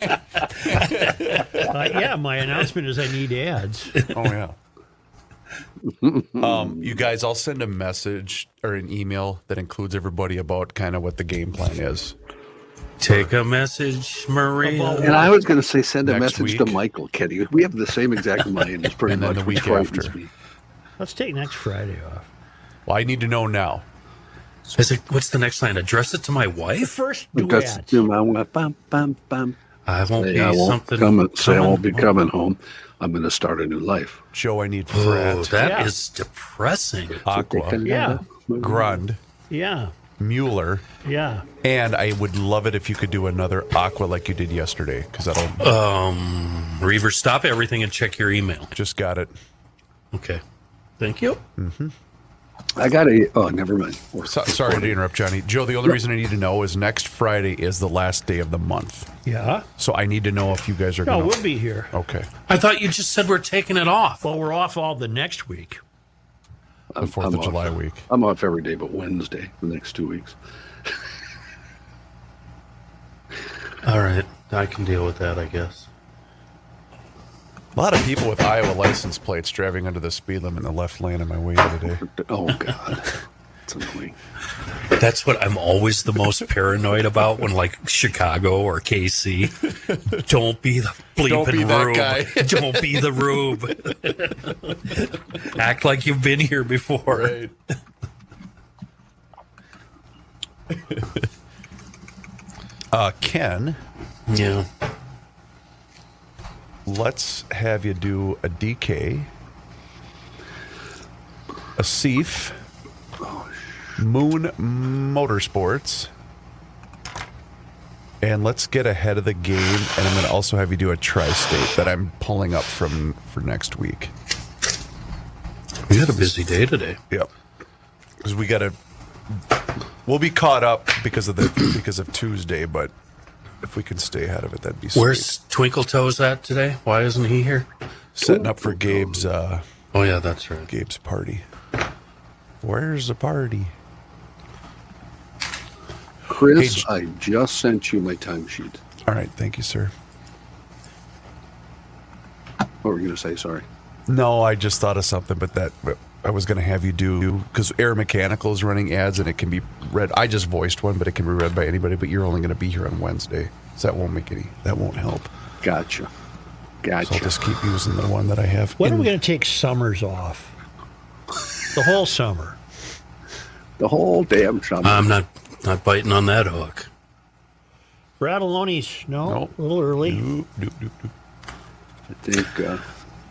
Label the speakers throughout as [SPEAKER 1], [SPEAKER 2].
[SPEAKER 1] Uh, yeah, my announcement is I need ads.
[SPEAKER 2] Oh yeah. um, you guys, I'll send a message or an email that includes everybody about kind of what the game plan is.
[SPEAKER 3] Take a message, Maria.
[SPEAKER 4] And I was going to say, send a
[SPEAKER 2] Next
[SPEAKER 4] message to
[SPEAKER 2] week.
[SPEAKER 4] Michael, Kenny. We have the same exact mind. It's pretty
[SPEAKER 2] And then
[SPEAKER 4] much
[SPEAKER 2] the week
[SPEAKER 4] which frightens
[SPEAKER 2] after.
[SPEAKER 4] me.
[SPEAKER 1] Let's take next Friday off.
[SPEAKER 2] Well, I need to know now.
[SPEAKER 3] Is it, what's the next line? Address it to my wife?
[SPEAKER 1] First
[SPEAKER 4] That's
[SPEAKER 1] duet.
[SPEAKER 4] the one where uh, bum, bum, bum.
[SPEAKER 3] I won't
[SPEAKER 4] Say
[SPEAKER 3] be
[SPEAKER 4] I won't
[SPEAKER 3] something.
[SPEAKER 4] come and- say I
[SPEAKER 3] coming
[SPEAKER 4] won't be
[SPEAKER 3] home.
[SPEAKER 4] coming home. I'm going to start a new life.
[SPEAKER 2] Joe, I need
[SPEAKER 3] Oh,
[SPEAKER 2] Frat,
[SPEAKER 3] that is
[SPEAKER 1] Yeah.
[SPEAKER 3] depressing.
[SPEAKER 2] Aqua,
[SPEAKER 1] Yeah.
[SPEAKER 2] Grund,
[SPEAKER 1] Yeah.
[SPEAKER 2] Mueller,
[SPEAKER 1] Yeah.
[SPEAKER 2] and I would love it if you could do another Aqua like you did yesterday because I don't
[SPEAKER 4] Uh.
[SPEAKER 3] Um, Reaver, stop everything and check your email.
[SPEAKER 2] just got it.
[SPEAKER 3] Okay. Thank you.
[SPEAKER 4] I got a. Oh, never mind. Or-
[SPEAKER 2] So, sorry to interrupt, Johnny. Joe, the only reason I need to know is next Friday is the last day of the month,
[SPEAKER 1] Yeah.
[SPEAKER 2] so I need to know if you guys are
[SPEAKER 1] No,
[SPEAKER 2] going.
[SPEAKER 1] we'll be here.
[SPEAKER 2] Okay,
[SPEAKER 3] I thought you just said we're taking it off.
[SPEAKER 1] Well, we're off all the next week.
[SPEAKER 2] the Fourth
[SPEAKER 4] I'm
[SPEAKER 2] of
[SPEAKER 4] off.
[SPEAKER 2] July week.
[SPEAKER 4] I'm off every day but Wednesday the next two weeks.
[SPEAKER 3] All right. I can deal with that, I guess.
[SPEAKER 2] A lot of people with Iowa license plates driving under the speed limit in the left lane on my way here today.
[SPEAKER 4] Oh God, it's annoying.
[SPEAKER 3] That's what I'm always the most paranoid about when, like, Chicago or KC. Don't be the bleeping
[SPEAKER 2] Don't be that
[SPEAKER 3] rube.
[SPEAKER 2] guy.
[SPEAKER 3] Don't be the rube. Act like you've been here before.
[SPEAKER 2] Uh, Ken,
[SPEAKER 3] Yeah.
[SPEAKER 2] let's have you do a DK, a Seif, Moon Motorsports, and let's get ahead of the game. And I'm going to also have you do a tri-state that I'm pulling up from for next week.
[SPEAKER 3] We had a busy day today.
[SPEAKER 2] Yep. Because we gotta, we'll be caught up because of the because of Tuesday, but if we can stay ahead of it, that'd be sweet.
[SPEAKER 3] Where's Twinkle Toes at today? Why isn't he here?
[SPEAKER 2] setting up for Gabe's uh,
[SPEAKER 3] Oh, yeah, that's right.
[SPEAKER 2] Gabe's party. Where's the party?
[SPEAKER 4] Chris,
[SPEAKER 2] Hey, J-
[SPEAKER 4] I just sent you my timesheet.
[SPEAKER 2] All right, thank you, sir.
[SPEAKER 4] What were you going to say? Sorry.
[SPEAKER 2] No, I just thought of something, but that I was gonna have you do because Air Mechanical is running ads and it can be read. I just voiced one, but it can be read by anybody. But you're only gonna be here on Wednesday, so that won't make any. That won't help.
[SPEAKER 4] Gotcha.
[SPEAKER 2] So I'll
[SPEAKER 4] Gotcha.
[SPEAKER 2] just keep using the one that I have.
[SPEAKER 1] When are
[SPEAKER 2] in-
[SPEAKER 1] we going to take summers off? The whole summer.
[SPEAKER 4] the whole damn shop.
[SPEAKER 2] Uh,
[SPEAKER 3] I'm not not biting on that hook.
[SPEAKER 1] Bradalone's, no,
[SPEAKER 2] Nope.
[SPEAKER 1] a little early.
[SPEAKER 2] Doop, doop, doop, doop.
[SPEAKER 4] I think. Uh,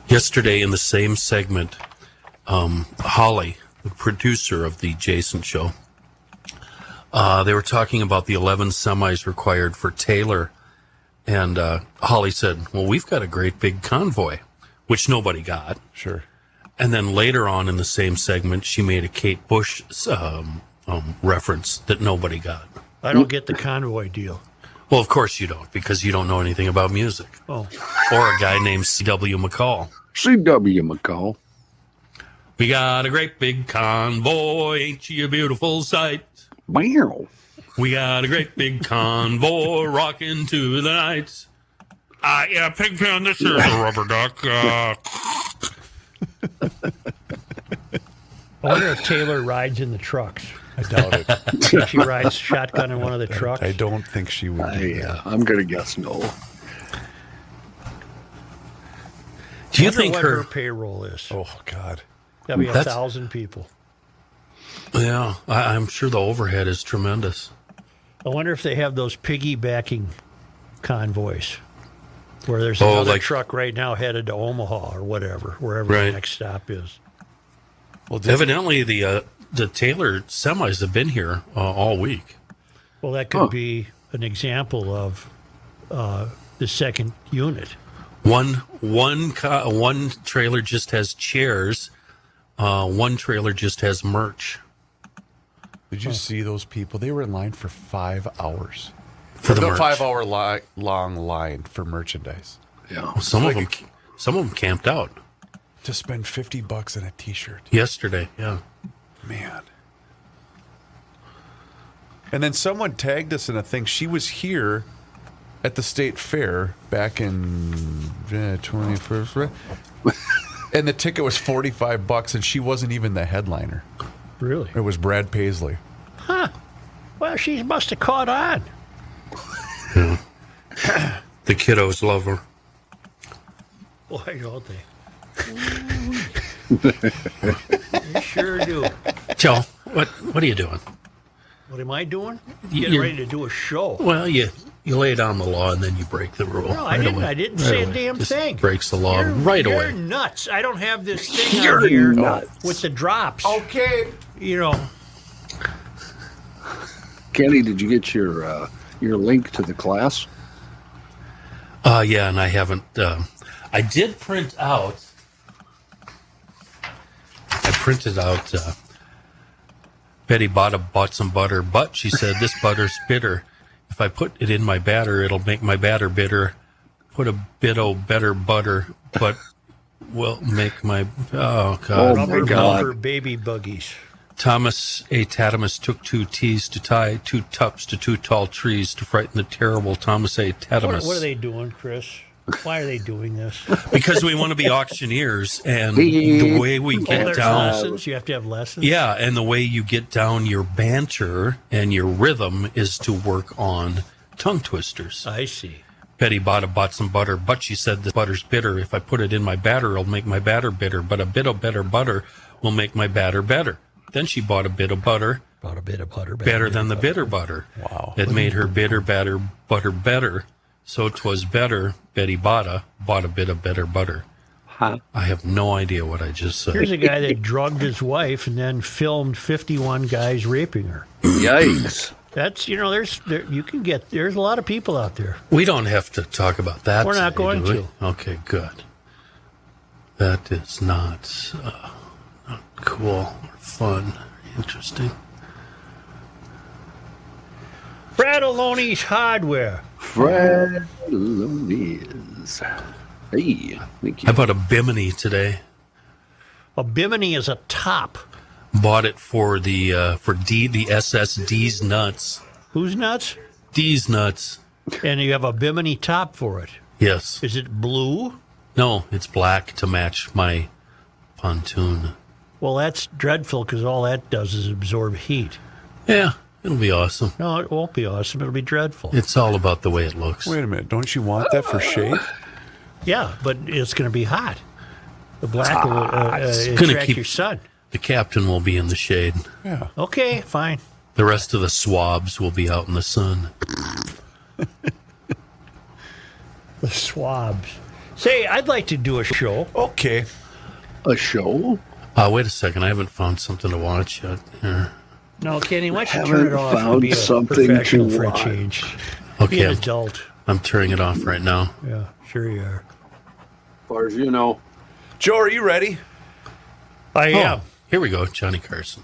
[SPEAKER 3] Yesterday in the same segment, um, Holly, the producer of the Jason show, uh, they were talking about the 11 semis required for Taylor. And uh, Holly said, Well, we've got a great big convoy, which nobody got.
[SPEAKER 2] Sure.
[SPEAKER 3] And then later on in the same segment, she made a Kate Bush um, um, reference that nobody got.
[SPEAKER 1] I don't get the convoy deal.
[SPEAKER 3] Well, of course you don't, because you don't know anything about music.
[SPEAKER 1] Oh,
[SPEAKER 3] Or a guy named C.W. McCall.
[SPEAKER 4] C.W. McCall.
[SPEAKER 3] We got a great big convoy, ain't she a beautiful sight?
[SPEAKER 4] Wow.
[SPEAKER 3] We got a great big convoy rocking to the night. Uh, yeah, Pigpen, this is a rubber duck. Uh,
[SPEAKER 1] I wonder if Taylor rides in the trucks.
[SPEAKER 2] I doubt it.
[SPEAKER 1] If she rides shotgun in one of the trucks.
[SPEAKER 2] I don't think she would. do
[SPEAKER 4] I,
[SPEAKER 2] that.
[SPEAKER 4] uh, I'm going to guess no.
[SPEAKER 3] do you
[SPEAKER 1] Wonder
[SPEAKER 3] think
[SPEAKER 1] what her,
[SPEAKER 3] her?
[SPEAKER 1] payroll is?
[SPEAKER 2] Oh God.
[SPEAKER 1] That'd be a
[SPEAKER 3] That's-
[SPEAKER 1] thousand people.
[SPEAKER 3] Yeah, I, I'm sure the overhead is tremendous.
[SPEAKER 1] I wonder if they have those piggybacking convoys where there's
[SPEAKER 3] Oh,
[SPEAKER 1] another
[SPEAKER 3] like-
[SPEAKER 1] truck right now headed to Omaha or whatever, wherever
[SPEAKER 3] Right.
[SPEAKER 1] the next stop is.
[SPEAKER 2] Well, did,
[SPEAKER 3] Evidently, the uh, the Taylor semis have been here uh, all week.
[SPEAKER 1] Well, that could
[SPEAKER 4] Huh.
[SPEAKER 1] be an example of uh, the second unit.
[SPEAKER 3] One one co- one trailer just has chairs. Uh, one trailer just has merch
[SPEAKER 2] did you see those people? They were in line for five hours.
[SPEAKER 3] for the, oh
[SPEAKER 2] No,
[SPEAKER 3] merch.
[SPEAKER 2] five hour li- long line for merchandise
[SPEAKER 4] Yeah.
[SPEAKER 3] Some of them, some of them camped out
[SPEAKER 2] to spend fifty bucks on a T-shirt.
[SPEAKER 3] yesterday. Yeah.
[SPEAKER 2] Man. And then someone tagged us in a thing. She was here at the state fair back in twenty first, and the ticket was forty five bucks, and she wasn't even the headliner.
[SPEAKER 1] Really?
[SPEAKER 2] It was Brad Paisley.
[SPEAKER 1] Well, she must have caught on.
[SPEAKER 3] The kiddos love her.
[SPEAKER 1] Why don't they? they sure do.
[SPEAKER 3] Joe, what what are you doing?
[SPEAKER 1] What am I doing?
[SPEAKER 3] You-
[SPEAKER 1] Getting
[SPEAKER 3] you-
[SPEAKER 1] ready to do a show.
[SPEAKER 3] Well, you you lay down the law and then you break the rule.
[SPEAKER 1] No, I didn't. I didn't say a
[SPEAKER 3] away.
[SPEAKER 1] damn
[SPEAKER 3] Just
[SPEAKER 1] thing.
[SPEAKER 3] Breaks the law
[SPEAKER 1] You're-
[SPEAKER 3] right
[SPEAKER 1] you're
[SPEAKER 3] away.
[SPEAKER 1] nuts. I don't have this thing
[SPEAKER 4] You're
[SPEAKER 1] on here
[SPEAKER 4] nuts.
[SPEAKER 1] with the drops.
[SPEAKER 2] Okay.
[SPEAKER 1] You know,
[SPEAKER 4] Kenny, did you get your uh, your link to the class?
[SPEAKER 3] Uh, yeah, and I haven't. Uh, I did print out. I printed out. Uh, Betty bought a, bought some butter, but she said this butter's bitter. If I put it in my batter, it'll make my batter bitter. Put a bit of better butter, but will make my oh god.
[SPEAKER 4] Oh, my
[SPEAKER 1] rubber
[SPEAKER 4] God.
[SPEAKER 1] bumper baby buggies.
[SPEAKER 3] Thomas A. Tadimus took two teas to tie two tups to two tall trees to frighten the terrible Thomas A. Tadimus.
[SPEAKER 1] What, what are they doing, Chris? Why are they doing this?
[SPEAKER 3] because we want to be auctioneers and the way we
[SPEAKER 1] Oh,
[SPEAKER 3] get
[SPEAKER 1] there's
[SPEAKER 3] down
[SPEAKER 1] lessons. You have to have lessons.
[SPEAKER 3] yeah and the way you get down your banter and your rhythm is to work on tongue twisters
[SPEAKER 1] I see.
[SPEAKER 3] betty bought a bought some butter but she said the butter's bitter if i put it in my batter it'll make my batter bitter but a bit of better butter will make my batter better then she bought a bit of butter
[SPEAKER 5] Brought a bit of butter.
[SPEAKER 3] better than the bitter butter
[SPEAKER 2] Wow.
[SPEAKER 3] it made her bitter batter butter better so 'twas better betty bought a bought a bit of better butter
[SPEAKER 4] Huh?
[SPEAKER 3] I have no idea what I just said.
[SPEAKER 1] Here's a guy that drugged his wife and then filmed 51 guys raping her.
[SPEAKER 4] Yikes!
[SPEAKER 1] That's you know, there's there, you can get there's a lot of people out there.
[SPEAKER 3] We don't have to talk about that.
[SPEAKER 1] We're not
[SPEAKER 3] today,
[SPEAKER 1] going
[SPEAKER 3] do we?
[SPEAKER 1] to.
[SPEAKER 3] Okay, good. That is not, uh, not cool or fun or interesting.
[SPEAKER 1] Fratelloni's Hardware.
[SPEAKER 4] Fred Lones. Hey, thank
[SPEAKER 3] I
[SPEAKER 4] you.
[SPEAKER 3] bought a bimini today.
[SPEAKER 1] A bimini is a top.
[SPEAKER 3] Bought it for the uh, for D the SSD's nuts.
[SPEAKER 1] Who's nuts?
[SPEAKER 3] D's nuts.
[SPEAKER 1] And you have a bimini top for it.
[SPEAKER 3] Yes.
[SPEAKER 1] Is it blue?
[SPEAKER 3] No, it's black to match my pontoon.
[SPEAKER 1] Well, that's dreadful because all that does is absorb heat.
[SPEAKER 3] Yeah, it'll be awesome.
[SPEAKER 1] No, it won't be awesome. It'll be dreadful.
[SPEAKER 3] It's all about the way it looks.
[SPEAKER 2] Wait a minute. Don't you want that for shade?
[SPEAKER 1] yeah, but it's going to be hot. The black will uh, uh,
[SPEAKER 3] gonna
[SPEAKER 1] attract
[SPEAKER 3] keep-
[SPEAKER 1] your sun.
[SPEAKER 3] The captain will be in the shade.
[SPEAKER 2] Yeah.
[SPEAKER 1] Okay, fine.
[SPEAKER 3] The rest of the swabs will be out in the sun.
[SPEAKER 1] The swabs. Say, I'd like to do a show.
[SPEAKER 2] Okay.
[SPEAKER 4] A show?
[SPEAKER 3] Uh, wait a second. I haven't found something to watch yet. Here.
[SPEAKER 1] No, Kenny, why don't you turn
[SPEAKER 4] Haven't
[SPEAKER 1] it off and
[SPEAKER 4] found
[SPEAKER 1] be a
[SPEAKER 4] something to
[SPEAKER 1] professional for a
[SPEAKER 4] watch.
[SPEAKER 1] change? Be
[SPEAKER 3] Okay,
[SPEAKER 1] an
[SPEAKER 3] I'm,
[SPEAKER 1] adult.
[SPEAKER 3] I'm turning it off right now.
[SPEAKER 1] Yeah, sure you are.
[SPEAKER 4] As far as you know.
[SPEAKER 2] Joe, are you ready?
[SPEAKER 1] I am.
[SPEAKER 3] Oh, here we go. Johnny Carson.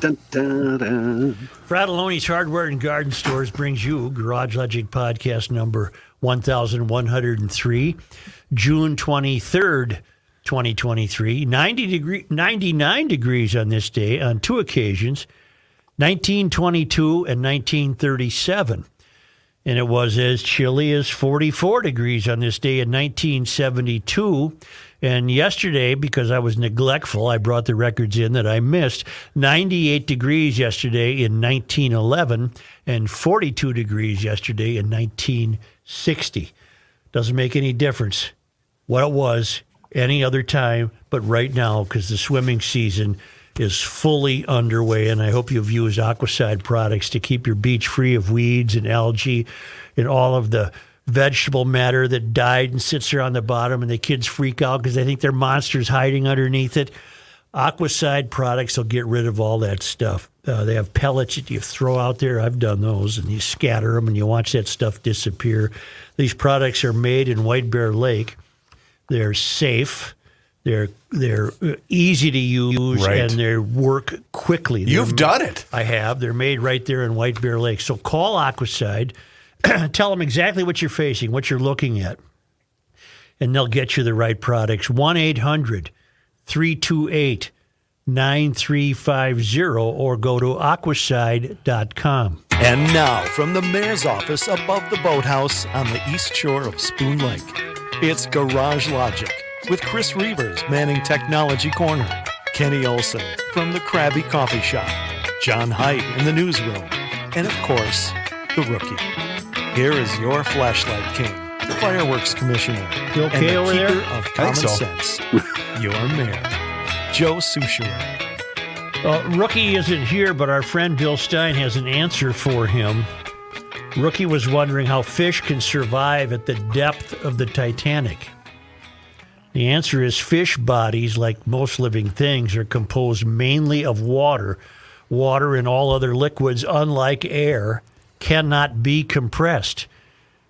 [SPEAKER 4] Ba-da-da-da-da.
[SPEAKER 1] Fratelloni's Hardware and Garden Stores brings you Garage Logic Podcast number 1103, June 23rd, 2023. 90 degree, 99 degrees on this day on two occasions, 1922 and 1937. And it was as chilly as 44 degrees on this day in 1972. And yesterday, because I was neglectful, I brought the records in that I missed 98 degrees yesterday in 1911 and 42 degrees yesterday in 1960. Doesn't make any difference what it was any other time, but right now, because the swimming season is fully underway. And I hope you've used Aquaside products to keep your beach free of weeds and algae and all of the vegetable matter that died and sits there on the bottom. And the kids freak out because they think there are monsters hiding underneath it. Aquaside products will get rid of all that stuff. Uh, they have pellets that you throw out there. I've done those, and you scatter them, and you watch that stuff disappear. These products are made in White Bear Lake. They're safe. They're they're uh, easy to use,
[SPEAKER 2] Right.
[SPEAKER 1] and they work quickly. They're
[SPEAKER 2] You've done it.
[SPEAKER 1] I have. They're made right there in White Bear Lake. So call Aquaside, tell them exactly what you're facing, what you're looking at, and they'll get you the right products. 1 800 328 9350 or go to aquaside.com.
[SPEAKER 5] And now, from the mayor's office above the boathouse on the east shore of Spoon Lake, it's Garage Logic with Chris Reavers manning Technology Corner, Kenny Olson from the Krabby Coffee Shop, John Height in the newsroom, and of course, the rookie. Here is your flashlight king, the fireworks commissioner,
[SPEAKER 1] You okay
[SPEAKER 5] and the
[SPEAKER 1] over there?
[SPEAKER 5] keeper of common
[SPEAKER 2] think so.
[SPEAKER 5] sense, your mayor, Joe Sushiro.
[SPEAKER 1] Uh, Rookie isn't here, but our friend Bill Stein has an answer for him. Rookie was wondering how fish can survive at the depth of the Titanic. The answer is fish bodies, like most living things, are composed mainly of water. Water and all other liquids, unlike air, cannot be compressed.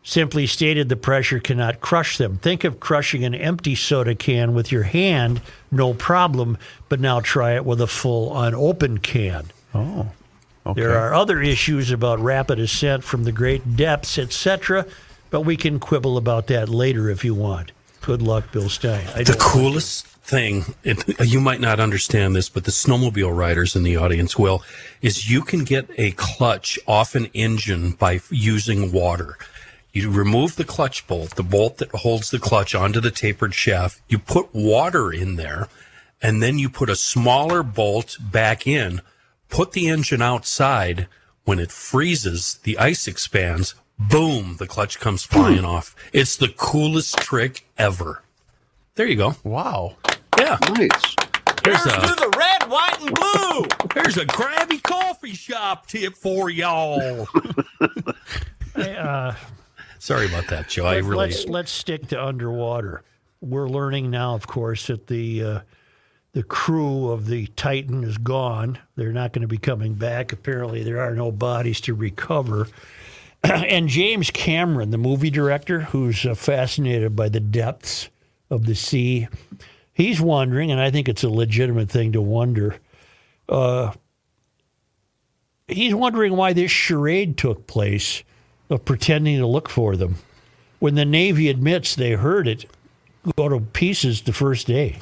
[SPEAKER 1] Simply stated, the pressure cannot crush them. Think of crushing an empty soda can with your hand, no problem, but now try it with a full unopened can.
[SPEAKER 2] Okay.
[SPEAKER 1] There are other issues about rapid ascent from the great depths, etc., but we can quibble about that later if you want. Good luck, Bill Stein. I
[SPEAKER 3] The
[SPEAKER 1] don't-
[SPEAKER 3] coolest thing, and you might not understand this, but the snowmobile riders in the audience will, is you can get a clutch off an engine by f- using water. You remove the clutch bolt, the bolt that holds the clutch onto the tapered shaft. You put water in there, and then you put a smaller bolt back in, put the engine outside. When it freezes, the ice expands. Boom, the clutch comes flying
[SPEAKER 1] Hmm.
[SPEAKER 3] off. It's the coolest trick ever. There you go.
[SPEAKER 2] Wow.
[SPEAKER 3] Yeah.
[SPEAKER 4] Nice.
[SPEAKER 3] There's a,
[SPEAKER 6] the red, white, and blue.
[SPEAKER 3] there's a grabby coffee shop tip for y'all.
[SPEAKER 1] uh,
[SPEAKER 3] Sorry about that, Joe. I
[SPEAKER 1] Let-
[SPEAKER 3] really.
[SPEAKER 1] let's let's stick to underwater. We're learning now, of course, that the uh, the crew of the Titan is gone. They're not going to be coming back. Apparently, there are no bodies to recover. and James Cameron, the movie director, who's uh, fascinated by the depths of the sea, he's wondering, and I think it's a legitimate thing to wonder. Uh, he's wondering why this charade took place of pretending to look for them when the Navy admits they heard it go to pieces the first day.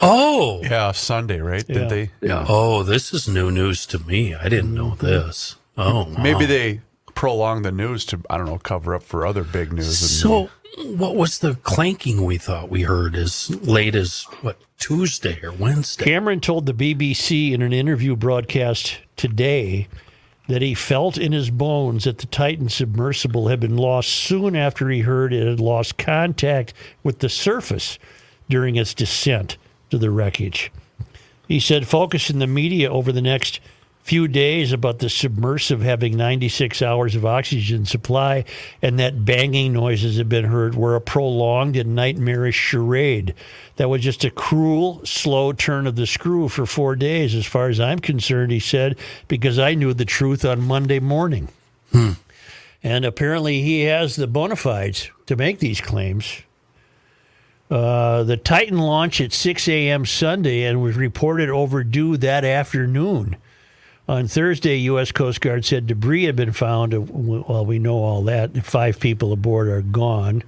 [SPEAKER 3] Oh,
[SPEAKER 2] Yeah, Sunday, right?
[SPEAKER 1] Yeah.
[SPEAKER 2] Did they?
[SPEAKER 4] Yeah.
[SPEAKER 3] oh, this is new news to me. I didn't know this. Oh, wow.
[SPEAKER 2] Maybe they prolong the news to I don't know cover up for other big news. and-
[SPEAKER 3] So, what was the clanking we thought we heard as late as what Tuesday or Wednesday?
[SPEAKER 1] Cameron told the BBC in an interview broadcast today that he felt in his bones that the Titan submersible had been lost soon after he heard it had lost contact with the surface during its descent to the wreckage. He said focus in the media over the next few days about the submersive having 96 hours of oxygen supply and that banging noises had been heard were a prolonged and nightmarish charade that was just a cruel slow turn of the screw for 4 days as far as I'm concerned he said because I knew the truth on Monday morning. And apparently he has the bona fides to make these claims. Uh, the Titan launched at 6 a.m. Sunday and was reported overdue that afternoon. On Thursday, U.S. Coast Guard said debris had been found. Uh, Well, we know all that. Five people aboard are gone.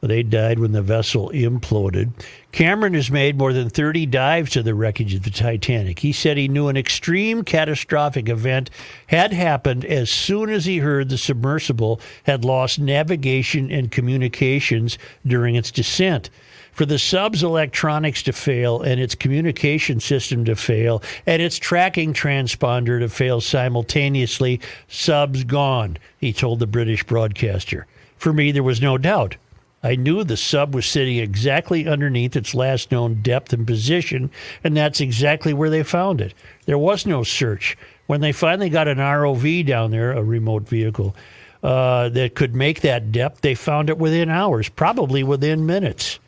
[SPEAKER 1] They died when the vessel imploded. Cameron has made more than 30 dives to the wreckage of the Titanic. He said he knew an extreme catastrophic event had happened as soon as he heard the submersible had lost navigation and communications during its descent. For the sub's electronics to fail and its communication system to fail and its tracking transponder to fail simultaneously, sub's gone, he told the British broadcaster. For me, there was no doubt. I knew the sub was sitting exactly underneath its last known depth and position, and that's exactly where they found it. There was no search. When they finally got an ROV down there, a remote vehicle, uh, that could make that depth, they found it within hours, probably within minutes.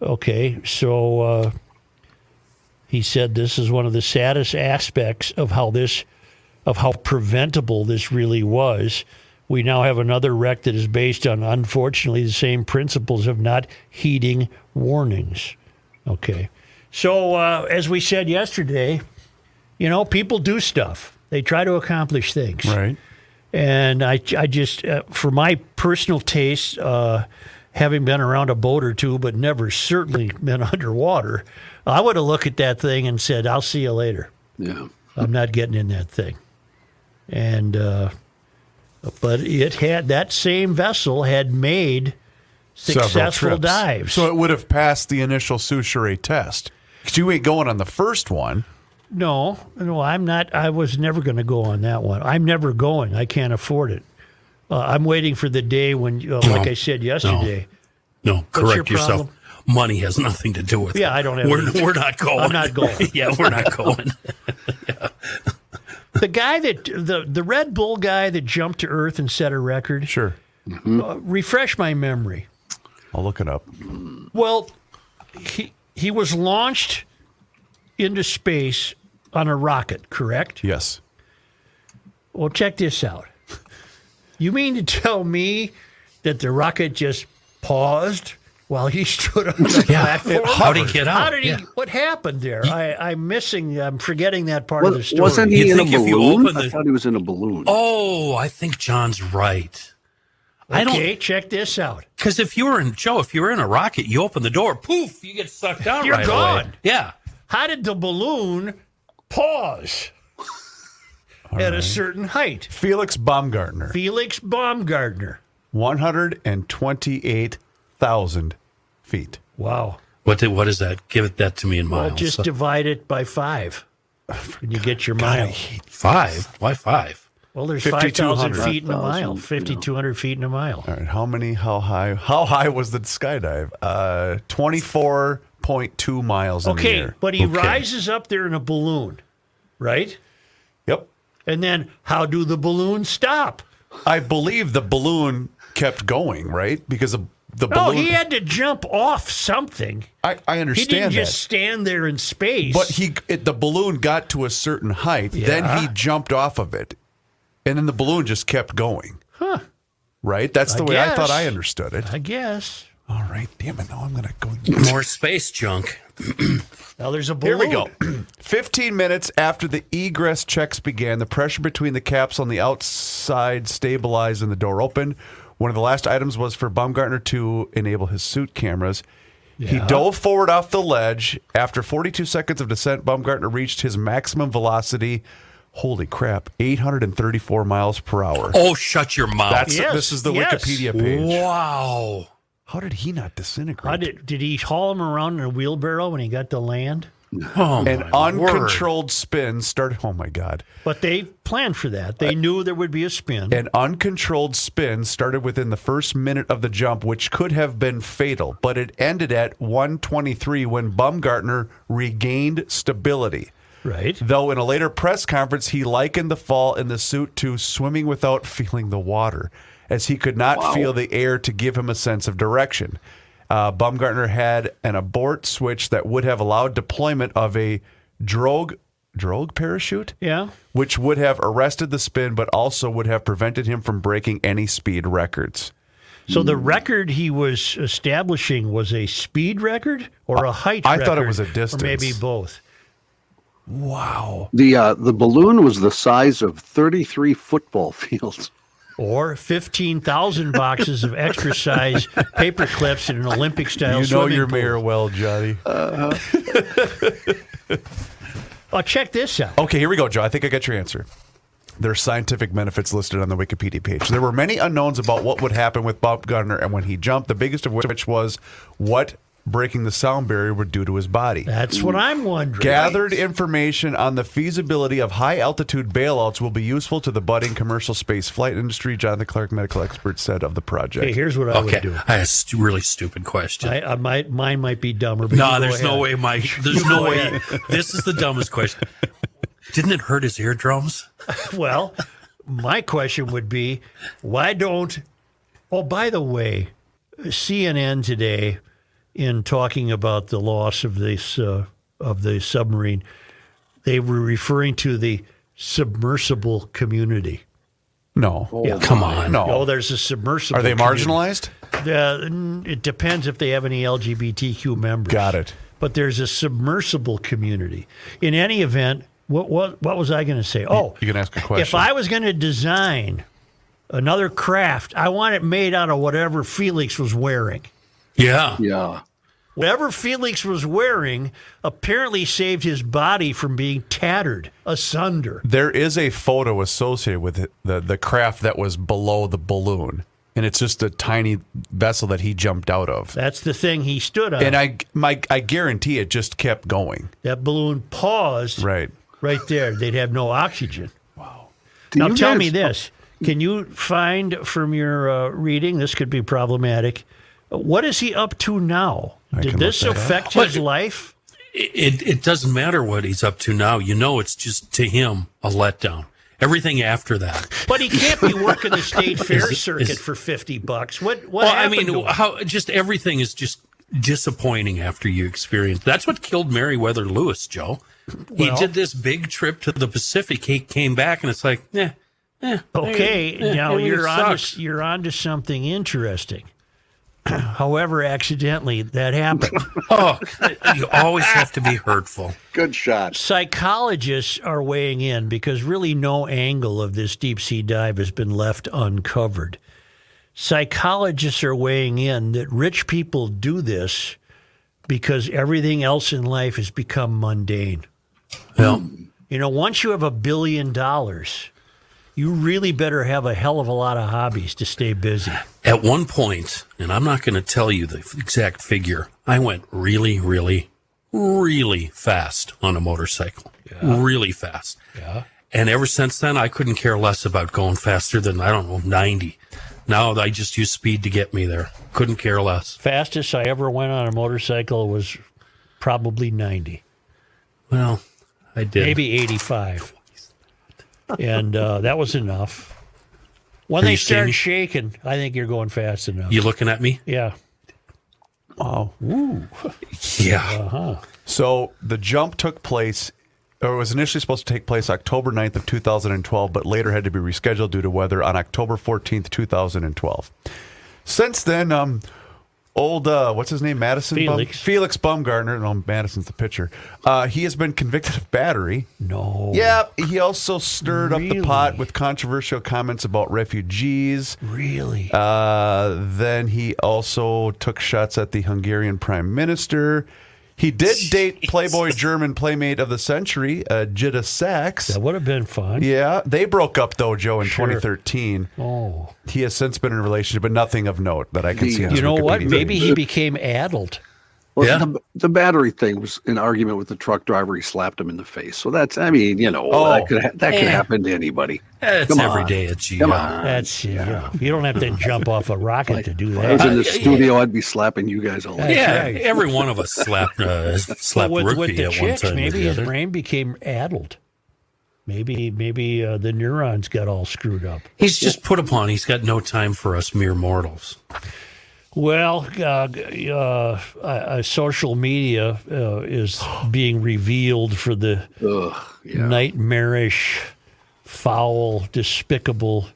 [SPEAKER 1] Okay, so uh, he said this is one of the saddest aspects of how this of how preventable this really was. We now have another wreck that is based on, unfortunately, the same principles of not heeding warnings. Okay. So, uh, as we said yesterday, you know, people do stuff, they try to accomplish things.
[SPEAKER 2] Right.
[SPEAKER 1] And I, I just, uh, for my personal taste, uh, having been around a boat or two, but never certainly been underwater, I would have looked at that thing and said, I'll see you later.
[SPEAKER 4] Yeah.
[SPEAKER 1] I'm not getting in that thing. And uh, But it had that same vessel had made
[SPEAKER 2] Several
[SPEAKER 1] successful
[SPEAKER 2] trips.
[SPEAKER 1] dives.
[SPEAKER 2] So it would have passed the initial Souchere test. 'Cause you ain't going on the first one.
[SPEAKER 1] No, no, I'm not. I was never going to go on that one. I'm never going. I can't afford it. Uh, I'm waiting for the day when, uh, like I said yesterday,
[SPEAKER 3] No,
[SPEAKER 1] What's your
[SPEAKER 3] correct yourself.
[SPEAKER 1] problem?
[SPEAKER 3] Money has nothing to do with it.
[SPEAKER 1] Yeah, I don't have
[SPEAKER 3] We're,
[SPEAKER 1] any-
[SPEAKER 3] we're not going.
[SPEAKER 1] I'm not going.
[SPEAKER 3] yeah, we're not going.
[SPEAKER 1] the guy that the the Red Bull guy that jumped to Earth and set a record.
[SPEAKER 2] Sure.
[SPEAKER 1] Refresh my memory.
[SPEAKER 2] I'll look it up.
[SPEAKER 1] Well, he he was launched into space on a rocket, correct?
[SPEAKER 2] Yes.
[SPEAKER 1] Well, check this out. You mean to tell me that the rocket just paused while he stood on the platform?
[SPEAKER 3] How'd he get out?
[SPEAKER 1] How did he?
[SPEAKER 3] Yeah.
[SPEAKER 1] What happened there? I, I'm missing. I'm forgetting that part of the
[SPEAKER 4] Was,
[SPEAKER 1] story.
[SPEAKER 4] wasn't he
[SPEAKER 3] You'd
[SPEAKER 4] in a
[SPEAKER 3] think if you
[SPEAKER 4] balloon?
[SPEAKER 3] open
[SPEAKER 4] I
[SPEAKER 3] the-
[SPEAKER 4] thought he was in a balloon.
[SPEAKER 3] Oh, I think John's right. I
[SPEAKER 1] Okay,
[SPEAKER 3] don't
[SPEAKER 1] check this out.
[SPEAKER 3] because if you were in Joe, if you were in a rocket, you open the door, poof, you get sucked out.
[SPEAKER 1] You're
[SPEAKER 3] right
[SPEAKER 1] gone.
[SPEAKER 3] Away. Yeah,
[SPEAKER 1] How did the balloon pause at a certain height?
[SPEAKER 2] Felix Baumgartner,
[SPEAKER 1] Felix Baumgartner.
[SPEAKER 2] 128,000 feet.
[SPEAKER 1] Wow.
[SPEAKER 3] What did, what is that? Give it that to me in miles.
[SPEAKER 1] Well, just divide it by five, and you get your mile.
[SPEAKER 3] five? Why five?
[SPEAKER 1] Well, there's 5,000
[SPEAKER 2] 5,200.
[SPEAKER 1] feet in a mile,
[SPEAKER 4] 5,000,
[SPEAKER 1] 5,200 feet in a mile.
[SPEAKER 2] All right. How many? How high? How high was the skydive? Uh, 24.2 miles in the
[SPEAKER 1] Okay,
[SPEAKER 2] air.
[SPEAKER 1] but he
[SPEAKER 2] Okay.
[SPEAKER 1] rises up there in a balloon, right?
[SPEAKER 2] Yep.
[SPEAKER 1] And then how do the balloons stop?
[SPEAKER 2] I believe the balloon kept going, right? Because the, the
[SPEAKER 1] Oh,
[SPEAKER 2] balloon.
[SPEAKER 1] he had to jump off something.
[SPEAKER 2] I, I
[SPEAKER 1] He didn't
[SPEAKER 2] understand that.
[SPEAKER 1] just stand there in space.
[SPEAKER 2] But he, it, the balloon got to a certain height, then he jumped off of it, and then the balloon just kept going. Huh? Right? That's the
[SPEAKER 1] I
[SPEAKER 2] way I thought
[SPEAKER 1] guess.
[SPEAKER 2] I understood it.
[SPEAKER 1] I guess.
[SPEAKER 2] All right, damn it! Now I'm gonna go.
[SPEAKER 3] More space junk.
[SPEAKER 1] Now there's a
[SPEAKER 2] Here
[SPEAKER 1] balloon.
[SPEAKER 2] we go. 15 minutes after the egress checks began, the pressure between the caps on the outside stabilized and the door opened. One of the last items was for Baumgartner to enable his suit cameras. He dove forward off the ledge. After 42 seconds of descent, Baumgartner reached his maximum velocity. Holy crap, 834 miles per hour.
[SPEAKER 3] Oh, shut your mouth!
[SPEAKER 2] That's
[SPEAKER 1] yes,
[SPEAKER 2] this is the
[SPEAKER 1] yes.
[SPEAKER 2] Wikipedia page.
[SPEAKER 3] wow.
[SPEAKER 2] How did he not
[SPEAKER 1] How
[SPEAKER 2] disintegrate?
[SPEAKER 1] did, did he haul him around in a wheelbarrow when he got to land?
[SPEAKER 3] Oh,
[SPEAKER 2] An
[SPEAKER 3] my word.
[SPEAKER 2] uncontrolled spin started. Oh my god.
[SPEAKER 1] But they planned for that. They knew there would be a spin.
[SPEAKER 2] An uncontrolled spin started within the first minute of the jump, which could have been fatal, but it ended at 123 when Baumgartner regained stability.
[SPEAKER 1] right?
[SPEAKER 2] Though in a later press conference, he likened the fall in the suit to swimming without feeling the water, as he could not feel the air to give him a sense of direction. Uh, Baumgartner had an abort switch that would have allowed deployment of a drogue, drogue parachute?
[SPEAKER 1] Yeah.
[SPEAKER 2] which would have arrested the spin but also would have prevented him from breaking any speed records.
[SPEAKER 1] So the record he was establishing was a speed record or a height
[SPEAKER 2] I
[SPEAKER 1] record?
[SPEAKER 2] thought it was a
[SPEAKER 1] Or maybe
[SPEAKER 2] distance.
[SPEAKER 1] both.
[SPEAKER 2] Wow.
[SPEAKER 4] The uh, the balloon was the size of 33 football fields.
[SPEAKER 1] Or 15,000 boxes of extra size paper clips in an Olympic style
[SPEAKER 2] You know
[SPEAKER 1] swimming
[SPEAKER 2] your
[SPEAKER 1] pool.
[SPEAKER 2] mayor well, Johnny.
[SPEAKER 1] Oh, check this out.
[SPEAKER 2] Okay, here we go, Joe. I think I got your answer. There's scientific benefits listed on the Wikipedia page. There were many unknowns about what would happen with Bob Gardner and when he jumped, the biggest of which was what breaking the sound barrier would do to his body.
[SPEAKER 1] That's what I'm wondering.
[SPEAKER 2] Gathered information on the feasibility of high altitude bailouts will be useful to the budding commercial space flight industry, Jonathan Clark, medical expert, said of the project.
[SPEAKER 1] Hey, here's what I
[SPEAKER 3] Okay,
[SPEAKER 1] would do.
[SPEAKER 3] I had a stu- really stupid question.
[SPEAKER 1] I, I might, mine might be dumber. But you
[SPEAKER 3] No,
[SPEAKER 1] go
[SPEAKER 3] there's no
[SPEAKER 1] ahead.
[SPEAKER 3] way, Mike. There's no way. This is the dumbest question. Didn't it hurt his eardrums?
[SPEAKER 1] Well, my question would be why don't. Oh, by the way, CNN today, in talking about the loss of this uh, of the submarine, they were referring to the submersible community.
[SPEAKER 2] No.
[SPEAKER 3] Come on.
[SPEAKER 2] No.
[SPEAKER 1] Oh, there's a submersible.
[SPEAKER 2] Are they
[SPEAKER 1] community.
[SPEAKER 2] marginalized?
[SPEAKER 1] Uh, n- it depends if they have any LGBTQ members.
[SPEAKER 2] Got it.
[SPEAKER 1] But there's a submersible community. In any event, what what what was I going to say? Oh,
[SPEAKER 2] You can ask a question.
[SPEAKER 1] If I was going to design another craft, I want it made out of whatever Felix was wearing.
[SPEAKER 3] Yeah.
[SPEAKER 4] Yeah.
[SPEAKER 1] Whatever Felix was wearing apparently saved his body from being tattered asunder.
[SPEAKER 2] There is a photo associated with it, the the craft that was below the balloon, and it's just a tiny vessel that he jumped out of.
[SPEAKER 1] That's the thing he stood on.
[SPEAKER 2] And I my I guarantee it just kept going.
[SPEAKER 1] that balloon paused
[SPEAKER 2] Right.
[SPEAKER 1] right there. They'd have no oxygen.
[SPEAKER 4] Do
[SPEAKER 1] now
[SPEAKER 4] you
[SPEAKER 1] tell
[SPEAKER 4] guys-
[SPEAKER 1] me this: Can you find from your uh, reading? This could be problematic. What is he up to now? Did
[SPEAKER 2] can
[SPEAKER 1] this
[SPEAKER 2] look that
[SPEAKER 1] affect his life?
[SPEAKER 3] It, it doesn't matter what he's up to now. You know, it's just to him a letdown. Everything after that.
[SPEAKER 1] But he can't be working the state fair
[SPEAKER 3] Is-
[SPEAKER 1] circuit
[SPEAKER 3] is-
[SPEAKER 1] for fifty bucks. What? What
[SPEAKER 3] Well, I
[SPEAKER 1] happened to
[SPEAKER 3] mean,
[SPEAKER 1] him?
[SPEAKER 3] how just everything is just disappointing after you experience. That's what killed Meriwether Lewis, Joe. he did this big trip to the Pacific. He came back, and it's like, eh, eh,
[SPEAKER 1] Okay,
[SPEAKER 3] eh,
[SPEAKER 1] now
[SPEAKER 3] eh, it
[SPEAKER 1] you're on
[SPEAKER 3] sucks.
[SPEAKER 1] to, you're onto something interesting. However, accidentally that happened.
[SPEAKER 3] Oh, you always have to be hurtful.
[SPEAKER 4] Oh, Good shot.
[SPEAKER 1] Psychologists are weighing in because really no angle of this deep sea dive has been left uncovered. Psychologists are weighing in that rich people do this because everything else in life has become mundane.
[SPEAKER 3] Well,
[SPEAKER 1] You know, once you have a billion dollars, you really better have a hell of a lot of hobbies to stay busy.
[SPEAKER 3] at one point, and I'm not going to tell you the exact figure, I went really, really, really fast on a motorcycle. Really fast. Yeah. And ever since then, I couldn't care less about going faster than, I don't know, 90. Now I just use speed to get me there. Couldn't care less.
[SPEAKER 1] Fastest I ever went on a motorcycle was probably 90.
[SPEAKER 3] Well, I did.
[SPEAKER 1] maybe 85 and uh, that was enough when
[SPEAKER 3] Are
[SPEAKER 1] they
[SPEAKER 3] you seeing
[SPEAKER 1] start
[SPEAKER 3] me?
[SPEAKER 1] shaking i think you're going fast enough
[SPEAKER 3] You looking at me?
[SPEAKER 1] yeah
[SPEAKER 3] Yeah.
[SPEAKER 2] So the jump took place, or was initially supposed to take place October 9th of 2012, but later had to be rescheduled due to weather on October 14th, 2012. Since then, um, old uh, what's his name, Madison
[SPEAKER 1] Felix.
[SPEAKER 2] Bum, Felix Baumgartner. No, Madison's the pitcher. Uh, he has been convicted of battery.
[SPEAKER 1] no
[SPEAKER 2] Yep. He also stirred up the pot
[SPEAKER 1] Really?
[SPEAKER 2] with controversial comments about refugees.
[SPEAKER 1] really
[SPEAKER 2] Uh, then he also took shots at the Hungarian prime minister. He did date Playboy German playmate of the century, uh, Jida Sachs.
[SPEAKER 1] that would have been fun
[SPEAKER 2] Yeah, they broke up though, Joe, in 2013.
[SPEAKER 1] oh
[SPEAKER 2] He has since been in a relationship, but nothing of note that I can
[SPEAKER 4] The-
[SPEAKER 2] see. On
[SPEAKER 1] you
[SPEAKER 2] his
[SPEAKER 1] know what
[SPEAKER 2] Wikipedia
[SPEAKER 1] maybe
[SPEAKER 2] page.
[SPEAKER 1] he became addled
[SPEAKER 4] Well,
[SPEAKER 3] Yeah.
[SPEAKER 4] the, the battery thing was an argument with the truck driver. He slapped him in the face. So that's, I mean, you know,
[SPEAKER 2] Oh.
[SPEAKER 4] that could ha- that could happen to anybody.
[SPEAKER 3] Eh, It's
[SPEAKER 4] Come
[SPEAKER 3] every
[SPEAKER 4] on.
[SPEAKER 3] day at GM.
[SPEAKER 4] Come on.
[SPEAKER 1] that's yeah. you don't have to jump off a rocket to do
[SPEAKER 4] If I was
[SPEAKER 1] that
[SPEAKER 4] in the studio, I'd be slapping you guys all. day.
[SPEAKER 3] Yeah,
[SPEAKER 1] right.
[SPEAKER 3] every one of us slapped uh,
[SPEAKER 1] But
[SPEAKER 3] slapped
[SPEAKER 1] with,
[SPEAKER 3] rugby
[SPEAKER 1] with the
[SPEAKER 3] at
[SPEAKER 1] chicks
[SPEAKER 3] one time. or
[SPEAKER 1] maybe
[SPEAKER 3] the
[SPEAKER 1] his
[SPEAKER 3] other.
[SPEAKER 1] brain became addled maybe maybe uh, the neurons got all screwed up
[SPEAKER 3] He's just put upon. He's got no time for us mere mortals.
[SPEAKER 1] Well, uh, g- uh, uh, uh, social media uh, is being revealed for the nightmarish, foul, despicable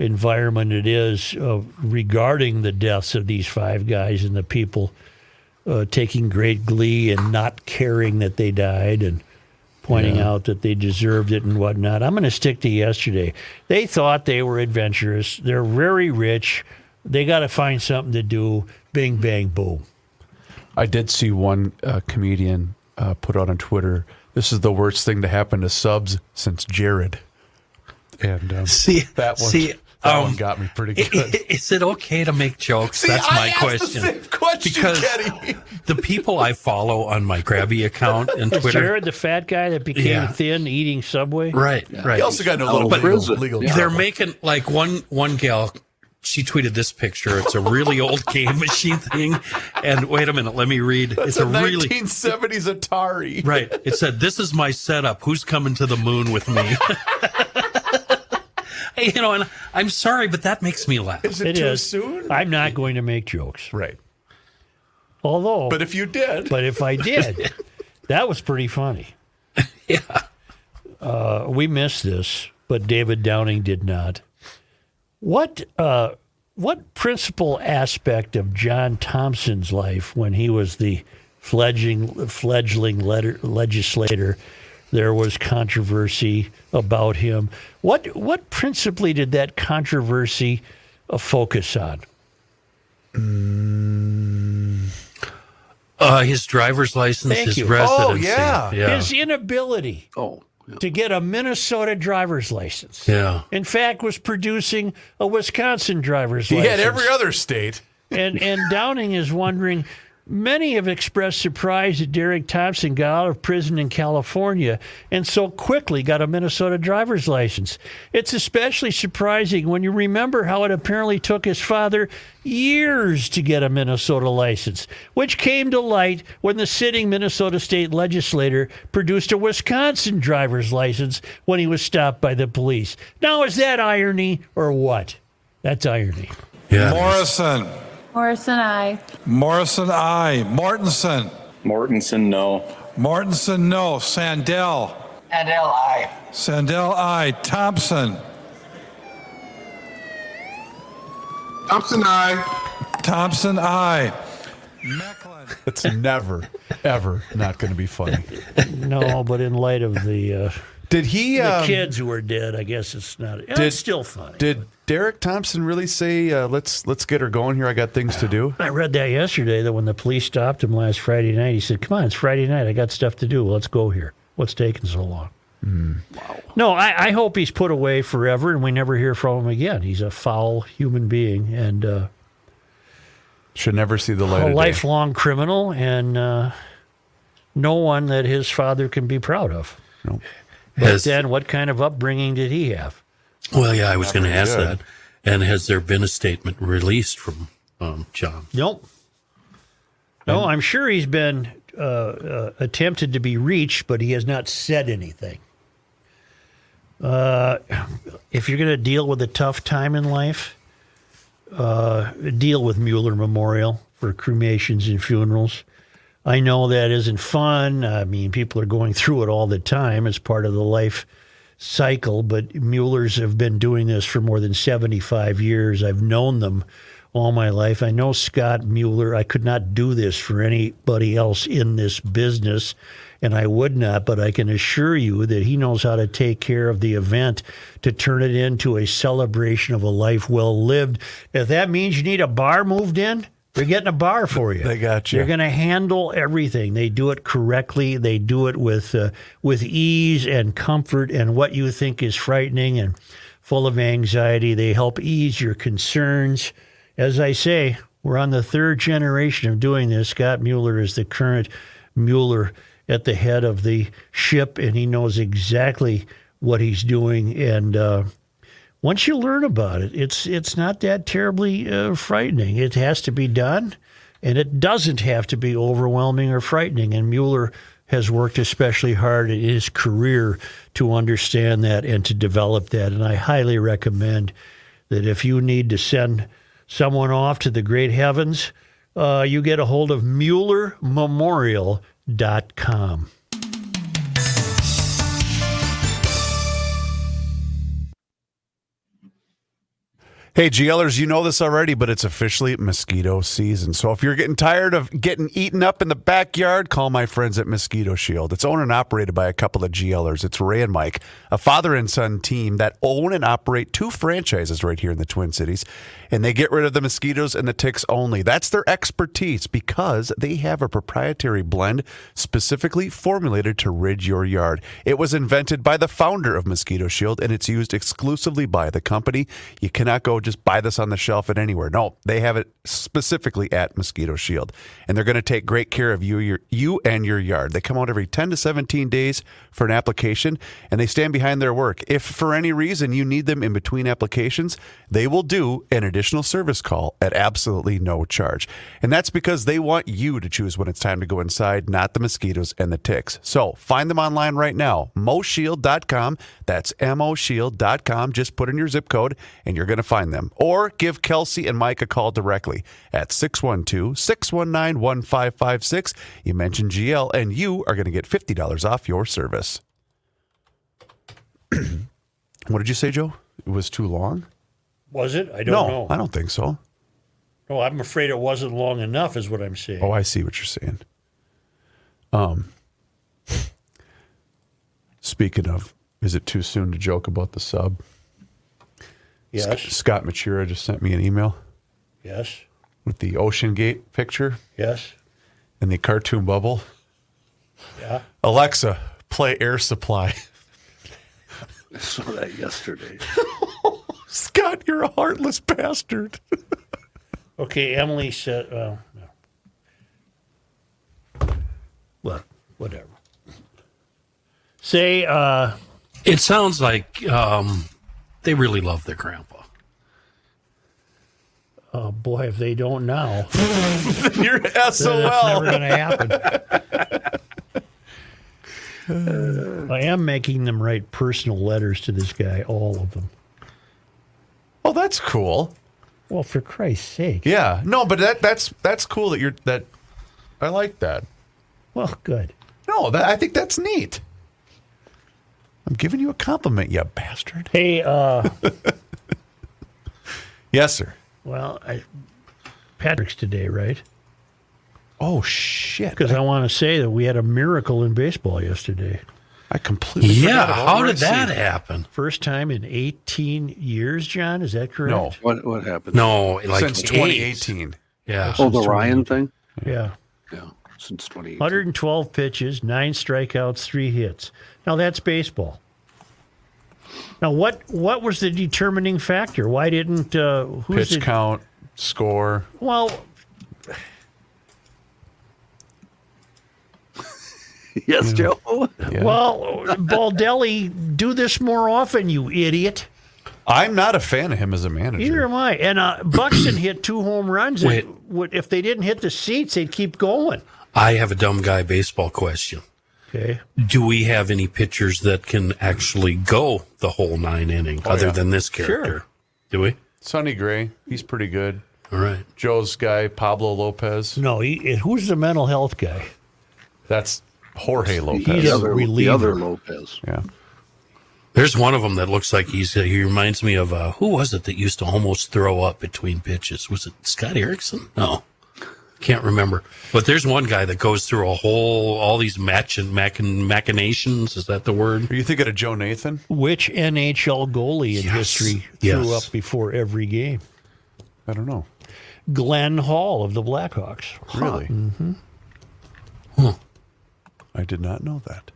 [SPEAKER 1] environment it is uh, regarding the deaths of these five guys and the people uh, taking great glee and not caring that they died and pointing out that they deserved it and whatnot. I'm going to stick to yesterday. They thought they were adventurous. They're very rich. They got to find something to do. Bing, bang, boom.
[SPEAKER 2] I did see one uh, comedian uh, put out on Twitter. This is the worst thing to happen to subs since Jared. And um,
[SPEAKER 3] See
[SPEAKER 2] that one,
[SPEAKER 3] see,
[SPEAKER 2] that
[SPEAKER 3] um,
[SPEAKER 2] one got me pretty
[SPEAKER 3] i-
[SPEAKER 2] good.
[SPEAKER 3] i- Is it okay to make jokes? That's my question. because the people I follow on my Grabby account and
[SPEAKER 1] Is
[SPEAKER 3] Twitter,
[SPEAKER 1] Jared the fat guy that became
[SPEAKER 3] Yeah.
[SPEAKER 1] thin eating Subway?
[SPEAKER 3] right, right.
[SPEAKER 2] He also got in a
[SPEAKER 4] Out
[SPEAKER 2] little
[SPEAKER 4] of
[SPEAKER 2] bit
[SPEAKER 4] prison.
[SPEAKER 2] of legal
[SPEAKER 4] Yeah.
[SPEAKER 2] trouble.
[SPEAKER 3] They're making like one one gal. She tweeted this picture. It's a really old game machine thing. And wait a minute, let me read. it's
[SPEAKER 2] It's
[SPEAKER 3] a
[SPEAKER 2] a
[SPEAKER 3] really
[SPEAKER 2] 1970s Atari.
[SPEAKER 3] Right. It said, "This is my setup. Who's coming to the moon with me?" Hey, you know, and I'm sorry, but that makes me laugh.
[SPEAKER 2] Is it,
[SPEAKER 1] It
[SPEAKER 2] too
[SPEAKER 1] is.
[SPEAKER 2] soon?
[SPEAKER 1] I'm not going to make jokes.
[SPEAKER 2] Right.
[SPEAKER 1] Although,
[SPEAKER 2] But if you did,
[SPEAKER 1] But if I did, that was pretty funny. Yeah. Uh, we missed this, but David Downing did not. What uh, what principal aspect of John Thompson's life when he was the fledging fledgling letter, legislator? There was controversy about him. What what principally did that controversy uh, focus on?
[SPEAKER 3] Uh, his driver's license,
[SPEAKER 1] Thank
[SPEAKER 3] his
[SPEAKER 1] you. Oh,
[SPEAKER 3] residency.
[SPEAKER 2] yeah.
[SPEAKER 3] Yeah.
[SPEAKER 1] His inability
[SPEAKER 4] Oh, yeah.
[SPEAKER 1] to get a Minnesota driver's license.
[SPEAKER 3] yeah.
[SPEAKER 1] In fact, was producing a Wisconsin driver's
[SPEAKER 2] He
[SPEAKER 1] license.
[SPEAKER 2] had every other state.
[SPEAKER 1] and and Downing is wondering. Many have expressed surprise that Derek Thompson got out of prison in California and so quickly got a Minnesota driver's license. It's especially surprising when you remember how it apparently took his father years to get a Minnesota license, which came to light when the sitting Minnesota state legislator produced a Wisconsin driver's license when he was stopped by the police. Now, is that irony or what? That's irony.
[SPEAKER 3] Yeah.
[SPEAKER 7] Morrison.
[SPEAKER 8] Morrison, I.
[SPEAKER 7] Morrison, I. Mortensen.
[SPEAKER 9] Mortensen, no.
[SPEAKER 7] Mortensen, no. Sandell.
[SPEAKER 10] And I.
[SPEAKER 7] Sandell, I. Thompson.
[SPEAKER 11] Thompson, I.
[SPEAKER 7] Thompson, I. Macklin.
[SPEAKER 2] That's never, ever not going to be funny.
[SPEAKER 1] No, but in light of the uh,
[SPEAKER 2] Did he?
[SPEAKER 1] the
[SPEAKER 2] um,
[SPEAKER 1] kids who are dead, I guess it's not.
[SPEAKER 2] did-
[SPEAKER 1] it's still funny.
[SPEAKER 2] Did Derek Thompson really say, uh, "Let's let's get her going here. I got things to do."
[SPEAKER 1] I read that yesterday that when the police stopped him last Friday night, he said, "Come on, it's Friday night. I got stuff to do. Let's go here. What's taking so long?"
[SPEAKER 2] Hmm.
[SPEAKER 1] No, I, I hope he's put away forever and we never hear from him again. He's a foul human being and uh,
[SPEAKER 2] Should never see the light.
[SPEAKER 1] a
[SPEAKER 2] of day.
[SPEAKER 1] lifelong criminal, and uh, no one that his father can be proud of. But
[SPEAKER 3] Has-
[SPEAKER 1] then, what kind of upbringing did he have?
[SPEAKER 3] well, yeah, I was going to ask
[SPEAKER 2] good.
[SPEAKER 3] that. And has there been a statement released from um, John?
[SPEAKER 1] Nope. No, I'm sure he's been uh, uh, attempted to be reached, but he has not said anything. Uh, if you're going to deal with a tough time in life, uh, deal with Mueller Memorial for cremations and funerals. I know that isn't fun. I mean, people are going through it all the time as part of the life cycle, but Mueller's have been doing this for more than 75 years. I've known them all my life. I know Scott Mueller. I could not do this for anybody else in this business, and I would not, but I can assure you that he knows how to take care of the event to turn it into a celebration of a life well lived. If that means you need a bar moved in, they're getting a bar for you.
[SPEAKER 2] They got you.
[SPEAKER 1] They're going to handle everything. They do it correctly. They do it with uh, with ease and comfort. And what you think is frightening and full of anxiety, they help ease your concerns. As I say, we're on the third generation of doing this. Scott Mueller is the current Mueller at the head of the ship, and he knows exactly what he's doing. And uh, once you learn about it, it's it's not that terribly uh, frightening. It has to be done, and it doesn't have to be overwhelming or frightening. And Mueller has worked especially hard in his career to understand that and to develop that. And I highly recommend that if you need to send someone off to the great heavens, uh, you get a hold of MuellerMemorial.com.
[SPEAKER 2] Hey, GLers, you know this already, but it's officially mosquito season. So if you're getting tired of getting eaten up in the backyard, call my friends at Mosquito Shield. It's owned and operated by a couple of GLers. It's Ray and Mike, a father and son team that own and operate two franchises right here in the Twin Cities, and they get rid of the mosquitoes and the ticks only. That's their expertise because they have a proprietary blend specifically formulated to rid your yard. It was invented by the founder of Mosquito Shield, and it's used exclusively by the company. You cannot go just buy this on the shelf at anywhere. No, they have it specifically at Mosquito Shield, and they're going to take great care of you, your, you and your yard. They come out every 10 to 17 days for an application, and they stand behind their work. If for any reason you need them in between applications, they will do an additional service call at absolutely no charge. And that's because they want you to choose when it's time to go inside, not the mosquitoes and the ticks. So find them online right now, moshield.com. That's moshield.com. Just put in your zip code and you're going to find them. Or give Kelsey and Mike a call directly at 612 619 1556. You mentioned GL and you are going to get $50 off your service. what did you say, Joe? It was too long?
[SPEAKER 1] Was it? I don't
[SPEAKER 2] no,
[SPEAKER 1] know.
[SPEAKER 2] I don't think so.
[SPEAKER 1] No, I'm afraid it wasn't long enough, is what I'm saying.
[SPEAKER 2] Oh, I see what you're saying. Um, speaking of, is it too soon to joke about the sub?
[SPEAKER 1] yes.
[SPEAKER 2] Sc- Scott Machira just sent me an email
[SPEAKER 1] Yes.
[SPEAKER 2] with the Ocean Gate picture.
[SPEAKER 1] Yes.
[SPEAKER 2] in the cartoon bubble.
[SPEAKER 1] Yeah.
[SPEAKER 2] Alexa, play Air Supply.
[SPEAKER 4] I saw that yesterday.
[SPEAKER 2] Scott, you're a heartless bastard.
[SPEAKER 1] Okay, Emily said, well, no. Well, whatever. Say, uh,
[SPEAKER 3] It sounds like um, they really love their grandpa.
[SPEAKER 1] oh boy, if they don't now,
[SPEAKER 2] you're SOL.
[SPEAKER 1] that's never going to happen. I am making them write personal letters to this guy, all of them.
[SPEAKER 2] oh, that's cool.
[SPEAKER 1] Well, for Christ's sake.
[SPEAKER 2] Yeah. No, but that that's that's cool that you're that. I like that.
[SPEAKER 1] Well, good.
[SPEAKER 2] No, that, I think that's neat. I'm giving you a compliment, you bastard.
[SPEAKER 1] Hey, uh,
[SPEAKER 2] Yes, sir.
[SPEAKER 1] well, I, Patrick's today, right?
[SPEAKER 2] Oh shit!
[SPEAKER 1] Because I want to say that we had a miracle in baseball yesterday.
[SPEAKER 2] I completely
[SPEAKER 3] Yeah,
[SPEAKER 2] forgot about
[SPEAKER 3] how
[SPEAKER 2] what I
[SPEAKER 3] did that
[SPEAKER 2] see.
[SPEAKER 3] happen?
[SPEAKER 1] First time in 18 years, John. Is that correct?
[SPEAKER 2] No,
[SPEAKER 4] What what happened?
[SPEAKER 3] No, like
[SPEAKER 2] since
[SPEAKER 3] eight.
[SPEAKER 2] 2018.
[SPEAKER 3] Yeah.
[SPEAKER 4] Oh, the Ryan thing.
[SPEAKER 1] Yeah.
[SPEAKER 4] Yeah, since 2018.
[SPEAKER 1] 112 pitches, nine strikeouts, three hits. Now that's baseball. Now what what was the determining factor? Why didn't uh, who's
[SPEAKER 2] Pitch
[SPEAKER 1] the,
[SPEAKER 2] count, score.
[SPEAKER 1] well
[SPEAKER 4] yes, Joe.
[SPEAKER 2] Yeah.
[SPEAKER 1] well Baldelli do this more often, you idiot.
[SPEAKER 2] I'm not a fan of him as a manager.
[SPEAKER 1] Neither am I. And uh, Buxton hit two home runs. and
[SPEAKER 3] Wait.
[SPEAKER 1] would, if they didn't hit the seats, they'd keep going.
[SPEAKER 3] I have a dumb guy baseball question.
[SPEAKER 1] Okay.
[SPEAKER 3] Do we have any pitchers that can actually go the whole nine inning other than this character? Do we?
[SPEAKER 2] Sonny Gray, he's pretty good.
[SPEAKER 3] All right.
[SPEAKER 2] Joe's guy, Pablo Lopez.
[SPEAKER 1] No, he, who's the mental health guy?
[SPEAKER 2] That's Jorge Lopez.
[SPEAKER 1] He's
[SPEAKER 4] The
[SPEAKER 1] a
[SPEAKER 4] other, the
[SPEAKER 1] reliever.
[SPEAKER 4] other Lopez.
[SPEAKER 2] yeah.
[SPEAKER 3] There's one of them that looks like he's. He reminds me of uh, who was it that used to almost throw up between pitches? Was it Scott Erickson? No, can't remember. But there's one guy that goes through a whole all these machin, machin, machinations. Is that the word?
[SPEAKER 2] Are you thinking of Joe Nathan?
[SPEAKER 1] Which NHL goalie in
[SPEAKER 3] Yes.
[SPEAKER 1] history
[SPEAKER 3] Yes.
[SPEAKER 1] threw up before every game?
[SPEAKER 2] I don't know.
[SPEAKER 1] Glenn Hall of the Blackhawks.
[SPEAKER 2] Really? Mm-hmm. I did not know that.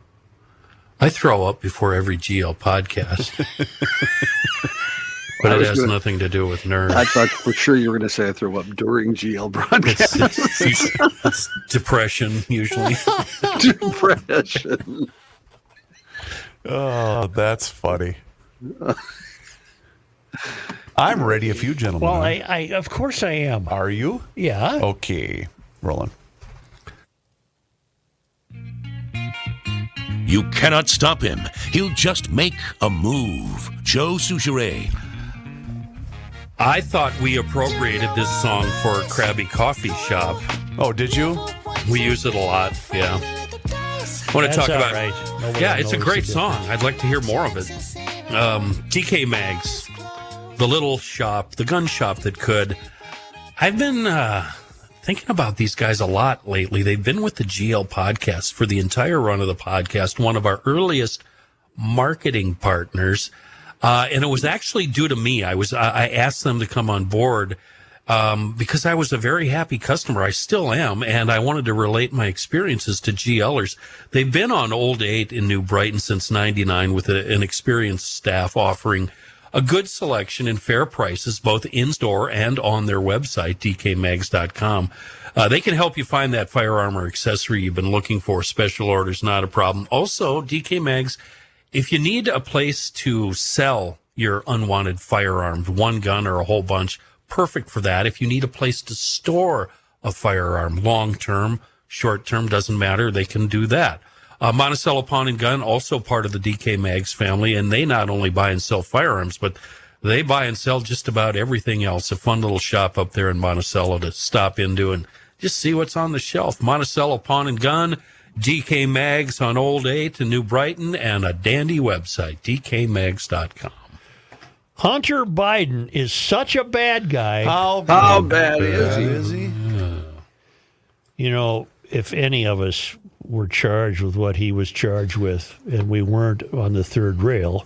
[SPEAKER 3] I throw up before every GL podcast. but it
[SPEAKER 4] was
[SPEAKER 3] has
[SPEAKER 4] gonna-
[SPEAKER 3] nothing to do with nerves.
[SPEAKER 4] I thought for sure you were going to say I threw up during GL broadcast
[SPEAKER 3] It's- it's- it's depression usually.
[SPEAKER 4] depression.
[SPEAKER 2] Oh, that's funny. I'm ready if you gentlemen
[SPEAKER 1] Well,
[SPEAKER 2] are.
[SPEAKER 1] I, I of course I am.
[SPEAKER 2] are you?
[SPEAKER 1] Yeah.
[SPEAKER 2] Okay. Rolling.
[SPEAKER 8] You cannot stop him. He'll just make a move. Joe Souchere.
[SPEAKER 3] I thought we appropriated this song for Krabby Coffee Shop.
[SPEAKER 2] Oh, did you?
[SPEAKER 3] We use it a lot. Yeah. Want to
[SPEAKER 1] That's
[SPEAKER 3] talk
[SPEAKER 1] all
[SPEAKER 3] about?
[SPEAKER 1] right. Nobody
[SPEAKER 3] Yeah, it's a
[SPEAKER 1] knows
[SPEAKER 3] great
[SPEAKER 1] the
[SPEAKER 3] song. I'd like to hear more of it. Um, DK Mags, the little shop, the gun shop that could. I've been uh, thinking about these guys a lot lately. They've been with the GL podcast for the entire run of the podcast. One of our earliest marketing partners. Uh, and it was actually due to me. I was, I I asked them to come on board, um, because I was a very happy customer. I still am. And I wanted to relate my experiences to GLers. They've been on Old Eight in New Brighton since 99 with a, an experienced staff offering a good selection and fair prices, both in store and on their website, dkmags.com. Uh, they can help you find that firearm or accessory you've been looking for. Special orders, not a problem. Also, DK Mags, if you need a place to sell your unwanted firearms, one gun or a whole bunch, perfect for that. If you need a place to store a firearm long term, short term, doesn't matter, they can do that. Uh, Monticello Pawn and Gun, also part of the DK Mags family, and they not only buy and sell firearms, but they buy and sell just about everything else. A fun little shop up there in Monticello to stop into and just see what's on the shelf. Monticello Pawn and Gun, DK Mags on Old 8 in New Brighton, and a dandy website, dkmags.com.
[SPEAKER 1] Hunter Biden is such a bad guy.
[SPEAKER 3] Uh,
[SPEAKER 2] How
[SPEAKER 4] How bad is he?
[SPEAKER 2] is he?
[SPEAKER 1] you know, if any of us were charged with what he was charged with and we weren't on the third rail,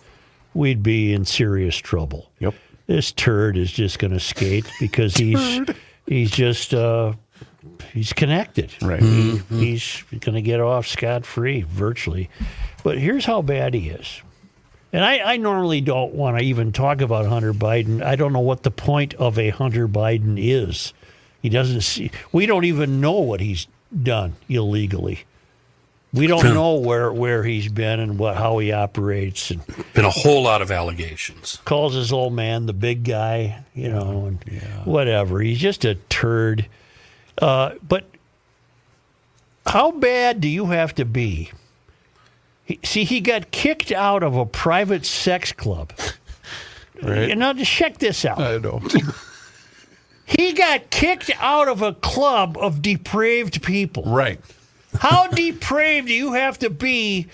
[SPEAKER 1] we'd be in serious trouble.
[SPEAKER 2] Yep.
[SPEAKER 1] This turd is just going to skate because he's he's just uh, he's connected.
[SPEAKER 2] Right.
[SPEAKER 1] He- he's going to get off scot free virtually. But here's how bad he is. And I, I normally don't want to even talk about Hunter Biden. I don't know what the point of a Hunter Biden is. He doesn't see. We don't even know what he's done illegally. We don't know where, where he's been and what how he operates and
[SPEAKER 3] Been a whole lot of allegations.
[SPEAKER 1] calls his old man the big guy, you know, and whatever. He's just a turd. Uh, but how bad do you have to be? He, see, he got kicked out of a private sex club.
[SPEAKER 2] Right.
[SPEAKER 1] And now, just check this out.
[SPEAKER 2] I know.
[SPEAKER 1] He got kicked out of a club of depraved people.
[SPEAKER 2] right.
[SPEAKER 1] How depraved do you have to be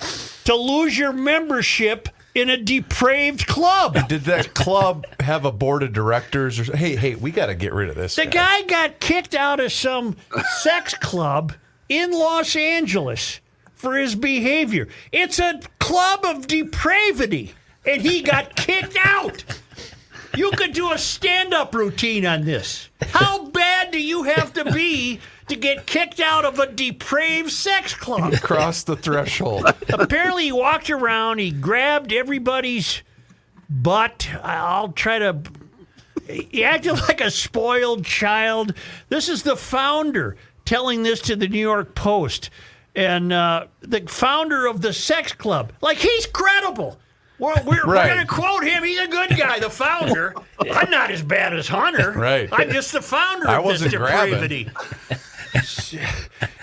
[SPEAKER 1] to lose your membership in a depraved club?
[SPEAKER 2] Did that club have a board of directors or hey, hey, we gotta get rid of this.
[SPEAKER 1] The guy got kicked out of some sex club in Los Angeles for his behavior. It's a club of depravity, and he got kicked out. You could do a stand up routine on this. How bad do you have to be to get kicked out of a depraved sex club?
[SPEAKER 2] crossed the threshold.
[SPEAKER 1] apparently he walked around he grabbed everybody's butt I- i'll try to he acted like a spoiled child this is the founder telling this to the new york post and uh, the founder of the sex club like he's credible we're, we're, we're
[SPEAKER 2] Right.
[SPEAKER 1] going to quote him. He's a good guy, the founder. I'm not as bad as Hunter.
[SPEAKER 2] Right.
[SPEAKER 1] I'm just the founder
[SPEAKER 2] I
[SPEAKER 1] of
[SPEAKER 2] wasn't
[SPEAKER 1] this
[SPEAKER 2] grabbing.
[SPEAKER 1] depravity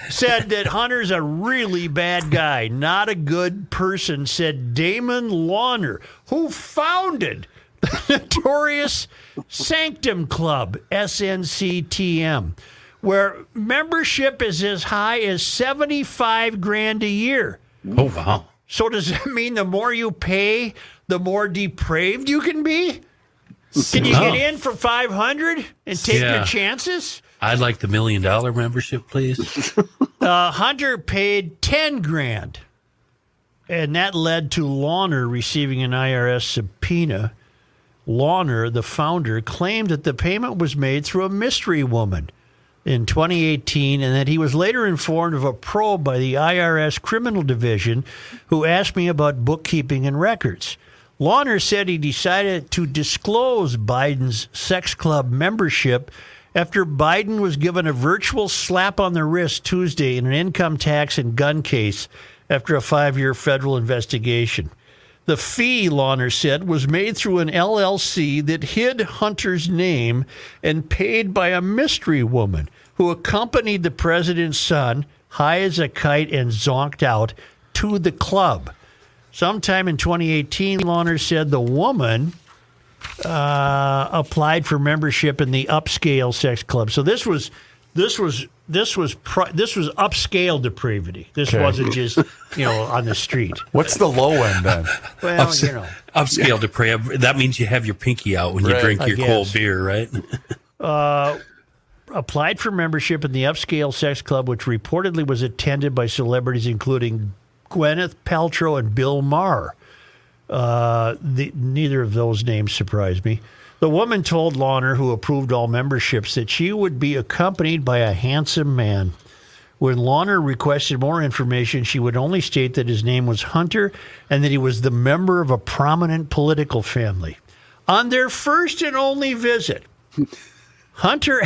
[SPEAKER 1] said that Hunter's a really bad guy, not a good person, said Damon Lawner, who founded the notorious Sanctum Club, SNCTM, where membership is as high as 75 grand a year.
[SPEAKER 3] Oh wow.
[SPEAKER 1] So does that mean the more you pay, the more depraved you can be? Can you get in for 500 and take
[SPEAKER 3] Yeah.
[SPEAKER 1] your chances?
[SPEAKER 3] I'd like the million dollar membership, please.
[SPEAKER 1] Uh, Hunter paid ten grand, and that led to Lawner receiving an IRS subpoena. Lawner, the founder, claimed that the payment was made through a mystery woman in 2018, and that he was later informed of a probe by the IRS Criminal Division, who asked me about bookkeeping and records. Lawner said he decided to disclose Biden's sex club membership after Biden was given a virtual slap on the wrist Tuesday in an income tax and gun case after a five year federal investigation. The fee, Lawner said, was made through an LLC that hid Hunter's name and paid by a mystery woman who accompanied the president's son, high as a kite and zonked out, to the club. Sometime in 2018, Lawner said the woman uh, applied for membership in the upscale sex club. So this was this was this was pri- this was upscale depravity. This wasn't just you know on the street.
[SPEAKER 2] What's the low end then?
[SPEAKER 1] Well, you know.
[SPEAKER 3] Upscale depraved. That means you have your pinky out when you
[SPEAKER 2] Right.
[SPEAKER 3] drink
[SPEAKER 1] I
[SPEAKER 3] your cold
[SPEAKER 1] guess.
[SPEAKER 3] beer, right?
[SPEAKER 1] applied for membership in the upscale sex club, which reportedly was attended by celebrities including Gwyneth Paltrow and Bill Maher. Uh, the, neither of those names surprised me. The woman told Lawner, who approved all memberships, that she would be accompanied by a handsome man. When Lawner requested more information, she would only state that his name was Hunter and that he was the member of a prominent political family. On their first and only visit, Hunter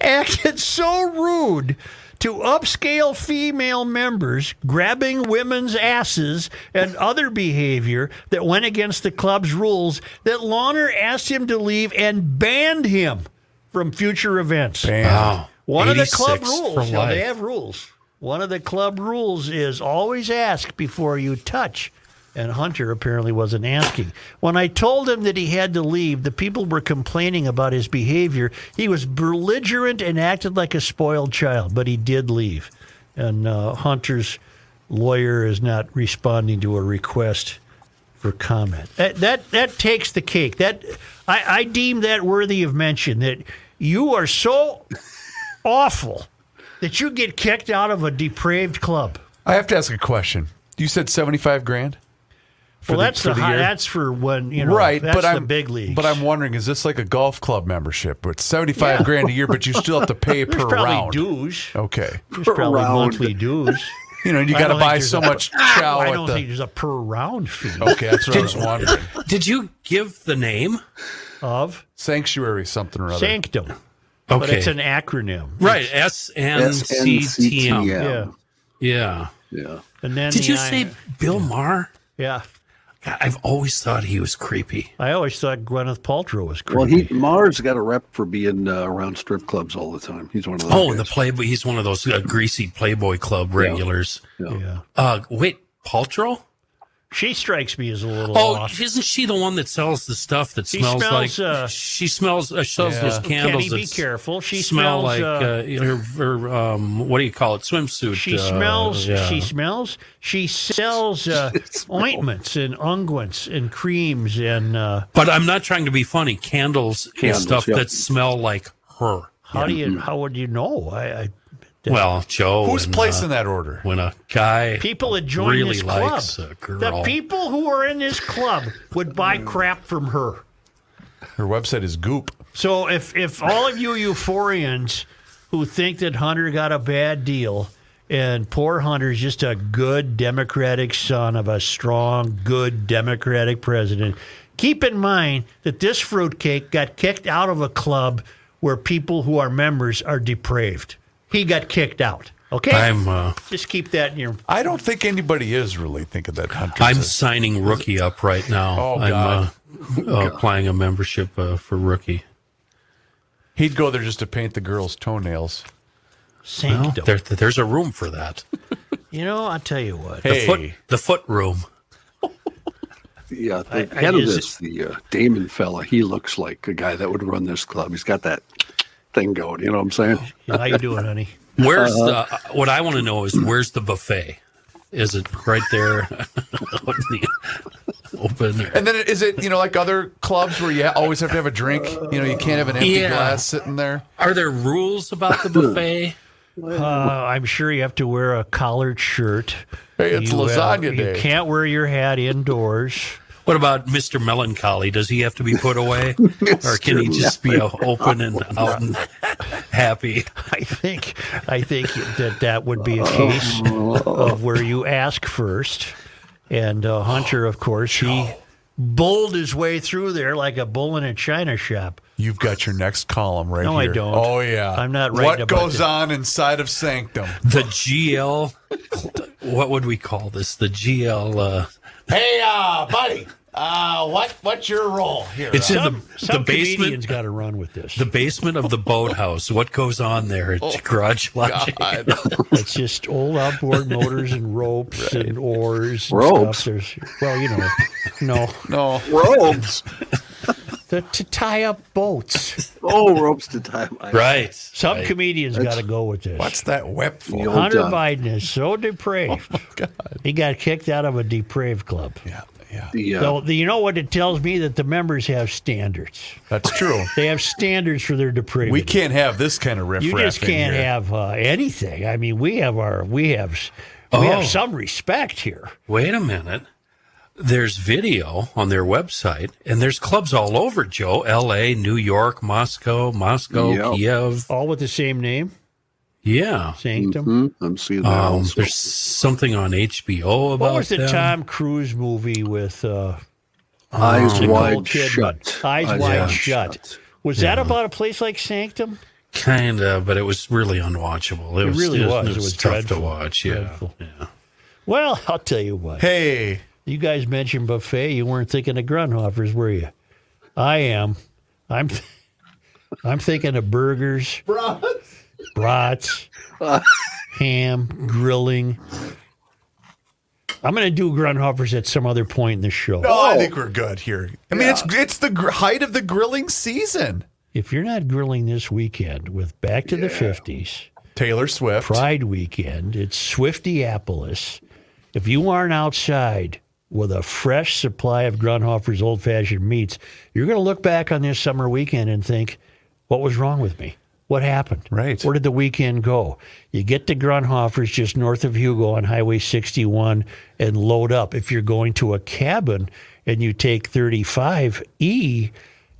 [SPEAKER 1] acted so rude to upscale female members, grabbing women's asses and other behavior that went against the club's rules that Lawner asked him to leave and banned him from future events.
[SPEAKER 3] Wow.
[SPEAKER 1] One of the club
[SPEAKER 3] 86 for
[SPEAKER 1] rules. Now, they
[SPEAKER 3] life.
[SPEAKER 1] have rules. One of the club rules is always ask before you touch. And Hunter apparently wasn't asking. When I told him that he had to leave, the people were complaining about his behavior. He was belligerent and acted like a spoiled child, but he did leave. And uh, Hunter's lawyer is not responding to a request for comment. That that, that takes the cake. That I, I deem that worthy of mention. That you are so awful that you get kicked out of a depraved club.
[SPEAKER 2] I have to ask a question. You said seventy five grand? for
[SPEAKER 1] Well,
[SPEAKER 2] the-
[SPEAKER 1] that's
[SPEAKER 2] for
[SPEAKER 1] the,
[SPEAKER 2] the
[SPEAKER 1] high,
[SPEAKER 2] year.
[SPEAKER 1] that's for when you know
[SPEAKER 2] right,
[SPEAKER 1] That's
[SPEAKER 2] but
[SPEAKER 1] the
[SPEAKER 2] I'm
[SPEAKER 1] big league.
[SPEAKER 2] But I'm wondering, is this like a golf club membership? Where it's seventy five
[SPEAKER 1] Yeah.
[SPEAKER 2] grand a year, but you still have to pay
[SPEAKER 1] there's
[SPEAKER 2] per
[SPEAKER 1] probably
[SPEAKER 2] round.
[SPEAKER 1] dues.
[SPEAKER 2] Okay,
[SPEAKER 1] There's
[SPEAKER 4] per
[SPEAKER 1] probably
[SPEAKER 4] round.
[SPEAKER 1] monthly dues.
[SPEAKER 2] you know, and you
[SPEAKER 1] I
[SPEAKER 2] got to
[SPEAKER 1] don't think
[SPEAKER 2] buy
[SPEAKER 1] there's
[SPEAKER 2] so
[SPEAKER 1] a-
[SPEAKER 2] much chow
[SPEAKER 1] I
[SPEAKER 2] at
[SPEAKER 1] don't
[SPEAKER 2] the.
[SPEAKER 1] think there's a per round fee
[SPEAKER 2] okay, that's what I was wondering.
[SPEAKER 3] Did you give the name?
[SPEAKER 1] of
[SPEAKER 2] Sanctuary something or other.
[SPEAKER 1] sanctum,
[SPEAKER 3] Okay.
[SPEAKER 1] but it's an acronym.
[SPEAKER 3] right. S N C T M.
[SPEAKER 4] SNCTM.
[SPEAKER 1] Yeah.
[SPEAKER 3] Yeah.
[SPEAKER 4] Yeah.
[SPEAKER 1] And then
[SPEAKER 3] Did
[SPEAKER 1] the
[SPEAKER 3] you
[SPEAKER 1] I-
[SPEAKER 3] say Bill Maher?
[SPEAKER 1] Yeah,
[SPEAKER 3] God, I've always thought he was creepy.
[SPEAKER 1] I always thought Gwyneth Paltrow was creepy.
[SPEAKER 4] Well, he Mars got a rep for being uh, around strip clubs all the time. He's one of those.
[SPEAKER 3] Oh, and the
[SPEAKER 4] guys.
[SPEAKER 3] Playboy. He's one of those uh, greasy Playboy Club regulars.
[SPEAKER 1] yeah,
[SPEAKER 3] Uh, wait, Paltrow?
[SPEAKER 1] she strikes me as a little
[SPEAKER 3] Oh,
[SPEAKER 1] off.
[SPEAKER 3] isn't she the one that sells the stuff that
[SPEAKER 1] She
[SPEAKER 3] smells,
[SPEAKER 1] smells,
[SPEAKER 3] like?
[SPEAKER 1] uh,
[SPEAKER 3] she smells. Uh, sells those candles.
[SPEAKER 1] Kenny, be
[SPEAKER 3] that
[SPEAKER 1] careful. She
[SPEAKER 3] smell
[SPEAKER 1] smells,
[SPEAKER 3] like
[SPEAKER 1] uh,
[SPEAKER 3] uh, her, her um, what do you call it? Swimsuit.
[SPEAKER 1] She
[SPEAKER 3] uh,
[SPEAKER 1] smells.
[SPEAKER 3] yeah.
[SPEAKER 1] She smells. She sells uh, ointments and unguents and creams and uh,
[SPEAKER 3] But I'm not trying to be funny. Candles, and
[SPEAKER 4] Candles,
[SPEAKER 3] stuff
[SPEAKER 4] yeah.
[SPEAKER 3] that smell like her.
[SPEAKER 1] how do you? How would you know? I, I
[SPEAKER 3] Well, Joe.
[SPEAKER 2] Who's
[SPEAKER 3] and,
[SPEAKER 2] placing
[SPEAKER 3] uh,
[SPEAKER 2] that order?
[SPEAKER 3] when a guy
[SPEAKER 1] people that join
[SPEAKER 3] really
[SPEAKER 1] this club.
[SPEAKER 3] likes a girl?
[SPEAKER 1] The people who are in this club would buy crap from her.
[SPEAKER 2] Her website is Goop.
[SPEAKER 1] So if if all of you euphorians who think that Hunter got a bad deal and poor Hunter's just a good democratic son of a strong good democratic president, keep in mind that this fruitcake got kicked out of a club where people who are members are depraved. He got kicked out. Okay?
[SPEAKER 3] I'm uh,
[SPEAKER 1] just keep that in your
[SPEAKER 2] I don't think anybody is really thinking that. Hunter's
[SPEAKER 3] I'm
[SPEAKER 2] a-
[SPEAKER 3] signing rookie up right now.
[SPEAKER 2] Oh,
[SPEAKER 3] I'm
[SPEAKER 2] God.
[SPEAKER 3] Uh, uh, applying a membership uh, for rookie.
[SPEAKER 2] He'd go there just to paint the girls' toenails.
[SPEAKER 3] Well,
[SPEAKER 1] sanctum.
[SPEAKER 3] there, there's a room for that.
[SPEAKER 1] you know, I'll tell you what.
[SPEAKER 3] The foot, the foot room.
[SPEAKER 4] yeah, the
[SPEAKER 1] I- I
[SPEAKER 4] head of
[SPEAKER 1] use
[SPEAKER 4] this, the uh, Damon fella, he looks like a guy that would run this club. He's got that thing going. You know what I'm saying?
[SPEAKER 1] How you doing, honey?
[SPEAKER 3] Where's the? uh, What I want to know is where's the buffet? Is it right there? out in the open.
[SPEAKER 2] And then is it you know like other clubs where you ha- always have to have a drink? You know you can't have an empty
[SPEAKER 3] Yeah.
[SPEAKER 2] glass sitting there.
[SPEAKER 3] Are there rules about the buffet?
[SPEAKER 1] Uh, I'm sure you have to wear a collared shirt.
[SPEAKER 2] Hey, it's
[SPEAKER 1] You, uh,
[SPEAKER 2] lasagna
[SPEAKER 1] You
[SPEAKER 2] day.
[SPEAKER 1] can't wear your hat indoors.
[SPEAKER 3] What about Mr. Melancholy? Does he have to be put away, or can he just be uh, open and out and happy?
[SPEAKER 1] I think I think that that would be a case of where you ask first. And uh, Hunter, of course, he bowled his way through there like a bull in a china shop.
[SPEAKER 2] You've got your next column right
[SPEAKER 1] No, I
[SPEAKER 2] here.
[SPEAKER 1] don't.
[SPEAKER 2] Oh yeah.
[SPEAKER 1] I'm not
[SPEAKER 2] What
[SPEAKER 1] writing about
[SPEAKER 2] goes
[SPEAKER 1] that.
[SPEAKER 2] on inside of Sanctum?
[SPEAKER 3] The GL. What would we call this? The GL. Uh,
[SPEAKER 2] hey, uh, buddy. Uh, what what's your role here?
[SPEAKER 3] it's in
[SPEAKER 1] Some,
[SPEAKER 3] the, the
[SPEAKER 1] some
[SPEAKER 3] basement.
[SPEAKER 1] comedians got to run with this.
[SPEAKER 3] The basement of the boathouse. What goes on there
[SPEAKER 2] Oh,
[SPEAKER 3] at Garage Logic?
[SPEAKER 1] It's just old outboard motors and ropes and oars. And
[SPEAKER 4] Ropes?
[SPEAKER 1] Stuff. There's, well, you know, no,
[SPEAKER 2] no.
[SPEAKER 4] Ropes.
[SPEAKER 1] to, to tie up boats.
[SPEAKER 4] oh, ropes to tie. my-
[SPEAKER 3] Right.
[SPEAKER 1] Some comedians got to go with this.
[SPEAKER 2] What's that whip for?
[SPEAKER 4] The old,
[SPEAKER 1] Hunter
[SPEAKER 4] uh,
[SPEAKER 1] Biden is so depraved. He got kicked out of a depraved club.
[SPEAKER 2] Yeah, yeah.
[SPEAKER 4] the, uh,
[SPEAKER 1] So the, you know what it tells me that the members have standards.
[SPEAKER 2] That's true.
[SPEAKER 1] They have standards for their depravity.
[SPEAKER 2] We can't have this kind of riff.
[SPEAKER 1] You just can't have uh, anything. I mean, we have our we have s- we
[SPEAKER 3] Oh.
[SPEAKER 1] have some respect here.
[SPEAKER 3] Wait a minute. There's video on their website, and there's clubs all over, Joe. L.A., New York, Moscow, Moscow,
[SPEAKER 4] Yeah.
[SPEAKER 3] Kiev.
[SPEAKER 1] All with the same name,
[SPEAKER 3] Yeah.
[SPEAKER 1] Sanctum.
[SPEAKER 4] hmm, I'm seeing that.
[SPEAKER 3] Um,
[SPEAKER 4] also.
[SPEAKER 3] there's something on HBO about
[SPEAKER 1] What was the
[SPEAKER 3] them.
[SPEAKER 1] Tom Cruise movie with uh,
[SPEAKER 4] eyes
[SPEAKER 1] Nicole
[SPEAKER 4] wide
[SPEAKER 1] Kidman?
[SPEAKER 4] shut.
[SPEAKER 1] Eyes wide
[SPEAKER 3] Wide
[SPEAKER 1] shut. Was that about a place like Sanctum?
[SPEAKER 3] Kind of, but it was really unwatchable. It, was,
[SPEAKER 1] really
[SPEAKER 3] it
[SPEAKER 1] was.
[SPEAKER 3] It
[SPEAKER 1] It
[SPEAKER 3] was,
[SPEAKER 1] was
[SPEAKER 3] tough
[SPEAKER 1] dreadful.
[SPEAKER 3] to watch. Yeah.
[SPEAKER 1] Dreadful. Well, I'll tell you what.
[SPEAKER 2] Hey,
[SPEAKER 1] You guys mentioned buffet. You weren't thinking of Grunhoffers, were you? I am. I'm. I'm thinking of burgers, brats, ham, grilling. I'm going to do Grunhoffers at some other point in the show.
[SPEAKER 2] no, Oh, I think we're good here. I mean, it's it's the gr- height of the grilling season.
[SPEAKER 1] If you're not grilling this weekend with Back to the 50s,
[SPEAKER 2] Taylor Swift.
[SPEAKER 1] Pride Weekend. It's Swiftieapolis. If you aren't outside with a fresh supply of Grunhofer's old fashioned meats, you're going to look back on this summer weekend and think, what was wrong with me? What happened?
[SPEAKER 2] Right.
[SPEAKER 1] Where did the weekend go? You get to Grunhofer's just north of Hugo on Highway 61 and load up. If you're going to a cabin and you take E, 35E,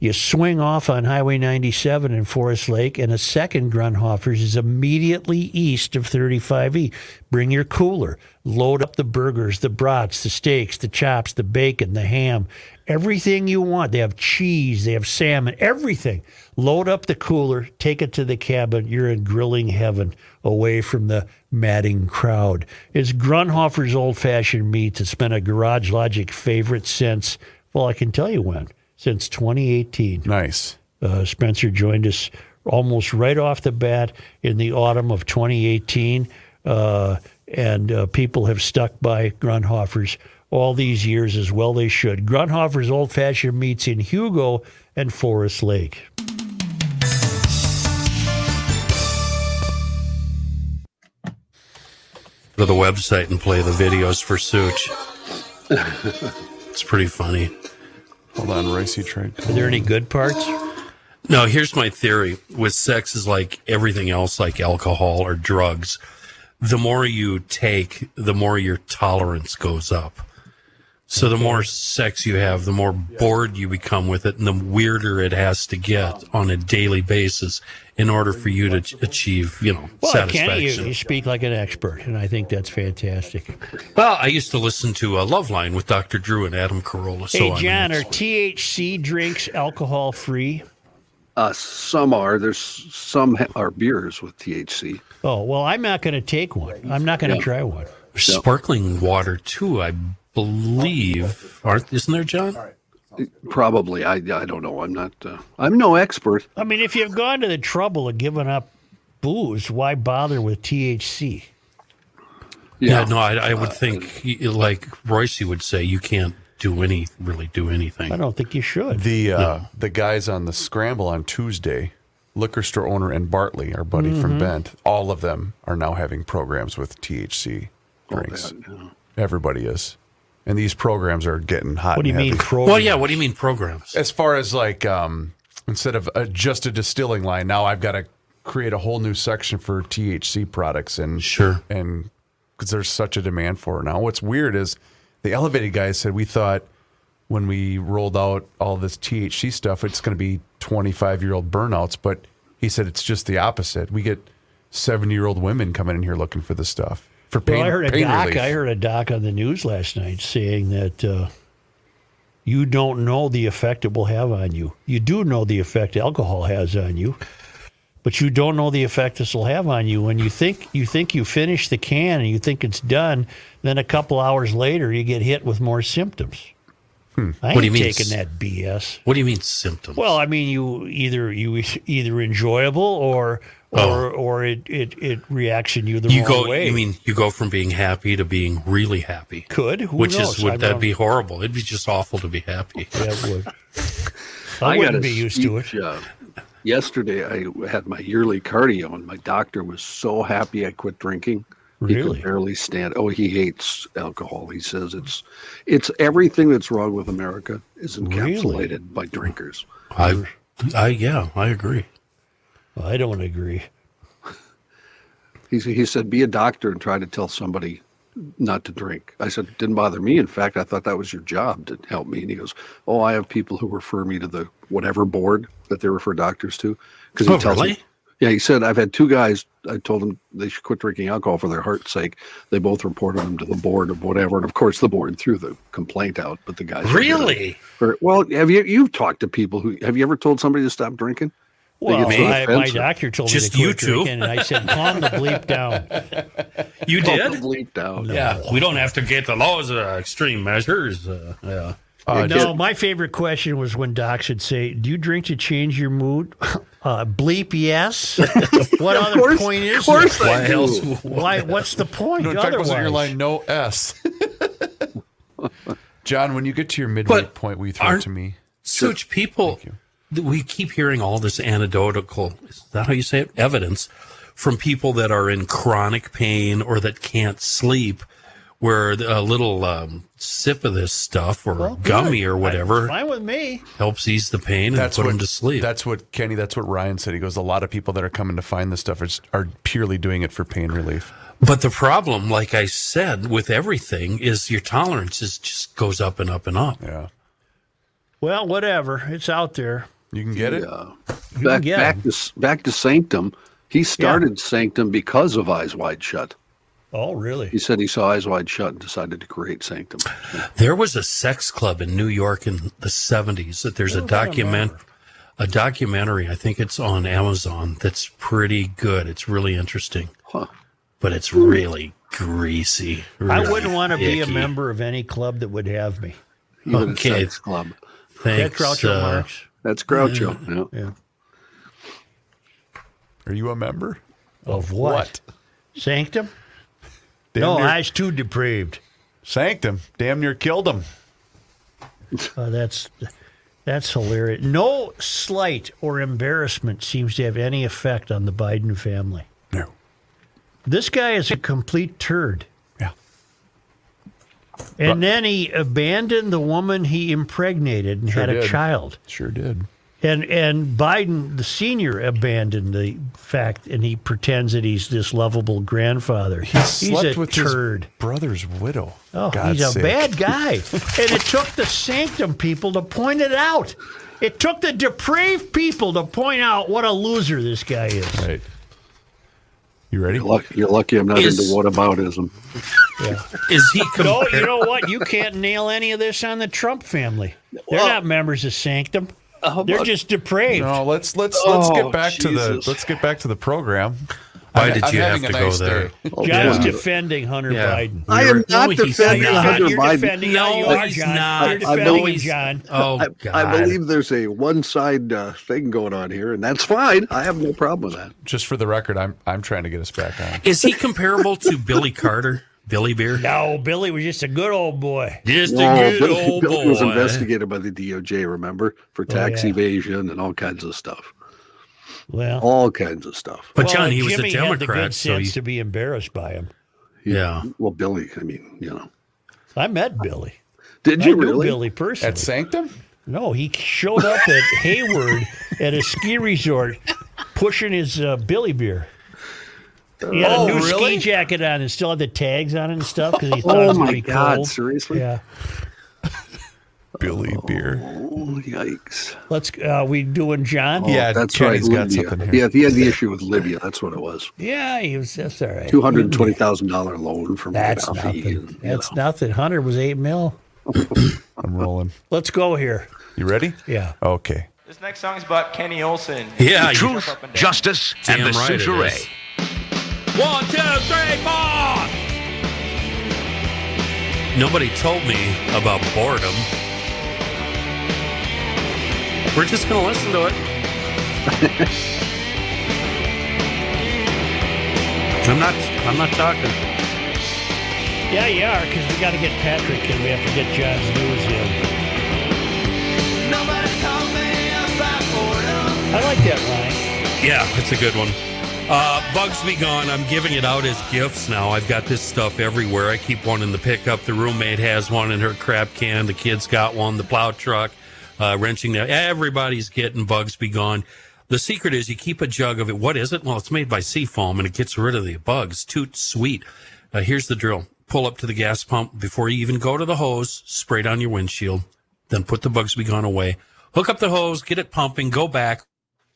[SPEAKER 1] you swing off on Highway 97 in Forest Lake, and a second Grunhofer's is immediately east of 35E. Bring your cooler, load up the burgers, the brats, the steaks, the chops, the bacon, the ham, everything you want. They have cheese, they have salmon, everything. Load up the cooler, take it to the cabin. You're in grilling heaven away from the matting crowd. It's Grunhofer's old fashioned meats. It's been a Garage Logic favorite since, well, I can tell you when since 2018.
[SPEAKER 2] Nice.
[SPEAKER 1] Uh, Spencer joined us almost right off the bat in the autumn of 2018, uh, and uh, people have stuck by Grunhofer's all these years as well they should. Grunhofer's old fashioned meats in Hugo and Forest Lake.
[SPEAKER 3] Go to the website and play the videos for Such. it's pretty funny.
[SPEAKER 2] Hold on, Ricey tried.
[SPEAKER 1] Are there any good parts?
[SPEAKER 3] No, here's my theory with sex is like everything else, like alcohol or drugs. The more you take, the more your tolerance goes up. So the more sex you have, the more bored you become with it and the weirder it has to get on a daily basis in order for you to ch- achieve, you know,
[SPEAKER 1] Well, Kenny, you,
[SPEAKER 3] satisfaction.
[SPEAKER 1] you speak like an expert, and I think that's fantastic.
[SPEAKER 3] Well, I used to listen to uh, Love Line with Dr. Drew and Adam Carolla. So
[SPEAKER 1] hey,
[SPEAKER 3] I'm
[SPEAKER 1] John, are THC drinks alcohol free?
[SPEAKER 4] Uh, some are. There's some ha- are beers with THC.
[SPEAKER 1] Oh, well, I'm not going to take one. I'm not going to try one.
[SPEAKER 3] sparkling water too, I believe. Aren't isn't there, John?
[SPEAKER 4] Probably. I I don't know. I'm not. Uh, I'm no expert.
[SPEAKER 1] I mean, if you've gone to the trouble of giving up booze, why bother with THC?
[SPEAKER 3] Yeah, Uh, no, I, I would think y- like Royce would say, you can't do any really do
[SPEAKER 1] I
[SPEAKER 3] anything.
[SPEAKER 1] don't think you should.
[SPEAKER 2] The uh, the guys on the scramble on Tuesday, liquor store owner and Bartley, our buddy from Bent, all of them are now having programs with THC drinks. Everybody is, and these programs are getting hot.
[SPEAKER 1] What do you
[SPEAKER 2] and
[SPEAKER 1] mean,
[SPEAKER 2] heavy.
[SPEAKER 1] program?
[SPEAKER 3] Well, yeah. What do you mean programs?
[SPEAKER 2] As far as like, um, instead of uh, just a distilling line, now I've got to create a whole new section for THC products and
[SPEAKER 3] Sure.
[SPEAKER 2] and because there's such a demand for it now. What's weird is the elevated guys said we thought when we rolled out all this THC stuff, it's going to be 25 year old burnouts, but he said it's just the opposite. We get seven year old women coming in here looking for this stuff for pain.
[SPEAKER 1] Well, I heard a
[SPEAKER 2] pain
[SPEAKER 1] doc.
[SPEAKER 2] relief.
[SPEAKER 1] I heard a doc on the news last night saying that uh, you don't know the effect it will have on you. You do know the effect alcohol has on you, but you don't know the effect this will have on you. When you think you think you finish the can and you think it's done, then a couple hours later you get hit with more symptoms. I ain't
[SPEAKER 3] What do you mean?
[SPEAKER 1] taking that BS.
[SPEAKER 3] What do you mean symptoms?
[SPEAKER 1] Well, I mean, you either you e, either enjoyable or or
[SPEAKER 3] Oh.
[SPEAKER 1] or it, it it reacts in you the
[SPEAKER 3] you
[SPEAKER 1] wrong
[SPEAKER 3] go.
[SPEAKER 1] way.
[SPEAKER 3] You mean you go from being happy to being really happy?
[SPEAKER 1] could who
[SPEAKER 3] Which
[SPEAKER 1] knows?
[SPEAKER 3] is would
[SPEAKER 1] I'm
[SPEAKER 3] that
[SPEAKER 1] not-
[SPEAKER 3] be horrible? It'd be just awful to be happy.
[SPEAKER 1] Yeah, it would.
[SPEAKER 4] I,
[SPEAKER 1] I,
[SPEAKER 4] got
[SPEAKER 1] wouldn't
[SPEAKER 4] a
[SPEAKER 1] be used to it.
[SPEAKER 4] speech, uh, yesterday, I had my yearly cardio, and my doctor was so happy I quit drinking. He
[SPEAKER 1] Really?
[SPEAKER 4] could barely stand. Oh, he hates alcohol. He says it's it's everything that's wrong with America is encapsulated by drinkers.
[SPEAKER 3] I, I yeah, I agree.
[SPEAKER 1] I don't agree.
[SPEAKER 4] He he said, "Be a doctor and try to tell somebody not to drink." I said, "Didn't bother me. In fact, I thought that was your job to help me." And he goes, "Oh, I have people who refer me to the whatever board that they refer doctors to because he
[SPEAKER 3] Oh,
[SPEAKER 4] tells
[SPEAKER 3] really?
[SPEAKER 4] me." Yeah, he said, "I've had two guys. I told them they should quit drinking alcohol for their heart's sake. They both reported them to the board of whatever, and of course, the board threw the complaint out. But the guys were here.
[SPEAKER 3] Really?
[SPEAKER 4] Or- well, have you you've talked to people who have you ever told somebody to stop drinking?
[SPEAKER 1] Well,
[SPEAKER 4] it's
[SPEAKER 1] I, my
[SPEAKER 4] offensive.
[SPEAKER 1] doctor told
[SPEAKER 3] Just
[SPEAKER 1] me to
[SPEAKER 3] you
[SPEAKER 1] quit
[SPEAKER 3] two? Uh,
[SPEAKER 1] drinking, and I said, "Calm the bleep down."
[SPEAKER 3] You did?
[SPEAKER 4] Probably down.
[SPEAKER 3] Yeah. We don't have to get the laws uh, extreme measures. Uh, yeah.
[SPEAKER 1] no, my favorite question was when docs would say, "Do you drink to change your mood?" Uh, bleep, yes. what other
[SPEAKER 4] course-
[SPEAKER 1] point is
[SPEAKER 4] of course
[SPEAKER 1] there?
[SPEAKER 4] I Why do. else
[SPEAKER 1] Why? What's the point?
[SPEAKER 2] No, in fact,
[SPEAKER 1] otherwise,
[SPEAKER 2] wasn't your line no S? John, when you get to your midway
[SPEAKER 3] But
[SPEAKER 2] point, we throw it
[SPEAKER 3] aren't-
[SPEAKER 2] to me.
[SPEAKER 3] Such people, th- we keep hearing all this anecdotal, is that how you say it? Evidence from people that are in chronic pain or that can't sleep where a little um, sip of this stuff or gummy or whatever
[SPEAKER 1] Fine with me.
[SPEAKER 3] helps ease the pain and put them to sleep.
[SPEAKER 2] That's what Kenny. That's what Ryan said. He goes, a lot of people that are coming to find this stuff are, s- are purely doing it for pain relief.
[SPEAKER 3] But the problem, like I said, with everything is your tolerance is just goes up and up and up.
[SPEAKER 2] Yeah,
[SPEAKER 1] Well, whatever. It's out there.
[SPEAKER 2] you can get it.
[SPEAKER 4] back
[SPEAKER 1] get
[SPEAKER 4] back
[SPEAKER 1] him.
[SPEAKER 4] to s- back to Sanctum. He started Sanctum because of Eyes Wide Shut.
[SPEAKER 1] Oh, really?
[SPEAKER 4] He said he saw Eyes Wide Shut and decided to create Sanctum.
[SPEAKER 3] There was a sex club in New York in the 70s that there's a document a documentary, I think it's on Amazon that's pretty good. It's really interesting. But it's
[SPEAKER 4] Hmm.
[SPEAKER 3] really greasy.
[SPEAKER 1] I
[SPEAKER 3] really
[SPEAKER 1] wouldn't want to be a
[SPEAKER 3] icky.
[SPEAKER 1] member of any club that would have me.
[SPEAKER 4] Even
[SPEAKER 3] Okay.
[SPEAKER 4] a sex club.
[SPEAKER 1] That
[SPEAKER 3] Thanks.
[SPEAKER 1] Groucho
[SPEAKER 3] uh,
[SPEAKER 1] Marx.
[SPEAKER 4] That's Groucho. Yeah.
[SPEAKER 1] Yeah.
[SPEAKER 2] Are you a member?
[SPEAKER 1] Of what?
[SPEAKER 2] What?
[SPEAKER 1] Sanctum?
[SPEAKER 2] Damn
[SPEAKER 1] no,
[SPEAKER 2] near,
[SPEAKER 1] I was too depraved.
[SPEAKER 2] Sanctum. Damn near killed him.
[SPEAKER 1] Uh, that's that's hilarious. No slight or embarrassment seems to have any effect on the Biden family.
[SPEAKER 2] No.
[SPEAKER 1] This guy is a complete turd.
[SPEAKER 2] Yeah.
[SPEAKER 1] And then he abandoned the woman he impregnated and had a
[SPEAKER 2] did.
[SPEAKER 1] child.
[SPEAKER 2] Sure did.
[SPEAKER 1] And and Biden the senior abandoned the fact and he pretends that he's this lovable grandfather.
[SPEAKER 2] He slept
[SPEAKER 1] he's a
[SPEAKER 2] with
[SPEAKER 1] turd.
[SPEAKER 2] his brother's widow.
[SPEAKER 1] Oh,
[SPEAKER 2] God's
[SPEAKER 1] he's a
[SPEAKER 2] sake.
[SPEAKER 1] bad guy. and it took the sanctum people to point it out. It took the depraved people to point out what a loser this guy is.
[SPEAKER 2] Right. You ready?
[SPEAKER 4] Luck, you're lucky I'm not
[SPEAKER 3] Is-
[SPEAKER 4] into whataboutism.
[SPEAKER 3] Is he
[SPEAKER 1] No, oh, you
[SPEAKER 3] compared?
[SPEAKER 1] know what? You can't nail any of this on the Trump family. They're not members of Sanctum. They're just depraved.
[SPEAKER 2] No, let's let's let's
[SPEAKER 4] Oh,
[SPEAKER 2] get back to the
[SPEAKER 4] Jesus.
[SPEAKER 2] let's get back to the program.
[SPEAKER 3] Why
[SPEAKER 2] I'm-
[SPEAKER 3] did
[SPEAKER 2] I'm
[SPEAKER 3] you have
[SPEAKER 2] having
[SPEAKER 3] to
[SPEAKER 2] a
[SPEAKER 3] go
[SPEAKER 2] nice
[SPEAKER 3] there?
[SPEAKER 2] day.
[SPEAKER 1] John's
[SPEAKER 4] Yeah.
[SPEAKER 1] defending Hunter
[SPEAKER 3] Yeah.
[SPEAKER 1] Biden.
[SPEAKER 4] I
[SPEAKER 3] You're-
[SPEAKER 4] am not
[SPEAKER 3] no, he's
[SPEAKER 4] defending
[SPEAKER 3] not.
[SPEAKER 4] Hunter
[SPEAKER 1] You're
[SPEAKER 4] Biden.
[SPEAKER 1] defending
[SPEAKER 3] No,
[SPEAKER 1] you are,
[SPEAKER 3] he's
[SPEAKER 1] John.
[SPEAKER 3] not.
[SPEAKER 1] You're
[SPEAKER 4] I
[SPEAKER 1] defending
[SPEAKER 4] believe-
[SPEAKER 1] John.
[SPEAKER 3] Oh,
[SPEAKER 4] I,
[SPEAKER 3] God.
[SPEAKER 4] I believe there's a one side uh, thing going on here, and that's fine. I have no problem with that.
[SPEAKER 2] Just for the record, I'm I'm trying to get us back on.
[SPEAKER 3] Is he comparable to Billy Carter? Billy Beer?
[SPEAKER 1] No, Billy was just a good old boy.
[SPEAKER 3] Just
[SPEAKER 4] Oh, Billy, Billy was investigated by the DOJ, remember, for tax
[SPEAKER 1] Oh, yeah.
[SPEAKER 4] evasion and all kinds of stuff.
[SPEAKER 1] Well,
[SPEAKER 4] All kinds of stuff.
[SPEAKER 3] But
[SPEAKER 1] well,
[SPEAKER 3] John, he was
[SPEAKER 1] Jimmy
[SPEAKER 3] a
[SPEAKER 1] Had the
[SPEAKER 3] Democrat,
[SPEAKER 1] good
[SPEAKER 3] so
[SPEAKER 1] sense
[SPEAKER 3] he,
[SPEAKER 1] to be embarrassed by him.
[SPEAKER 3] yeah.
[SPEAKER 4] Well, Billy, I mean, you know.
[SPEAKER 1] I met Billy.
[SPEAKER 4] Did
[SPEAKER 1] I
[SPEAKER 4] you
[SPEAKER 1] knew
[SPEAKER 4] really?
[SPEAKER 1] Billy personally.
[SPEAKER 2] At Sanctum?
[SPEAKER 1] No, he showed up at Hayward at a ski resort pushing his uh, Billy beer. He had
[SPEAKER 2] Oh,
[SPEAKER 1] a new
[SPEAKER 2] really?
[SPEAKER 1] ski jacket on and still had the tags on it and stuff because he thought it
[SPEAKER 4] Oh
[SPEAKER 1] was gonna
[SPEAKER 4] my
[SPEAKER 1] be
[SPEAKER 4] God!
[SPEAKER 1] cold.
[SPEAKER 4] Seriously?
[SPEAKER 1] Yeah,
[SPEAKER 2] Billy Beer.
[SPEAKER 4] Oh, yikes!
[SPEAKER 1] let's. Uh, we doing John?
[SPEAKER 2] yeah,
[SPEAKER 4] That's
[SPEAKER 2] Kenny's
[SPEAKER 4] right.
[SPEAKER 2] got
[SPEAKER 4] Libya.
[SPEAKER 2] something here.
[SPEAKER 4] Yeah, he had the issue with Libya. That's what it was.
[SPEAKER 1] yeah, he was. That's all right.
[SPEAKER 4] Two hundred twenty thousand dollar loan from
[SPEAKER 1] That's
[SPEAKER 4] Gaddafi. and,
[SPEAKER 1] nothing.
[SPEAKER 4] you
[SPEAKER 1] That's
[SPEAKER 4] know.
[SPEAKER 1] nothing. Hunter was eight mil.
[SPEAKER 2] I'm rolling.
[SPEAKER 1] Let's go here.
[SPEAKER 2] You ready?
[SPEAKER 1] Yeah.
[SPEAKER 2] Okay.
[SPEAKER 6] This next song is about Kenny Olson.
[SPEAKER 3] Yeah. you-
[SPEAKER 8] Truth, justice, and
[SPEAKER 3] Damn
[SPEAKER 8] the
[SPEAKER 3] right it
[SPEAKER 8] suture.
[SPEAKER 3] is. One, two, three, four. Nobody told me about boredom. We're just gonna listen to it. I'm not. I'm not talking.
[SPEAKER 1] Yeah, you are because we got to get Patrick and we have to get John's news in.
[SPEAKER 6] Nobody told me about boredom.
[SPEAKER 1] I like that line.
[SPEAKER 3] Yeah, it's a good one. Uh, Bugs Be Gone. I'm giving it out as gifts now. I've got this stuff everywhere. I keep one in the pickup. The roommate has one in her crap can. The kids got one. The plow truck, uh, wrenching. Now everybody's getting Bugs Be Gone. The secret is you keep a jug of it. What is it? Well, it's made by seafoam and it gets rid of the bugs. Toot sweet. Uh, here's the drill. Pull up to the gas pump before you even go to the hose. Spray down your windshield. Then put the Bugs Be Gone away. Hook up the hose. Get it pumping. Go back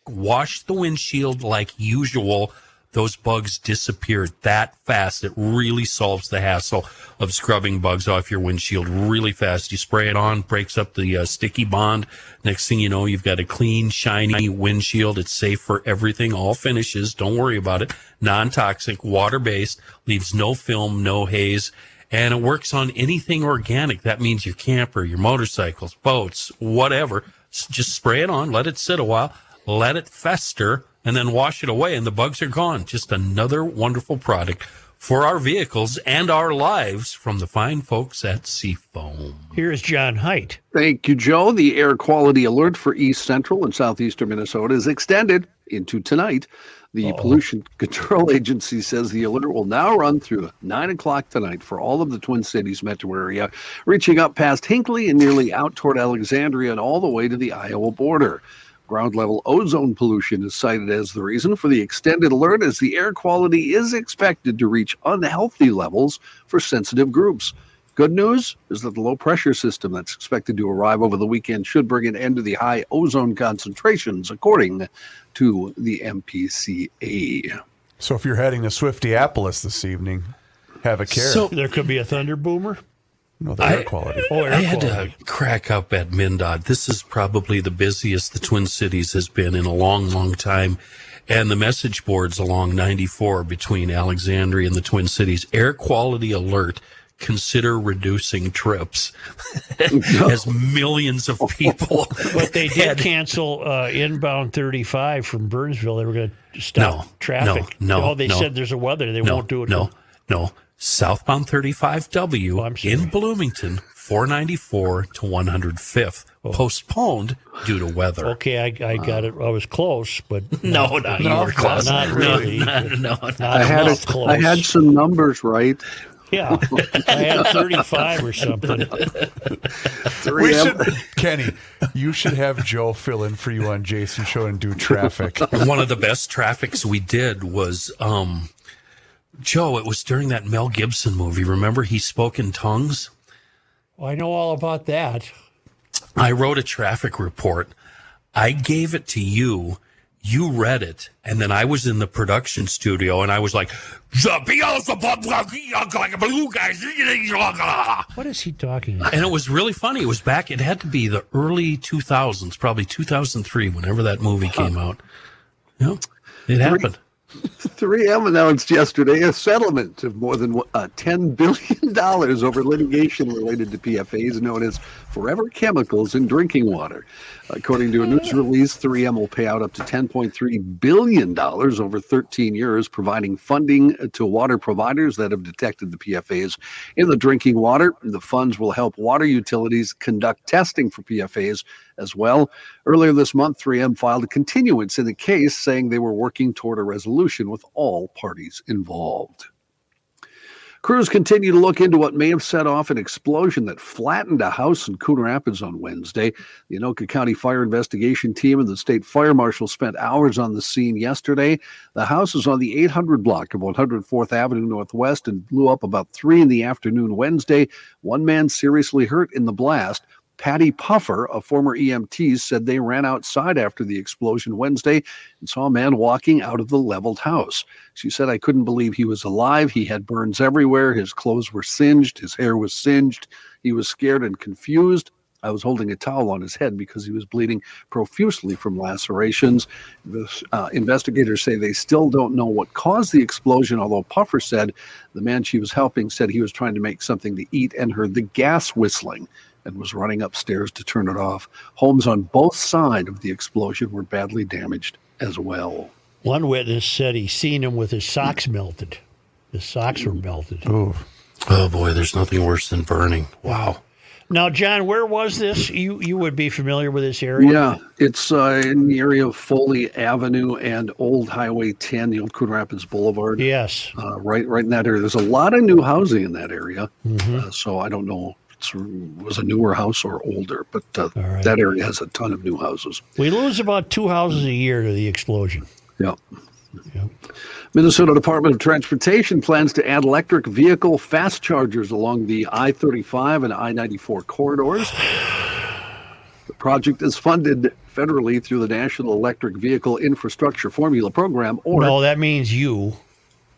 [SPEAKER 3] wash the windshield like usual. Those bugs disappeared that fast. It really solves the hassle of scrubbing bugs off your windshield really fast. You spray it on, breaks up the uh, sticky bond. Next thing you know, you've got a clean, shiny windshield. It's safe for everything, all finishes. Don't worry about it. Non toxic, water based, leaves no film, no haze and it works on anything organic. That means your camper, your motorcycles, boats, whatever. S- Just spray it on, let it sit a while, let it fester, and then wash it away, and the bugs are gone. Just another wonderful product for our vehicles and our lives from the fine folks at Seafoam.
[SPEAKER 1] Here's John Height.
[SPEAKER 4] Thank you, Joe. The air quality alert for east central and southeastern Minnesota is extended into tonight. The
[SPEAKER 1] Oh.
[SPEAKER 4] Pollution Control Agency says the alert will now run through 9 o'clock tonight for all of the Twin Cities metro area, reaching up past Hinckley and nearly out toward Alexandria and all the way to the Iowa border. Ground level ozone pollution is cited as the reason for the extended alert, as the air quality is expected to reach unhealthy levels for sensitive groups. Good news is that the low pressure system that's expected to arrive over the weekend should bring an end to the high ozone concentrations, according to the MPCA.
[SPEAKER 2] So if you're heading to Swiftieapolis this evening, have a care.
[SPEAKER 3] So
[SPEAKER 1] There could be a thunder boomer.
[SPEAKER 2] no, the air quality.
[SPEAKER 1] Oh, air
[SPEAKER 3] I had
[SPEAKER 1] quality.
[SPEAKER 3] to crack up at MnDOT. This is probably the busiest the Twin Cities has been in a long, long time. And the message boards along 94 between Alexandria and the Twin Cities air quality alert. Consider reducing trips as millions of people.
[SPEAKER 1] But they did
[SPEAKER 3] had-
[SPEAKER 1] cancel uh, inbound 35 from Burnsville. They were going to stop
[SPEAKER 3] No,
[SPEAKER 1] traffic.
[SPEAKER 3] no, no,
[SPEAKER 1] Oh, they
[SPEAKER 3] no.
[SPEAKER 1] said there's a weather. They
[SPEAKER 3] no,
[SPEAKER 1] won't do it. Oh,
[SPEAKER 3] No, no. Southbound 35W
[SPEAKER 1] I'm sorry.
[SPEAKER 3] in Bloomington, 494 to 105th,
[SPEAKER 1] Oh.
[SPEAKER 3] postponed due to weather.
[SPEAKER 1] Okay, I, I got it. I was close, but
[SPEAKER 3] No, no, you were close.
[SPEAKER 1] Not really.
[SPEAKER 3] No, no, no, no.
[SPEAKER 1] not
[SPEAKER 4] I had,
[SPEAKER 1] enough
[SPEAKER 4] it-
[SPEAKER 1] close.
[SPEAKER 4] I had some numbers right.
[SPEAKER 1] yeah, I had 35 or something.
[SPEAKER 2] We
[SPEAKER 4] Three
[SPEAKER 2] should, Kenny, you should have Joe fill in for you on Jason's show and do traffic.
[SPEAKER 3] One of the best traffics we did was, um, Joe, it was during that Mel Gibson movie. Remember he spoke in tongues?
[SPEAKER 1] Well, I know all about that.
[SPEAKER 3] I wrote a traffic report. I gave it to you. You read it. And then I was in the production studio and I was like, and
[SPEAKER 1] What is he talking about?
[SPEAKER 3] it was really funny. It was back, it had to be the early 2000s, probably 2003, whenever that movie came out. Yeah, it happened.
[SPEAKER 4] 3M announced yesterday a settlement of more than uh, $10 billion over litigation related to PFAs known as forever chemicals in drinking water. According to a news release, 3M will pay out up to $10.3 billion over 13 years, providing funding uh, to water providers that have detected the PFAs in the drinking water. The funds will help water utilities conduct testing for PFAs as well. Earlier this month, 3M filed a continuance in the case, saying they were working toward a resolution with all parties involved. Crews continue to look into what may have set off an explosion that flattened a house in Coon Rapids on Wednesday. The Anoka County Fire Investigation Team and the state fire marshal spent hours on the scene yesterday. The house is on the 800 block of 104th Avenue Northwest and blew up about 3 in the afternoon Wednesday. One man seriously hurt in the blast. Patty Puffer, a former EMT, said they ran outside after the explosion Wednesday and saw a man walking out of the leveled house. She said, I couldn't believe he was alive. He had burns everywhere. His clothes were singed. His hair was singed. He was scared and confused. I was holding a towel on his head because he was bleeding profusely from lacerations. The, uh, investigators say they still don't know what caused the explosion, although Puffer said the man she was helping said he was trying to make something to eat and heard the gas whistling and was running upstairs to turn it off. Homes on both sides of the explosion were badly damaged as well.
[SPEAKER 1] One witness said he seen him with his socks melted. His socks were melted.
[SPEAKER 3] Oh boy, there's nothing worse than burning. Wow.
[SPEAKER 1] Now, John, where was this? You you would be familiar with this area.
[SPEAKER 4] Yeah, it's uh, in the area of Foley Avenue and Old Highway 10, the old Coon Rapids Boulevard.
[SPEAKER 1] Yes.
[SPEAKER 4] Uh, right, right in that area. There's a lot of new housing in that area. Uh, so I don't know if it's- it was a newer house or older, but uh,
[SPEAKER 1] right.
[SPEAKER 4] that area has a ton of new houses.
[SPEAKER 1] We lose about two houses a year to the explosion.
[SPEAKER 4] Yeah. Minnesota Department of Transportation plans to add electric vehicle fast chargers along the I 35 and I 94 corridors. The project is funded federally through the National Electric Vehicle Infrastructure Formula Program, or,
[SPEAKER 1] No, that means you.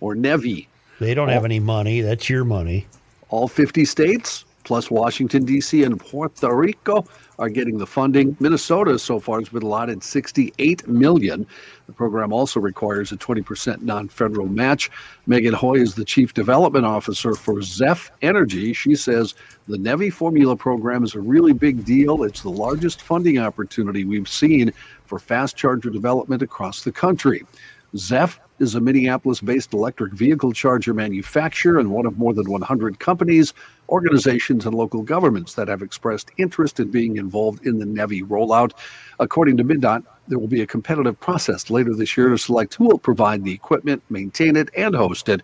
[SPEAKER 4] or E NEVI.
[SPEAKER 1] They don't
[SPEAKER 4] Oh.
[SPEAKER 1] have any money. That's your money.
[SPEAKER 4] All 50 states, plus Washington, D.C., and Puerto Rico, are getting the funding. Minnesota so far has been allotted $68 million. The program also requires a 20% non federal match. Megan Hoy is the chief development officer for ZEF Energy. She says the NEVI formula program is a really big deal. It's the largest funding opportunity we've seen for fast charger development across the country. Zeph is a Minneapolis based electric vehicle charger manufacturer and one of more than 100 companies, organizations, and local governments that have expressed interest in being involved in the NEVI rollout. According to MnDOT, there will be a competitive process later this year to select who will provide the equipment, maintain it, and host it.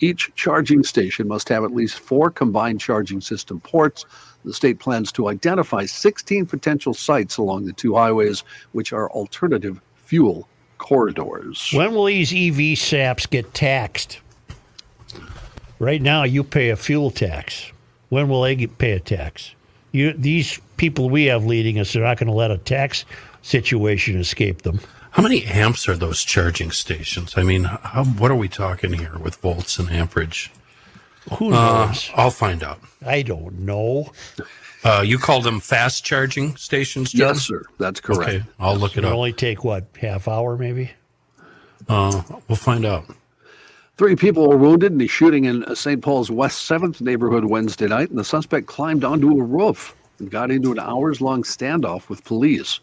[SPEAKER 4] Each charging station must have at least four combined charging system ports. The state plans to identify 16 potential sites along the two highways, which are alternative fuel corridors.
[SPEAKER 1] When will these EV saps get taxed? Right now, you pay a fuel tax. When will they get, pay a tax? You, these people we have leading us are not going to let a tax situation escape them.
[SPEAKER 3] How many amps are those charging stations? I mean, how, what are we talking here with volts and amperage?
[SPEAKER 1] Who knows?
[SPEAKER 3] I'll find out.
[SPEAKER 1] I don't know.
[SPEAKER 3] Uh, you call them fast charging stations, John?
[SPEAKER 4] Yes, sir. That's correct.
[SPEAKER 3] Okay, I'll look it
[SPEAKER 1] It'll
[SPEAKER 3] up.
[SPEAKER 1] only take what half hour, maybe.
[SPEAKER 3] Uh, we'll find out.
[SPEAKER 4] Three people were wounded in the shooting in uh, St. Paul's West 7th neighborhood Wednesday night, and the suspect climbed onto a roof and got into an hours long standoff with police.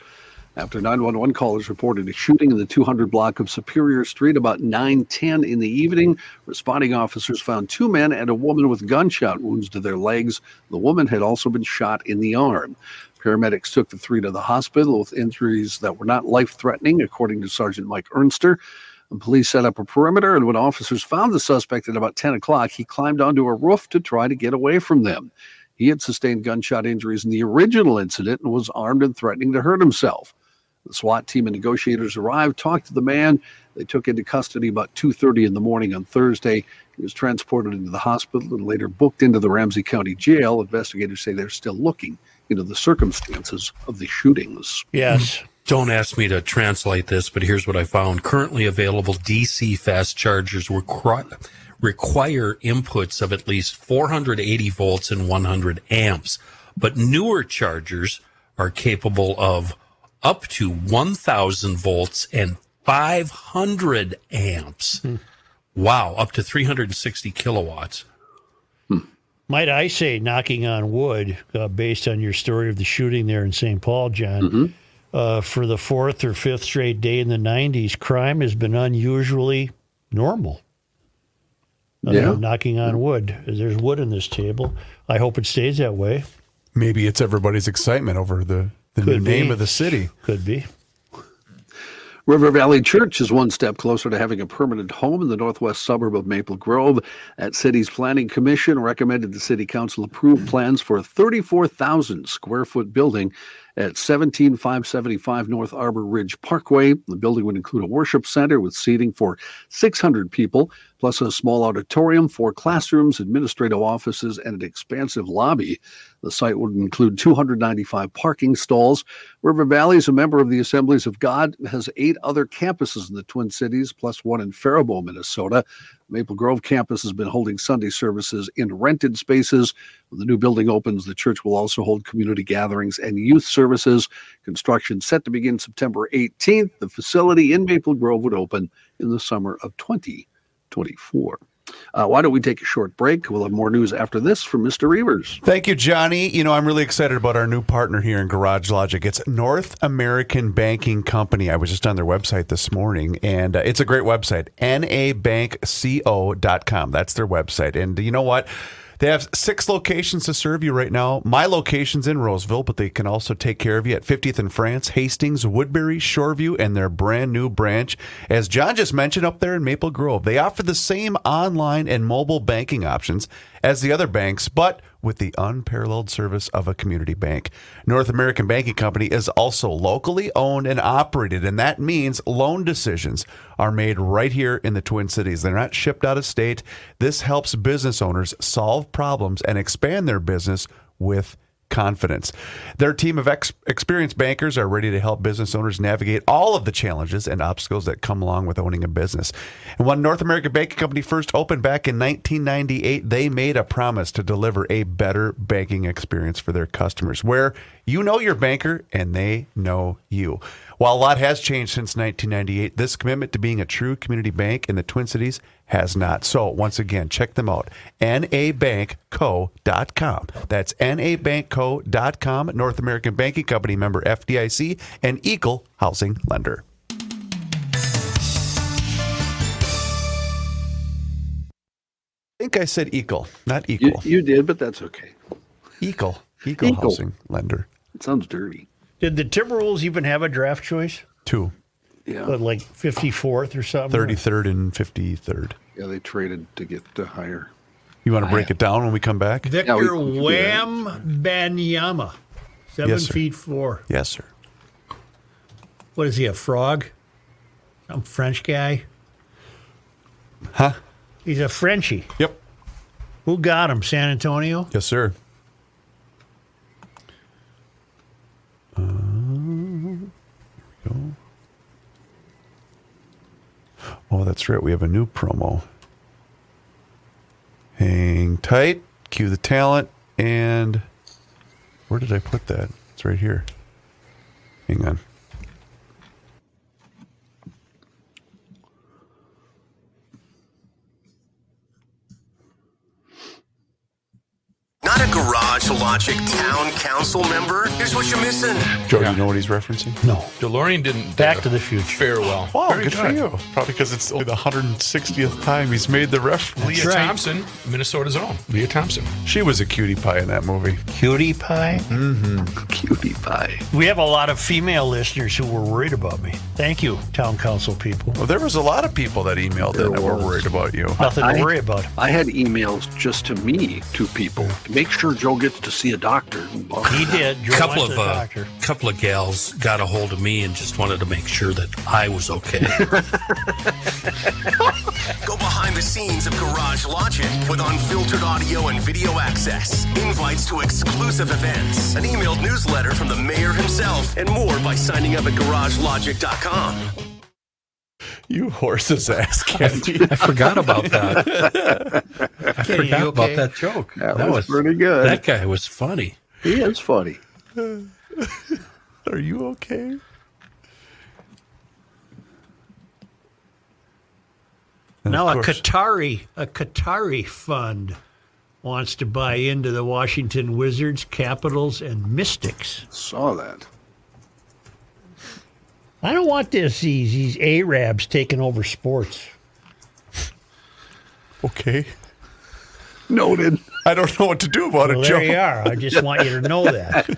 [SPEAKER 4] After 911 callers reported a shooting in the 200 block of Superior Street about 9:10 in the evening, responding officers found two men and a woman with gunshot wounds to their legs. The woman had also been shot in the arm. Paramedics took the three to the hospital with injuries that were not life-threatening, according to Sergeant Mike Ernster. And police set up a perimeter, and when officers found the suspect at about 10 o'clock, he climbed onto a roof to try to get away from them. He had sustained gunshot injuries in the original incident and was armed and threatening to hurt himself. The SWAT team and negotiators arrived, talked to the man. They took into custody about 2:30 in the morning on Thursday. He was transported into the hospital and later booked into the Ramsey County Jail. Investigators say they're still looking into the circumstances of the shootings.
[SPEAKER 1] Yes.
[SPEAKER 3] Don't ask me to translate this, but here's what I found. Currently available DC fast chargers requ- require inputs of at least 480 volts and 100 amps, but newer chargers are capable of up to 1000 volts and 500 amps. Wow, up to 360 kilowatts.
[SPEAKER 1] Might I say, knocking on wood, uh, based on your story of the shooting there in St. Paul, John,
[SPEAKER 2] Mm-hmm.
[SPEAKER 1] uh, for the fourth or fifth straight day in the 90s, crime has been unusually normal. Uh,
[SPEAKER 4] Yeah.
[SPEAKER 1] Knocking on wood. There's wood in this table. I hope it stays that way.
[SPEAKER 2] Maybe it's everybody's excitement over the, the new
[SPEAKER 1] Could be.
[SPEAKER 2] name of the city.
[SPEAKER 1] Could be.
[SPEAKER 4] River Valley Church is one step closer to having a permanent home in the northwest suburb of Maple Grove. That city's planning commission recommended the city council approve plans for a 34,000 square foot building at 17575 North Arbor Ridge Parkway. The building would include a worship center with seating for 600 people, plus a small auditorium, four classrooms, administrative offices, and an expansive lobby. The site would include 295 parking stalls. River Valley is a member of the Assemblies of God, has eight other campuses in the Twin Cities, plus one in Faribault, Minnesota. Maple Grove campus has been holding Sunday services in rented spaces. When the new building opens, the church will also hold community gatherings and youth services. Construction set to begin September 18th. The facility in Maple Grove would open in the summer of 2024. Uh, why don't we take a short break? We'll have more news after this from Mr. Reavers.
[SPEAKER 2] Thank you, Johnny. You know, I'm really excited about our new partner here in Garage Logic. It's North American Banking Company. I was just on their website this morning, and uh, it's a great website, nabankco.com. That's their website. And you know what? They have six locations to serve you right now. My location's in Roseville, but they can also take care of you at 50th and France, Hastings, Woodbury, Shoreview, and their brand new branch, as John just mentioned, up there in Maple Grove. They offer the same online and mobile banking options as the other banks, but with the unparalleled service of a community bank. North American Banking Company is also locally owned and operated, and that means loan decisions are made right here in the Twin Cities. They're not shipped out of state. This helps business owners solve problems and expand their business with confidence. Their team of ex- experienced bankers are ready to help business owners navigate all of the challenges and obstacles that come along with owning a business. And when North American Banking Company first opened back in 1998, they made a promise to deliver a better banking experience for their customers where you know your banker and they know you. While a lot has changed since 1998, this commitment to being a true community bank in the Twin Cities has not. So, once again, check them out. nabankco.com. That's nabankco.com, North American Banking Company member FDIC and equal housing lender. think I said equal, not
[SPEAKER 4] You,
[SPEAKER 2] equal.
[SPEAKER 4] you did, but that's okay.
[SPEAKER 2] Equal. Equal
[SPEAKER 4] Equal.
[SPEAKER 2] housing lender.
[SPEAKER 4] It sounds dirty.
[SPEAKER 1] Did the Timberwolves even have a draft choice?
[SPEAKER 2] Two.
[SPEAKER 4] Yeah.
[SPEAKER 1] But like 54th or something?
[SPEAKER 2] 33rd and 53rd.
[SPEAKER 4] yeah, they traded to get to higher.
[SPEAKER 2] You want to break it down when we come back?
[SPEAKER 1] Victor
[SPEAKER 4] Yeah, we- we can do that.
[SPEAKER 1] Wham Banyama, seven
[SPEAKER 2] Yes, sir.
[SPEAKER 1] feet four.
[SPEAKER 2] Yes, sir.
[SPEAKER 1] What is he, a frog? Some French guy?
[SPEAKER 2] Huh?
[SPEAKER 1] He's a Frenchie.
[SPEAKER 2] Yep.
[SPEAKER 1] Who got him? San Antonio?
[SPEAKER 2] Yes, sir. Uh, here we go. Oh, that's right. We have a new promo. Hang tight. Cue the talent. And where did I put that? It's right here. Hang on.
[SPEAKER 9] Not a Garage Logic Town Council member? Here's what you're missing.
[SPEAKER 2] Joe, do you know what he's referencing?
[SPEAKER 1] No.
[SPEAKER 10] DeLorean didn't.
[SPEAKER 1] Back
[SPEAKER 10] uh,
[SPEAKER 1] to the future.
[SPEAKER 10] Fare well.
[SPEAKER 2] Wow, good, for you. Probably because it's only the 160th time he's made the reference.
[SPEAKER 10] Leah
[SPEAKER 1] right.
[SPEAKER 10] Thompson, Minnesota's own. Leah Thompson.
[SPEAKER 2] She was a cutie pie in that movie.
[SPEAKER 1] Cutie pie?
[SPEAKER 4] Cutie pie.
[SPEAKER 1] We have a lot of female listeners who were worried about me. Thank you, town council people.
[SPEAKER 2] Well, there was a lot of people that emailed
[SPEAKER 4] There
[SPEAKER 2] in that were
[SPEAKER 4] was.
[SPEAKER 2] worried about you.
[SPEAKER 1] Nothing to
[SPEAKER 4] I-
[SPEAKER 1] worry about.
[SPEAKER 4] I had emails just to me, to people. Make sure Joe gets to see a doctor.
[SPEAKER 1] He did.
[SPEAKER 3] A
[SPEAKER 1] Joe
[SPEAKER 3] couple
[SPEAKER 1] went to
[SPEAKER 3] of
[SPEAKER 1] the
[SPEAKER 3] uh,
[SPEAKER 1] doctor.
[SPEAKER 3] couple of gals got a hold of me and just wanted to make sure that I was okay.
[SPEAKER 9] Go behind the scenes of Garage Logic with unfiltered audio and video access, invites to exclusive events, an emailed newsletter from the mayor himself, and more by signing up at garagelogic.com.
[SPEAKER 2] You horse's ass candy.
[SPEAKER 10] I forgot about that. I forgot
[SPEAKER 1] you okay?
[SPEAKER 10] about that joke.
[SPEAKER 4] That, was, pretty good.
[SPEAKER 3] that guy was funny.
[SPEAKER 4] he is funny.
[SPEAKER 2] Are you okay? And
[SPEAKER 1] Now
[SPEAKER 2] of
[SPEAKER 1] a
[SPEAKER 2] course-
[SPEAKER 1] Qatari, a Qatari fund wants to buy into the Washington Wizards, Capitals, and Mystics.
[SPEAKER 4] Saw that.
[SPEAKER 1] I don't want this these these Arabs taking over sports.
[SPEAKER 2] okay.
[SPEAKER 4] Noted.
[SPEAKER 2] I don't know what to do about
[SPEAKER 1] Well,
[SPEAKER 2] it, Joe.
[SPEAKER 1] there you are. I just want you to know that.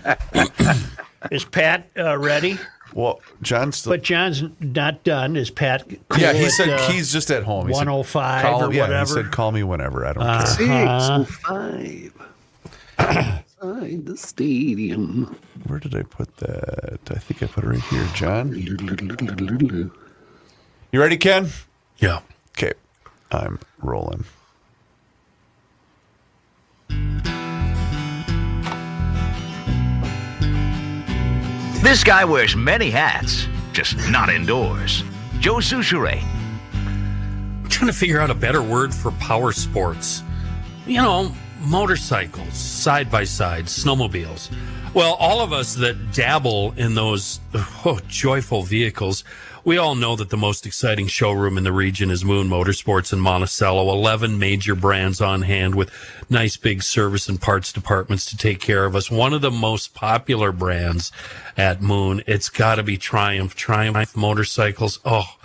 [SPEAKER 1] Is Pat uh, ready?
[SPEAKER 2] Well, John's still.
[SPEAKER 1] But John's not done. Is Pat? cool
[SPEAKER 2] yeah, he
[SPEAKER 1] at,
[SPEAKER 2] said
[SPEAKER 1] uh,
[SPEAKER 2] he's just at home. He said,
[SPEAKER 1] 105
[SPEAKER 2] call,
[SPEAKER 1] or
[SPEAKER 2] yeah,
[SPEAKER 1] whatever. Uh,
[SPEAKER 2] He said, call me whenever. I don't care.
[SPEAKER 4] Six and five. Inside the stadium.
[SPEAKER 2] Where did I put that? I think I put it right here, John. You ready, Ken?
[SPEAKER 3] Yeah.
[SPEAKER 2] Okay. I'm rolling.
[SPEAKER 12] This guy wears many hats, just not indoors. Joe Souchere.
[SPEAKER 3] I'm trying to figure out a better word for power sports. You know, motorcycles, side by sides, snowmobiles. Well, all of us that dabble in those oh, joyful vehicles, we all know that the most exciting showroom in the region is Moon Motorsports in Monticello. 11 major brands on hand with nice big service and parts departments to take care of us. One of the most popular brands at Moon, it's got to be Triumph. Triumph motorcycles. Oh,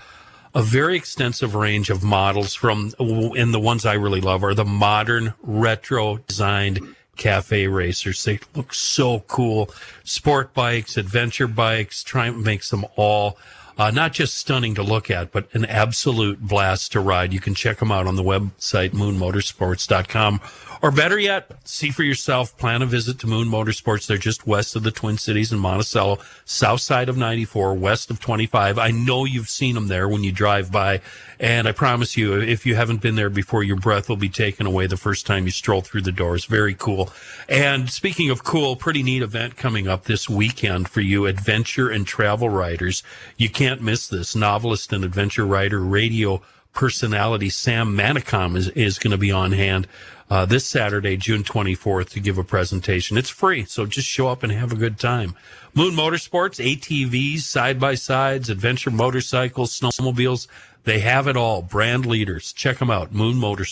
[SPEAKER 3] a very extensive range of models from and the ones I really love are the modern retro designed cafe racers. They look so cool. Sport bikes, adventure bikes, Triumph makes them all uh, not just stunning to look at, but an absolute blast to ride. You can check them out on the website moonmotorsports.com. Or better yet, see for yourself, plan a visit to Moon Motorsports. They're just west of the Twin Cities in Monticello, south side of 94, west of 25. I know you've seen them there when you drive by. And I promise you, if you haven't been there before, your breath will be taken away the first time you stroll through the doors. Very cool. And speaking of cool, pretty neat event coming up this weekend for you adventure and travel writers. You can't miss this. Novelist and adventure writer, radio personality Sam Manicom is, is going to be on hand uh, this Saturday, June 24th, to give a presentation. It's free, so just show up and have a good time. Moon Motorsports, ATVs, side by sides, adventure motorcycles, snowmobiles. They have it all. Brand leaders. Check them out.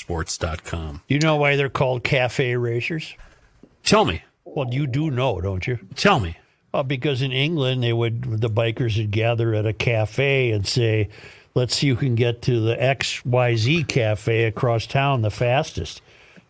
[SPEAKER 3] Moonmotorsports.com.
[SPEAKER 1] You know why they're called cafe racers?
[SPEAKER 3] Tell me.
[SPEAKER 1] Well, you do know, don't you?
[SPEAKER 3] Tell me.
[SPEAKER 1] Well, because in England, they would the bikers would gather at a cafe and say, let's see who can get to the XYZ cafe across town the fastest.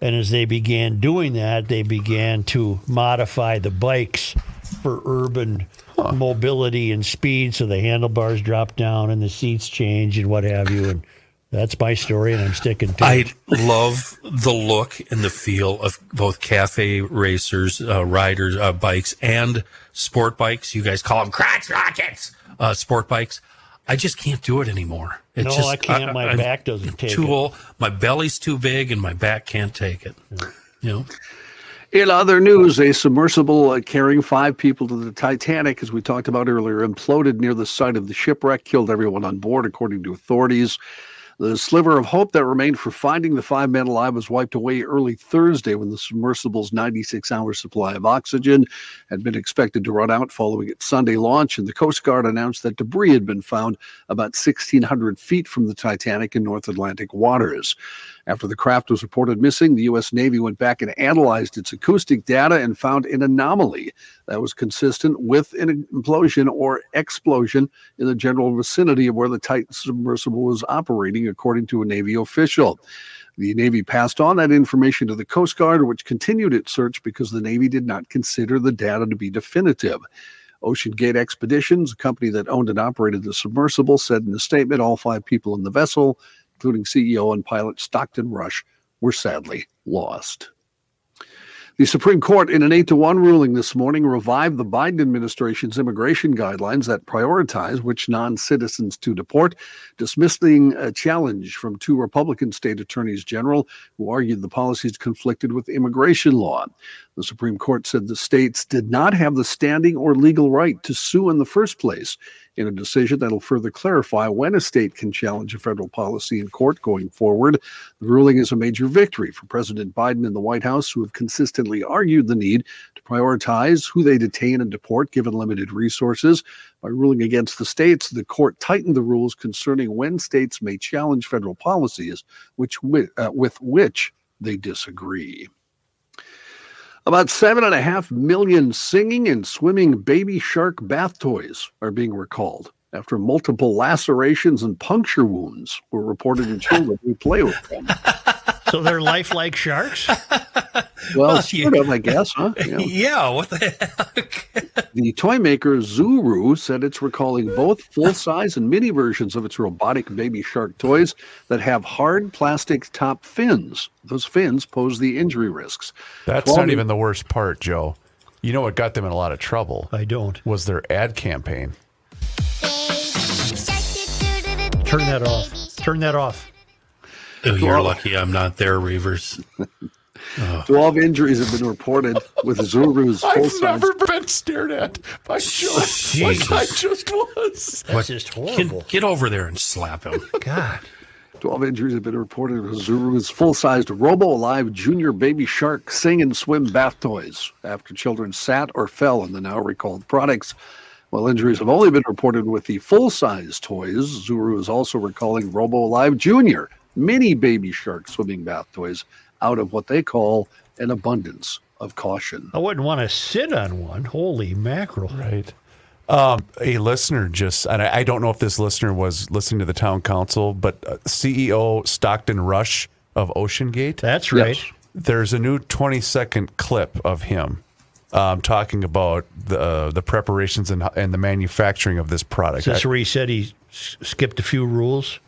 [SPEAKER 1] And as they began doing that, they began to modify the bikes for urban mobility and speed. So the handlebars drop down and the seats change and what have you. And that's my story, and I'm sticking to
[SPEAKER 3] I
[SPEAKER 1] it.
[SPEAKER 3] love the look and the feel of both cafe racers, uh, riders, uh, bikes, and sport bikes. You guys call them crotch rockets, uh, sport bikes. I just can't do it anymore. It
[SPEAKER 1] No,
[SPEAKER 3] just,
[SPEAKER 1] I can't. My
[SPEAKER 3] I'm
[SPEAKER 1] back doesn't take
[SPEAKER 3] too
[SPEAKER 1] it.
[SPEAKER 3] old. My belly's too big, and my back can't take it. You know.
[SPEAKER 4] In other news, a submersible uh, carrying five people to the Titanic, as we talked about earlier, imploded near the site of the shipwreck, killed everyone on board, according to authorities. The sliver of hope that remained for finding the five men alive was wiped away early Thursday when the submersible's 96 hour supply of oxygen had been expected to run out following its Sunday launch, and the Coast Guard announced that debris had been found about 1,600 feet from the Titanic in North Atlantic waters. After the craft was reported missing, the U.S. Navy went back and analyzed its acoustic data and found an anomaly that was consistent with an implosion or explosion in the general vicinity of where the Titan submersible was operating, according to a Navy official. The Navy passed on that information to the Coast Guard, which continued its search because the Navy did not consider the data to be definitive. Ocean Gate Expeditions, a company that owned and operated the submersible, said in a statement all five people in the vessel, including CEO and pilot Stockton Rush, were sadly lost. The Supreme Court, in an 8 to 1 ruling this morning, revived the Biden administration's immigration guidelines that prioritize which non citizens to deport, dismissing a challenge from two Republican state attorneys general who argued the policies conflicted with immigration law. The Supreme Court said the states did not have the standing or legal right to sue in the first place in a decision that'll further clarify when a state can challenge a federal policy in court going forward. The ruling is a major victory for President Biden and the White House, who have consistently argued the need to prioritize who they detain and deport given limited resources. By ruling against the states, the court tightened the rules concerning when states may challenge federal policies which wi- uh, with which they disagree. About seven and a half million singing and swimming baby shark bath toys are being recalled after multiple lacerations and puncture wounds were reported in children who play with them.
[SPEAKER 1] So they're lifelike sharks?
[SPEAKER 4] Well,
[SPEAKER 1] Well,
[SPEAKER 4] sort of, I guess, huh?
[SPEAKER 3] Yeah, what the
[SPEAKER 4] The toy maker Zuru said it's recalling both full size and mini versions of its robotic baby shark toys that have hard plastic top fins. Those fins pose the injury risks.
[SPEAKER 2] That's
[SPEAKER 4] Twelve-
[SPEAKER 2] not even the worst part, Joe. You know what got them in a lot of trouble?
[SPEAKER 1] I don't.
[SPEAKER 2] Was their ad campaign.
[SPEAKER 1] Turn that off. Turn that off.
[SPEAKER 3] Oh, you're lucky I'm not there, Reavers.
[SPEAKER 4] 12 injuries have been reported with Zuru's full
[SPEAKER 2] I've
[SPEAKER 4] size
[SPEAKER 2] never been stared at by Joe like I just was.
[SPEAKER 3] What- Get, get over there and slap him.
[SPEAKER 1] God.
[SPEAKER 4] 12 injuries have been reported with Zuru's full sized Robo Alive Junior Baby Shark Sing and Swim bath toys after children sat or fell in the now recalled products. While injuries have only been reported with the full size toys, Zuru is also recalling Robo Alive Junior mini baby shark swimming bath toys out of what they call an abundance of caution.
[SPEAKER 1] I wouldn't want to sit on one. Holy mackerel.
[SPEAKER 2] Right. Um, a listener just, and I, I don't know if this listener was listening to the town council, but uh, CEO Stockton Rush of Ocean Gate.
[SPEAKER 1] That's right.
[SPEAKER 2] There's a new 20 second clip of him um, talking about the uh, the preparations and, and the manufacturing of this
[SPEAKER 1] Is
[SPEAKER 2] product.
[SPEAKER 1] this where he said he s- skipped a few rules?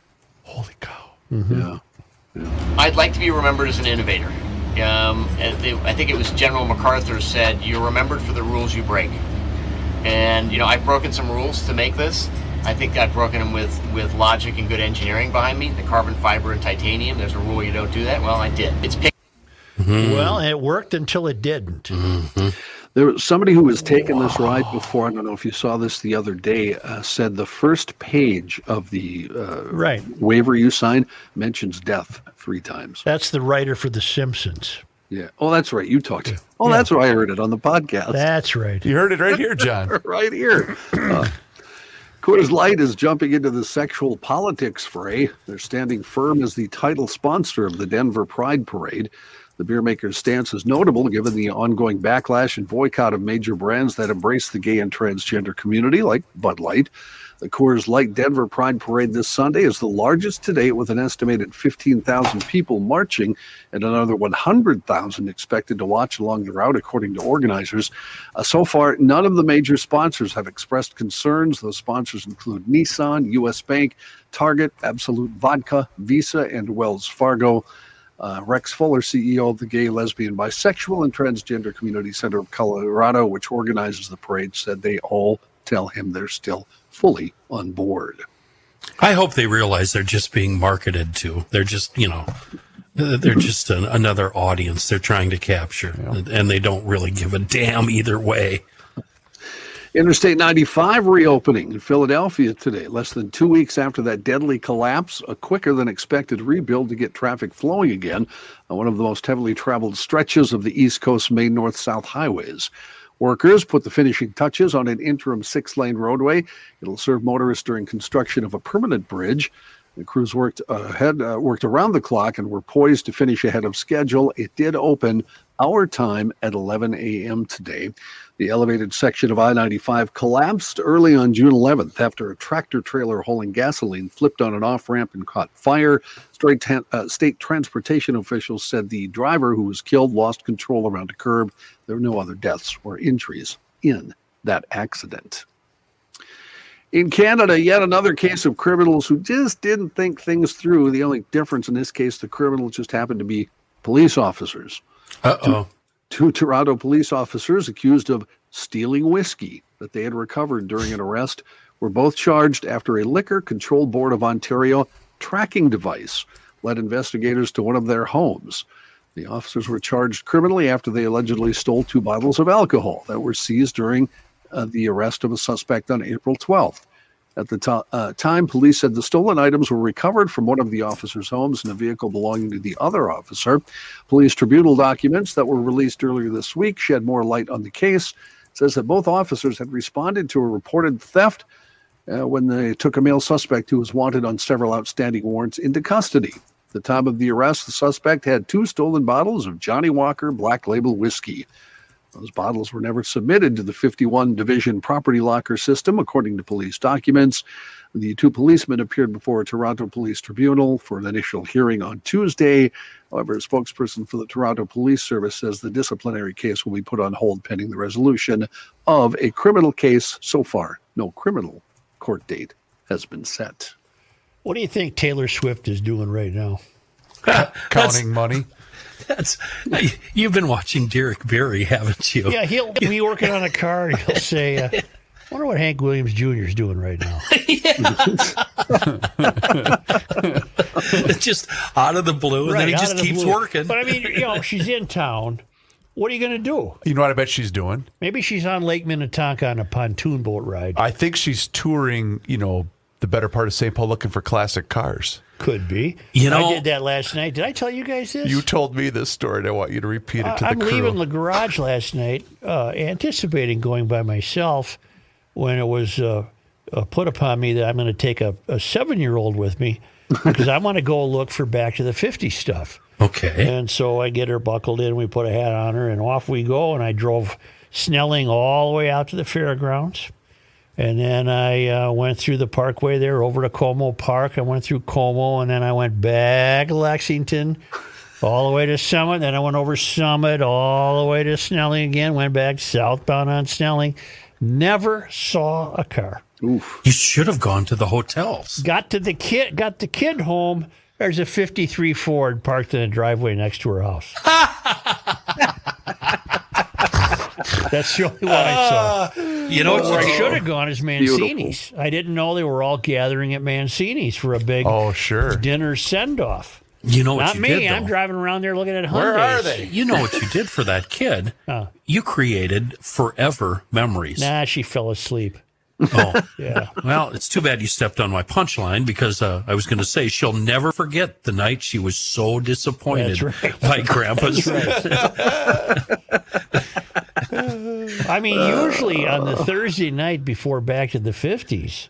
[SPEAKER 1] Holy cow.
[SPEAKER 4] Yeah.
[SPEAKER 13] I'd like to be remembered as an innovator. Um, and the- I think it was General MacArthur said, "You're remembered for the rules you break." And you know, I've broken some rules to make this. I think I've broken them with with logic and good engineering behind me. The carbon fiber and titanium. There's a rule you don't do that. Well, I did. It's picked.
[SPEAKER 3] Mm.
[SPEAKER 1] Well, it worked until it didn't.
[SPEAKER 3] Mm-hmm.
[SPEAKER 4] There was somebody who was taking this ride before. I don't know if you saw this the other day. Uh, said the first page of the uh,
[SPEAKER 1] Right.
[SPEAKER 4] waiver you sign mentions death three times.
[SPEAKER 1] That's the writer for The Simpsons.
[SPEAKER 4] Yeah. Oh, that's right. You talked. Oh, that's where I heard it on the podcast.
[SPEAKER 1] That's right.
[SPEAKER 2] You heard it right here, John.
[SPEAKER 4] right here. Uh, Coors Light is jumping into the sexual politics fray. They're standing firm as the title sponsor of the Denver Pride Parade. The beer maker's stance is notable given the ongoing backlash and boycott of major brands that embrace the gay and transgender community, like Bud Light. The Coors Light Denver Pride Parade this Sunday is the largest to date, with an estimated 15,000 people marching and another 100,000 expected to watch along the route, according to organizers. Uh, so far, none of the major sponsors have expressed concerns. Those sponsors include Nissan, U.S. Bank, Target, Absolute Vodka, Visa, and Wells Fargo. Uh, Rex Fuller, CEO of the Gay, Lesbian, Bisexual, and Transgender Community Center of Colorado, which organizes the parade, said they all tell him they're still fully on board.
[SPEAKER 3] I hope they realize they're just being marketed to. They're just, you know, they're just an, another audience they're trying to capture, and, and they don't really give a damn either way.
[SPEAKER 4] Interstate 95 reopening in Philadelphia today, less than two weeks after that deadly collapse, a quicker than expected rebuild to get traffic flowing again on one of the most heavily traveled stretches of the East Coast Main North South highways. Workers put the finishing touches on an interim six lane roadway. It'll serve motorists during construction of a permanent bridge. The crews worked ahead, uh, worked around the clock, and were poised to finish ahead of schedule. It did open our time at 11 a.m. today. The elevated section of I 95 collapsed early on June 11th after a tractor trailer hauling gasoline flipped on an off ramp and caught fire. Straight tan- uh, state transportation officials said the driver who was killed lost control around a curb. There were no other deaths or injuries in that accident. In Canada, yet another case of criminals who just didn't think things through. The only difference in this case, the criminal just happened to be police officers.
[SPEAKER 3] Uh oh.
[SPEAKER 4] Two, two Toronto police officers accused of stealing whiskey that they had recovered during an arrest were both charged after a Liquor Control Board of Ontario tracking device led investigators to one of their homes. The officers were charged criminally after they allegedly stole two bottles of alcohol that were seized during uh, the arrest of a suspect on April 12th. At the to- uh, time, police said the stolen items were recovered from one of the officers' homes and a vehicle belonging to the other officer. Police tribunal documents that were released earlier this week shed more light on the case. It says that both officers had responded to a reported theft uh, when they took a male suspect who was wanted on several outstanding warrants into custody. At the time of the arrest, the suspect had two stolen bottles of Johnny Walker Black Label whiskey. Those bottles were never submitted to the 51 Division property locker system, according to police documents. The two policemen appeared before a Toronto Police Tribunal for an initial hearing on Tuesday. However, a spokesperson for the Toronto Police Service says the disciplinary case will be put on hold pending the resolution of a criminal case. So far, no criminal court date has been set.
[SPEAKER 1] What do you think Taylor Swift is doing right now?
[SPEAKER 2] Counting money.
[SPEAKER 3] That's you've been watching Derek Barry, haven't you?
[SPEAKER 1] Yeah, he'll be working on a car and he'll say, uh, "Wonder what Hank Williams Jr. is doing right now."
[SPEAKER 3] it's just out of the blue, and then he
[SPEAKER 1] out
[SPEAKER 3] just
[SPEAKER 1] of the
[SPEAKER 3] keeps
[SPEAKER 1] blue.
[SPEAKER 3] working.
[SPEAKER 1] But I mean, you know, she's in town. What are you going to do?
[SPEAKER 2] You know what I bet she's doing?
[SPEAKER 1] Maybe she's on Lake Minnetonka on a pontoon boat ride.
[SPEAKER 2] I think she's touring, you know, the better part of St. Paul looking for classic cars.
[SPEAKER 1] Could be.
[SPEAKER 2] You
[SPEAKER 1] I
[SPEAKER 2] know-
[SPEAKER 1] did that last night. Did I tell you guys this?
[SPEAKER 2] You told me this story, and I want you to repeat it to the
[SPEAKER 1] Uh, I'm
[SPEAKER 2] crew.
[SPEAKER 1] leaving the garage last night, uh, anticipating going by myself when it was uh, uh, put upon me that I'm going to take a, a seven year old with me because I want to go look for Back to the 50 stuff.
[SPEAKER 3] Okay.
[SPEAKER 1] And so I get her buckled in, we put a hat on her, and off we go. And I drove Snelling all the way out to the fairgrounds. And then I uh, went through the parkway there over to Como Park. I went through Como and then I went back Lexington all the way to Summit. Then I went over Summit all the way to Snelling again, went back southbound on Snelling. Never saw a car.
[SPEAKER 3] You should have gone to the hotels.
[SPEAKER 1] Got to the kid got the kid home. There's a 53 Ford parked in the driveway next to her house. That's the only one I
[SPEAKER 3] Ah.
[SPEAKER 1] saw.
[SPEAKER 3] you know what
[SPEAKER 1] where
[SPEAKER 3] you
[SPEAKER 1] I
[SPEAKER 3] do?
[SPEAKER 1] should have gone is Mancini's. I didn't know they were all gathering at Mancini's for a big
[SPEAKER 2] oh sure
[SPEAKER 1] dinner send off.
[SPEAKER 3] You know what
[SPEAKER 1] Not
[SPEAKER 3] you
[SPEAKER 1] me.
[SPEAKER 3] did? though?
[SPEAKER 1] I'm driving around there looking at Hyundais.
[SPEAKER 3] You know what you did for that kid? You created forever memories.
[SPEAKER 1] Nah, she fell asleep.
[SPEAKER 3] Oh.
[SPEAKER 1] Yeah.
[SPEAKER 3] Well, it's too bad you stepped on my punchline because uh, I was going to say she'll never forget the night she was so disappointed
[SPEAKER 1] That's right.
[SPEAKER 3] by Grandpa's.
[SPEAKER 1] That's I mean, usually on the Thursday night before Back to the 50s,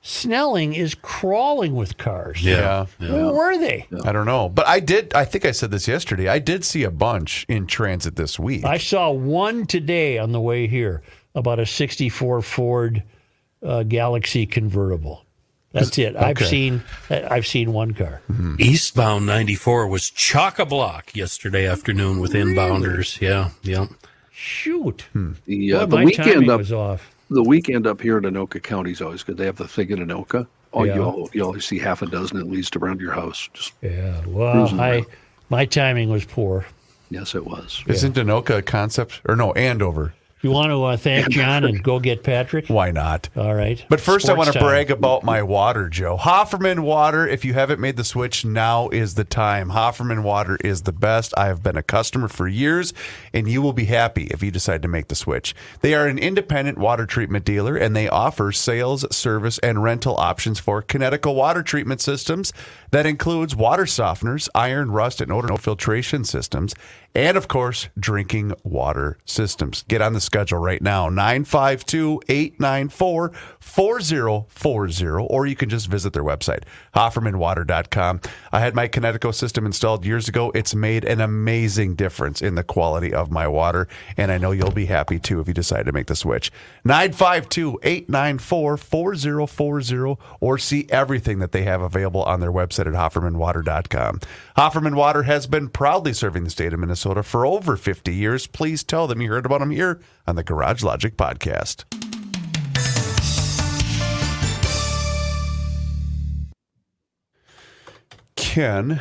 [SPEAKER 1] Snelling is crawling with cars.
[SPEAKER 2] Yeah.
[SPEAKER 1] Where were they?
[SPEAKER 2] I don't know. But I did, I think I said this yesterday. I did see a bunch in transit this week.
[SPEAKER 1] I saw one today on the way here about a 64 Ford uh, Galaxy convertible. That's it. I've
[SPEAKER 3] Okay.
[SPEAKER 1] seen I've seen one car.
[SPEAKER 3] Eastbound 94 was chock a block yesterday afternoon with inbounders. Yeah, yeah.
[SPEAKER 1] Shoot.
[SPEAKER 2] Hmm.
[SPEAKER 4] The, uh,
[SPEAKER 1] Boy,
[SPEAKER 4] the
[SPEAKER 1] my
[SPEAKER 4] weekend
[SPEAKER 1] timing
[SPEAKER 4] up
[SPEAKER 1] was off.
[SPEAKER 4] the weekend up here in Anoka County is always good. They have the thing in Anoka. Oh,
[SPEAKER 1] Yeah.
[SPEAKER 4] you all, you always see half a dozen at least around your house. Just
[SPEAKER 1] Yeah. Well,
[SPEAKER 4] Cruising
[SPEAKER 1] I
[SPEAKER 4] around.
[SPEAKER 1] my timing was poor.
[SPEAKER 4] yes, it was.
[SPEAKER 2] Isn't Danoka a concept? Or no, Andover.
[SPEAKER 1] You want to uh, thank John and go get Patrick?
[SPEAKER 2] Why not?
[SPEAKER 1] All right.
[SPEAKER 2] But first, I
[SPEAKER 1] Sports
[SPEAKER 2] want to
[SPEAKER 1] time.
[SPEAKER 2] brag about my water, Joe. Hofferman water, if you haven't made the switch, now is the time. Hofferman water is the best. I have been a customer for years, and you will be happy if you decide to make the switch. They are an independent water treatment dealer, and they offer sales, service, and rental options for Connecticut water treatment systems. That includes water softeners, iron, rust, and odor filtration systems, and of course, drinking water systems. Get on the schedule right now 952 894 4040, or you can just visit their website, HoffermanWater.com. I had my Connecticut system installed years ago. It's made an amazing difference in the quality of my water, and I know Oh, you'll be happy too if you decide to make the switch. 952 894 4040, or see everything that they have available on their website at HoffermanWater.com. Hofferman Water has been proudly serving the state of Minnesota for over 50 years. Please tell them you heard about them here on the Garage Logic Podcast. Ken.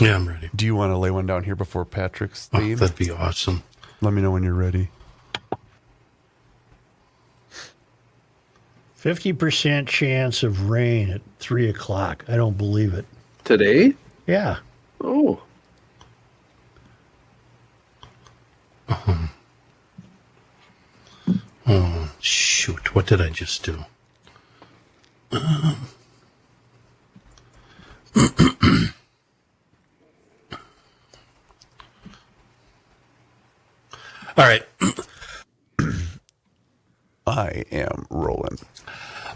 [SPEAKER 3] Yeah, I'm ready.
[SPEAKER 2] Do you want to lay one down here before Patrick's
[SPEAKER 3] Oh,
[SPEAKER 2] theme?
[SPEAKER 3] that'd be awesome.
[SPEAKER 2] Let me know when you're ready.
[SPEAKER 1] 50% chance of rain at 3 o'clock. I don't believe it.
[SPEAKER 4] Today?
[SPEAKER 1] Yeah.
[SPEAKER 4] Oh.
[SPEAKER 3] Oh, shoot. What did I just do? Um, All right.
[SPEAKER 2] I am rolling.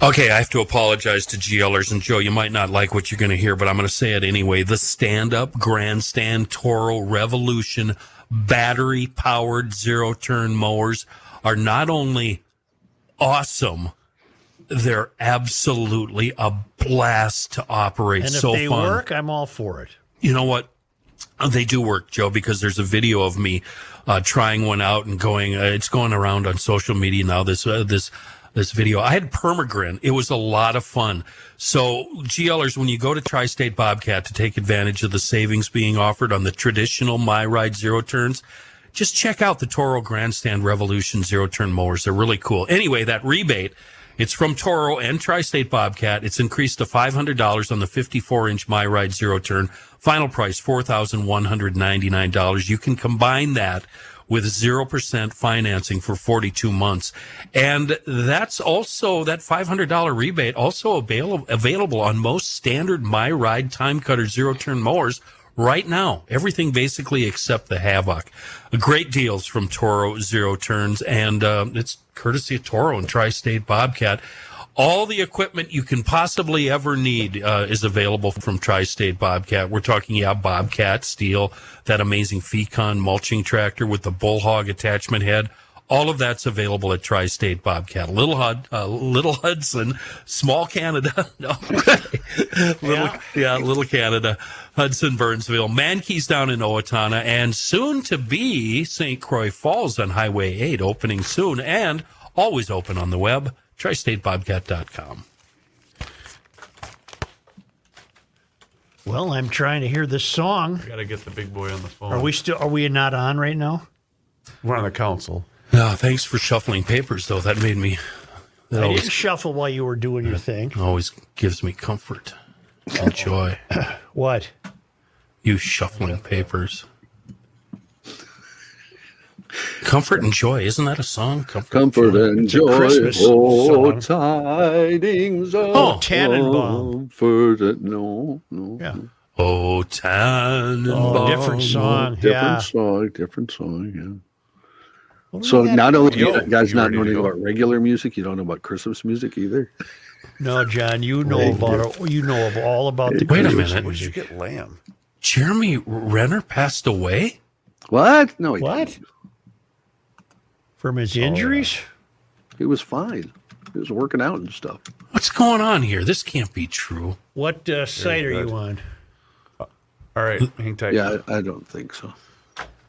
[SPEAKER 3] Okay, I have to apologize to GLers and Joe. You might not like what you're going to hear, but I'm going to say it anyway. The stand up grandstand Toro Revolution battery powered zero turn mowers are not only awesome, they're absolutely a blast to operate.
[SPEAKER 1] And if
[SPEAKER 3] so
[SPEAKER 1] they
[SPEAKER 3] fun
[SPEAKER 1] work, I'm all for it.
[SPEAKER 3] you know what? Uh, They do work, Joe, because there's a video of me uh, trying one out and going. Uh, it's going around on social media now. This uh, this this video. I had permagrin. It was a lot of fun. So GLers, when you go to Tri-State Bobcat to take advantage of the savings being offered on the traditional My Ride Zero turns, just check out the Toro Grandstand Revolution zero turn mowers. They're really cool. Anyway, that rebate, it's from Toro and Tri-State Bobcat. It's increased to $500 on the 54 inch My Ride zero turn. Final price, $4,199. You can combine that with 0% financing for 42 months. And that's also that $500 rebate also avail- available on most standard My Ride time cutter zero turn mowers right now. Everything basically except the Havoc. Great deals from Toro Zero Turns, and uh, it's courtesy of Toro and Tri State Bobcat. All the equipment you can possibly ever need uh, is available from Tri State Bobcat. We're talking, yeah, Bobcat steel, that amazing Fecon mulching tractor with the bullhog attachment head. All of that's available at Tri-State Bobcat. Little Hud, uh, Little Hudson, Small Canada, no, little, yeah, Little Canada, Hudson, Burnsville, Mankeys down in Owatonna, and soon to be St. Croix Falls on Highway 8, opening soon, and always open on the web, tristatebobcat.com.
[SPEAKER 1] Well, I'm trying to hear this song.
[SPEAKER 14] I gotta get the big boy on the phone.
[SPEAKER 1] Are we still are we not on right now?
[SPEAKER 2] We're on the council.
[SPEAKER 3] No, Ah, thanks for shuffling papers, though. That made me.
[SPEAKER 1] I didn't
[SPEAKER 3] That always,
[SPEAKER 1] shuffle while you were doing your thing.
[SPEAKER 3] always gives me comfort and joy.
[SPEAKER 1] What?
[SPEAKER 3] You shuffling papers. Comfort and joy, isn't that a song? Comfort,
[SPEAKER 4] Comfort and
[SPEAKER 3] It's a
[SPEAKER 4] joy.
[SPEAKER 3] Christmas
[SPEAKER 4] Oh,
[SPEAKER 3] song.
[SPEAKER 4] tidings of
[SPEAKER 3] Oh, Tannenbaum.
[SPEAKER 4] Comfort and, no, no.
[SPEAKER 1] Yeah.
[SPEAKER 3] Oh, Tannenbaum.
[SPEAKER 1] Oh,
[SPEAKER 4] different song. Different song. Yeah. So not only you guys not knowing about regular music, you don't know about Christmas music either.
[SPEAKER 1] No, John, you know
[SPEAKER 4] Thank
[SPEAKER 1] about you know of all about the.
[SPEAKER 3] Wait a
[SPEAKER 1] Christmas
[SPEAKER 3] minute.
[SPEAKER 1] music.
[SPEAKER 2] get lamb?
[SPEAKER 3] Jeremy Renner passed away?
[SPEAKER 4] What? No, he
[SPEAKER 1] What? From his injuries?
[SPEAKER 4] He was fine. He was working out and stuff.
[SPEAKER 3] What's going on here? This can't be true.
[SPEAKER 1] What uh, site are you on?
[SPEAKER 2] All right, hang tight.
[SPEAKER 4] Yeah, I, I don't think so.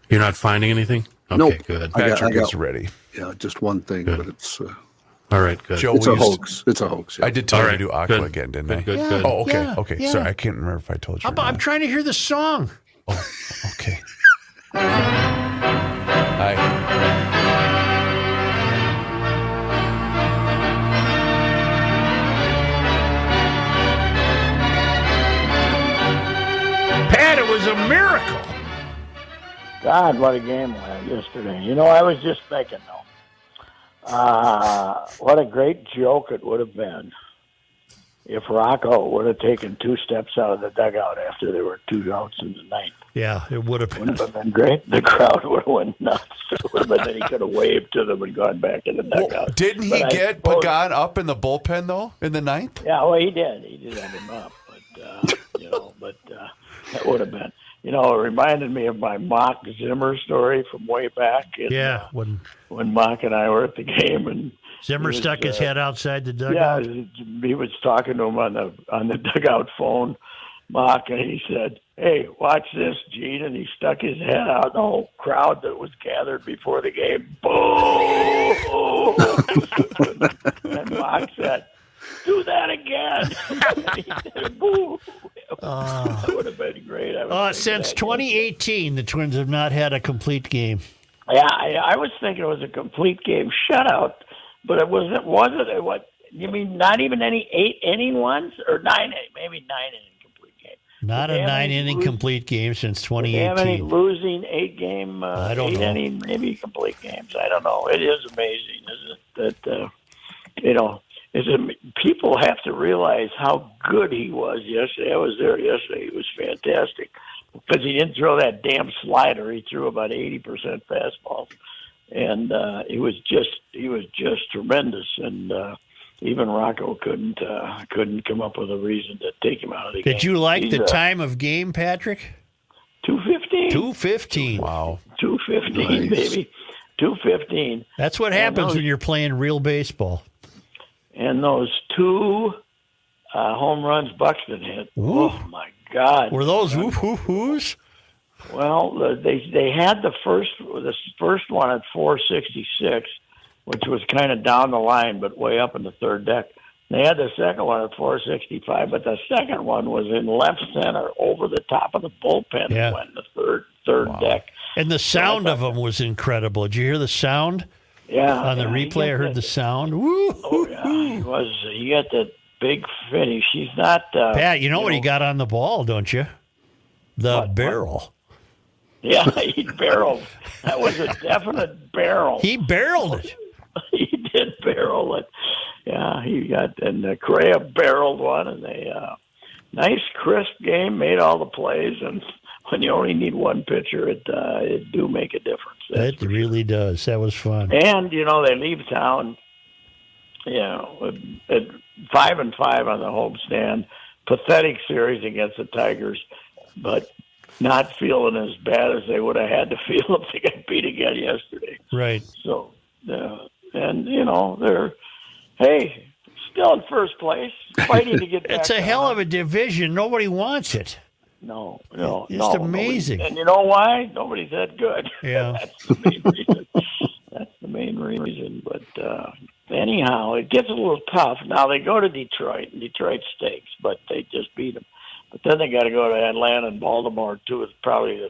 [SPEAKER 3] You're not finding anything? Okay,
[SPEAKER 4] Nope.
[SPEAKER 3] good.
[SPEAKER 4] I got- I Patrick got- is
[SPEAKER 2] ready.
[SPEAKER 4] Yeah, just one thing, but it's uh,
[SPEAKER 3] All right, good.
[SPEAKER 2] Joe,
[SPEAKER 4] it's
[SPEAKER 2] Oh, we
[SPEAKER 4] a
[SPEAKER 2] used to-
[SPEAKER 4] hoax. It's a hoax. yeah.
[SPEAKER 2] I did tell
[SPEAKER 3] All
[SPEAKER 2] you
[SPEAKER 3] right,
[SPEAKER 2] to do Aqua
[SPEAKER 3] good,
[SPEAKER 2] again, didn't
[SPEAKER 3] good,
[SPEAKER 2] I?
[SPEAKER 3] good, Yeah, good.
[SPEAKER 2] Oh, okay,
[SPEAKER 1] yeah,
[SPEAKER 2] okay.
[SPEAKER 1] yeah.
[SPEAKER 2] Sorry, I can't remember if I told you.
[SPEAKER 1] How
[SPEAKER 2] or
[SPEAKER 1] about- I'm
[SPEAKER 2] not.
[SPEAKER 1] trying to hear the song.
[SPEAKER 2] Okay. Hi.
[SPEAKER 1] Pat, it was a miracle.
[SPEAKER 14] God, what a game we had yesterday. You know, I was just thinking, though, uh, what a great joke it would have been if Rocco would have taken two steps out of the dugout after there were two outs in the ninth.
[SPEAKER 1] Yeah, it would have been.
[SPEAKER 14] Wouldn't it have been great? The crowd would have went nuts. It would have been that he could have waved to them and gone back to the dugout.
[SPEAKER 2] Didn't he
[SPEAKER 14] But I
[SPEAKER 2] get
[SPEAKER 14] suppose-
[SPEAKER 2] Pagan up in the bullpen though in the ninth?
[SPEAKER 14] Yeah, well, he did. He did have him up, but uh, you know, but uh, that would have been. You know, it reminded me of my Mock Zimmer story from way back. In,
[SPEAKER 1] Yeah, when
[SPEAKER 14] when Mock and I were at the game, and
[SPEAKER 1] Zimmer
[SPEAKER 14] he was,
[SPEAKER 1] stuck his
[SPEAKER 14] uh,
[SPEAKER 1] head outside the
[SPEAKER 14] yeah,
[SPEAKER 1] dugout.
[SPEAKER 14] he was talking to him on the on the dugout phone, Mock, and he said, "Hey, watch this, Gene," and he stuck his head out. The whole crowd that was gathered before the game, boo! and Mock said, "Do that again!" and he said, "Boo!"
[SPEAKER 1] Uh,
[SPEAKER 14] That would have been great. I was
[SPEAKER 1] uh,
[SPEAKER 14] thinking
[SPEAKER 1] since
[SPEAKER 14] that.
[SPEAKER 1] 2018, the Twins have not had a complete game.
[SPEAKER 14] Yeah, I, I was thinking it was a complete game shutout, but it wasn't. Wasn't it? What you mean? Not even any eight inning ones or nine? Maybe nine inning complete game.
[SPEAKER 1] Not
[SPEAKER 14] Did they
[SPEAKER 1] a
[SPEAKER 14] have
[SPEAKER 1] nine
[SPEAKER 14] any
[SPEAKER 1] inning
[SPEAKER 14] lose-
[SPEAKER 1] complete game since
[SPEAKER 14] Did They have any
[SPEAKER 1] 2018.
[SPEAKER 14] losing eight game? Uh,
[SPEAKER 1] I don't
[SPEAKER 14] eight
[SPEAKER 1] know.
[SPEAKER 14] inning, maybe complete games. I don't know. It is amazing, isn't it? That uh, you know, is it, people have to realize how good he was yesterday. I was there yesterday. He was fantastic because he didn't throw that damn slider. He threw about eighty percent fastballs, and uh, he was just he was just tremendous. And uh, even Rocco couldn't uh, couldn't come up with a reason to take him out of the game.
[SPEAKER 1] Did you like
[SPEAKER 14] He's
[SPEAKER 1] the
[SPEAKER 14] a
[SPEAKER 1] time of game, Patrick?
[SPEAKER 14] 215.
[SPEAKER 1] 215.
[SPEAKER 2] Wow.
[SPEAKER 14] 215, baby. 215.
[SPEAKER 1] That's what
[SPEAKER 14] Yeah,
[SPEAKER 1] happens
[SPEAKER 14] no.
[SPEAKER 1] when you're playing real baseball.
[SPEAKER 14] And those two uh, home runs Buxton hit. Oh, my God.
[SPEAKER 1] Were those whoop whoop whoos?
[SPEAKER 14] Well, the- they they had the first the first one at 466, which was kind of down the line, but way up in the third deck. They had the second one at 465, but the second one was in left center over the top of the bullpen
[SPEAKER 1] Yeah.
[SPEAKER 14] and went in the third third deck.
[SPEAKER 1] And the sound of them was incredible. Did you hear the sound?
[SPEAKER 14] Yeah,
[SPEAKER 1] On the
[SPEAKER 14] yeah, he
[SPEAKER 1] replay, I
[SPEAKER 14] gets
[SPEAKER 1] heard
[SPEAKER 14] it.
[SPEAKER 1] the sound. Woo!
[SPEAKER 14] Oh yeah, he was. He got the big finish. He's not. Uh,
[SPEAKER 1] Pat, you know what he got on the ball, don't you? The barrel.
[SPEAKER 14] Yeah, he barreled. That was a definite barrel.
[SPEAKER 1] He barreled it.
[SPEAKER 14] he did barrel it. Yeah, he got and the crab barreled one, and they uh, nice crisp game made all the plays. And when you only need one pitcher, it uh, it do make a difference.
[SPEAKER 1] It really does. That was fun.
[SPEAKER 14] And you know they leave town, you know, at five and five on the home stand. Pathetic series against the Tigers, but not feeling as bad as they would have had to feel if they got beat again yesterday.
[SPEAKER 1] Right.
[SPEAKER 14] So, uh, and you know they're hey still in first place, fighting to get back.
[SPEAKER 1] It's a
[SPEAKER 14] down.
[SPEAKER 1] hell of a division. Nobody wants it.
[SPEAKER 14] No, no,
[SPEAKER 1] It's
[SPEAKER 14] no,
[SPEAKER 1] just
[SPEAKER 14] nobody-
[SPEAKER 1] amazing.
[SPEAKER 14] and you know why? Nobody's that good.
[SPEAKER 1] Yeah.
[SPEAKER 14] That's the main reason. But uh, anyhow, it gets a little tough. Now they go to Detroit, and Detroit stinks, but they just beat them. But then they got to go to Atlanta and Baltimore, too. It's probably the,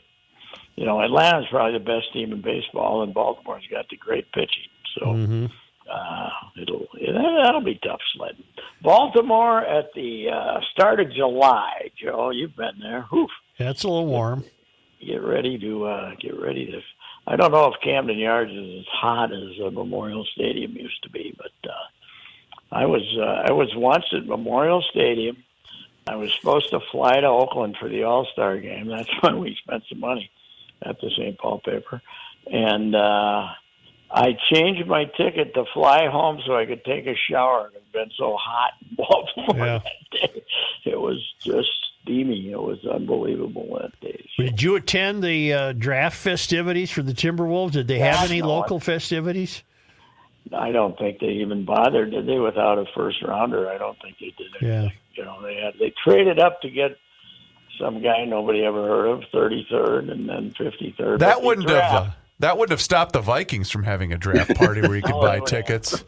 [SPEAKER 14] you know, Atlanta's probably the best team in baseball, and Baltimore's got the great pitching. So
[SPEAKER 1] Mhm.
[SPEAKER 14] uh, it'll that- that'll be tough sledding. Baltimore at the uh, start of July, Joe. You've been there. Oof
[SPEAKER 1] That's a little warm.
[SPEAKER 14] get ready to uh, get ready to. I don't know if Camden Yards is as hot as uh, Memorial Stadium used to be, but uh, I was uh, I was once at Memorial Stadium. I was supposed to fly to Oakland for the All Star game. That's when we spent some money at the St. Paul paper, and uh, I changed my ticket to fly home so I could take a shower. It had been so hot in Baltimore
[SPEAKER 1] Yeah.
[SPEAKER 14] that day. It was just steamy. It was unbelievable that day.
[SPEAKER 1] Did you attend the uh, draft festivities for the Timberwolves? Did they
[SPEAKER 14] Yeah,
[SPEAKER 1] have any
[SPEAKER 14] no, I-
[SPEAKER 1] local festivities?
[SPEAKER 14] I don't think they even bothered, did they? Without a first rounder, I don't think they did. It.
[SPEAKER 1] Yeah.
[SPEAKER 14] You know, they had they traded up to get some guy nobody ever heard of, thirty third, and then fifty third.
[SPEAKER 2] That wouldn't have uh, that wouldn't have stopped the Vikings from having a draft party where you could
[SPEAKER 14] Oh,
[SPEAKER 2] buy
[SPEAKER 14] it would
[SPEAKER 2] tickets.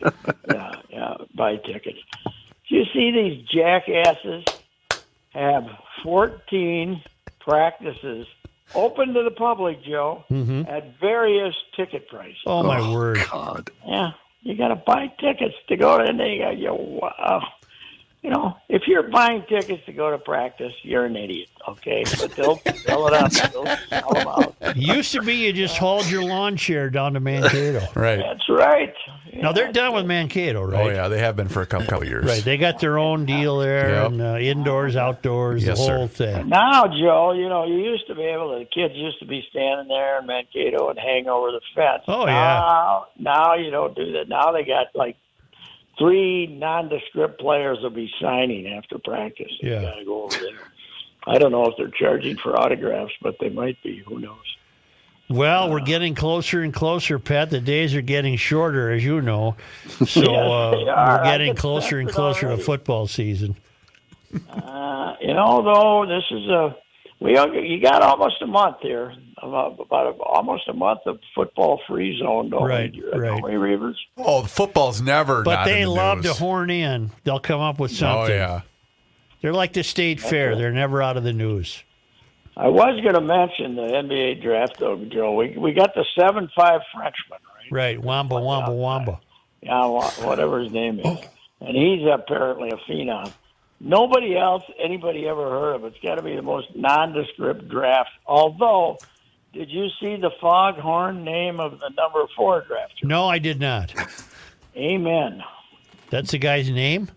[SPEAKER 14] yeah, yeah, buy tickets. Do you see these jackasses have 14 practices open to the public, Joe,
[SPEAKER 1] Mhm.
[SPEAKER 14] at various ticket prices?
[SPEAKER 1] Oh, my word!
[SPEAKER 14] Yeah, you got to buy tickets to go to, and they go, you wow. You know, if you're buying tickets to go to practice, you're an idiot, okay? But they'll sell it out. They'll sell 'em out.
[SPEAKER 1] Used to be you just hauled your lawn chair down to Mankato.
[SPEAKER 2] Right.
[SPEAKER 14] That's right.
[SPEAKER 1] Now they're done with Mankato, right?
[SPEAKER 2] Oh yeah, they have been for a couple couple years.
[SPEAKER 1] Right, they got their own deal there,
[SPEAKER 2] Yep.
[SPEAKER 1] and uh, indoors, outdoors,
[SPEAKER 2] Yes,
[SPEAKER 1] the
[SPEAKER 2] sir.
[SPEAKER 1] whole thing.
[SPEAKER 14] Now, Joe, you know, you used to be able to, the kids used to be standing there in Mankato and hang over the fence.
[SPEAKER 1] Oh, yeah.
[SPEAKER 14] now, yeah. Now you don't do that. Now they got like three nondescript players will be signing after practice. You
[SPEAKER 1] Yeah.
[SPEAKER 14] gotta go over there. I don't know if they're charging for autographs, but they might be. Who knows?
[SPEAKER 1] Well, we're getting closer and closer, Pat. The days are getting shorter, as you know. So
[SPEAKER 14] Yes,
[SPEAKER 1] uh,
[SPEAKER 14] they are.
[SPEAKER 1] we're
[SPEAKER 14] I
[SPEAKER 1] getting
[SPEAKER 14] can
[SPEAKER 1] closer
[SPEAKER 14] sense
[SPEAKER 1] and
[SPEAKER 14] it
[SPEAKER 1] closer to
[SPEAKER 14] already.
[SPEAKER 1] football season.
[SPEAKER 14] Uh, you know, though, this is a we all- you got almost a month here, about, about a, almost a month of football free zone, don't
[SPEAKER 1] Right,
[SPEAKER 14] we? don't
[SPEAKER 1] right.
[SPEAKER 14] we, Reavers?
[SPEAKER 2] Oh, football's never.
[SPEAKER 1] But
[SPEAKER 2] not
[SPEAKER 1] they
[SPEAKER 2] in the
[SPEAKER 1] love
[SPEAKER 2] news.
[SPEAKER 1] to horn in. They'll come up with
[SPEAKER 2] Oh
[SPEAKER 1] something.
[SPEAKER 2] yeah.
[SPEAKER 1] They're like the state fair. They're never out of the news.
[SPEAKER 14] I was going to mention the NBA draft, though, Joe. We, we got the seven five Frenchman,
[SPEAKER 1] Right. Wamba, wamba, wamba.
[SPEAKER 14] yeah, wha- whatever his name is, and he's apparently a phenom. Nobody else, anybody ever heard of? It's got to be the most nondescript draft. Although, did you see the foghorn name of the number four draft?
[SPEAKER 1] No, I did not.
[SPEAKER 14] Amen.
[SPEAKER 1] That's the guy's name?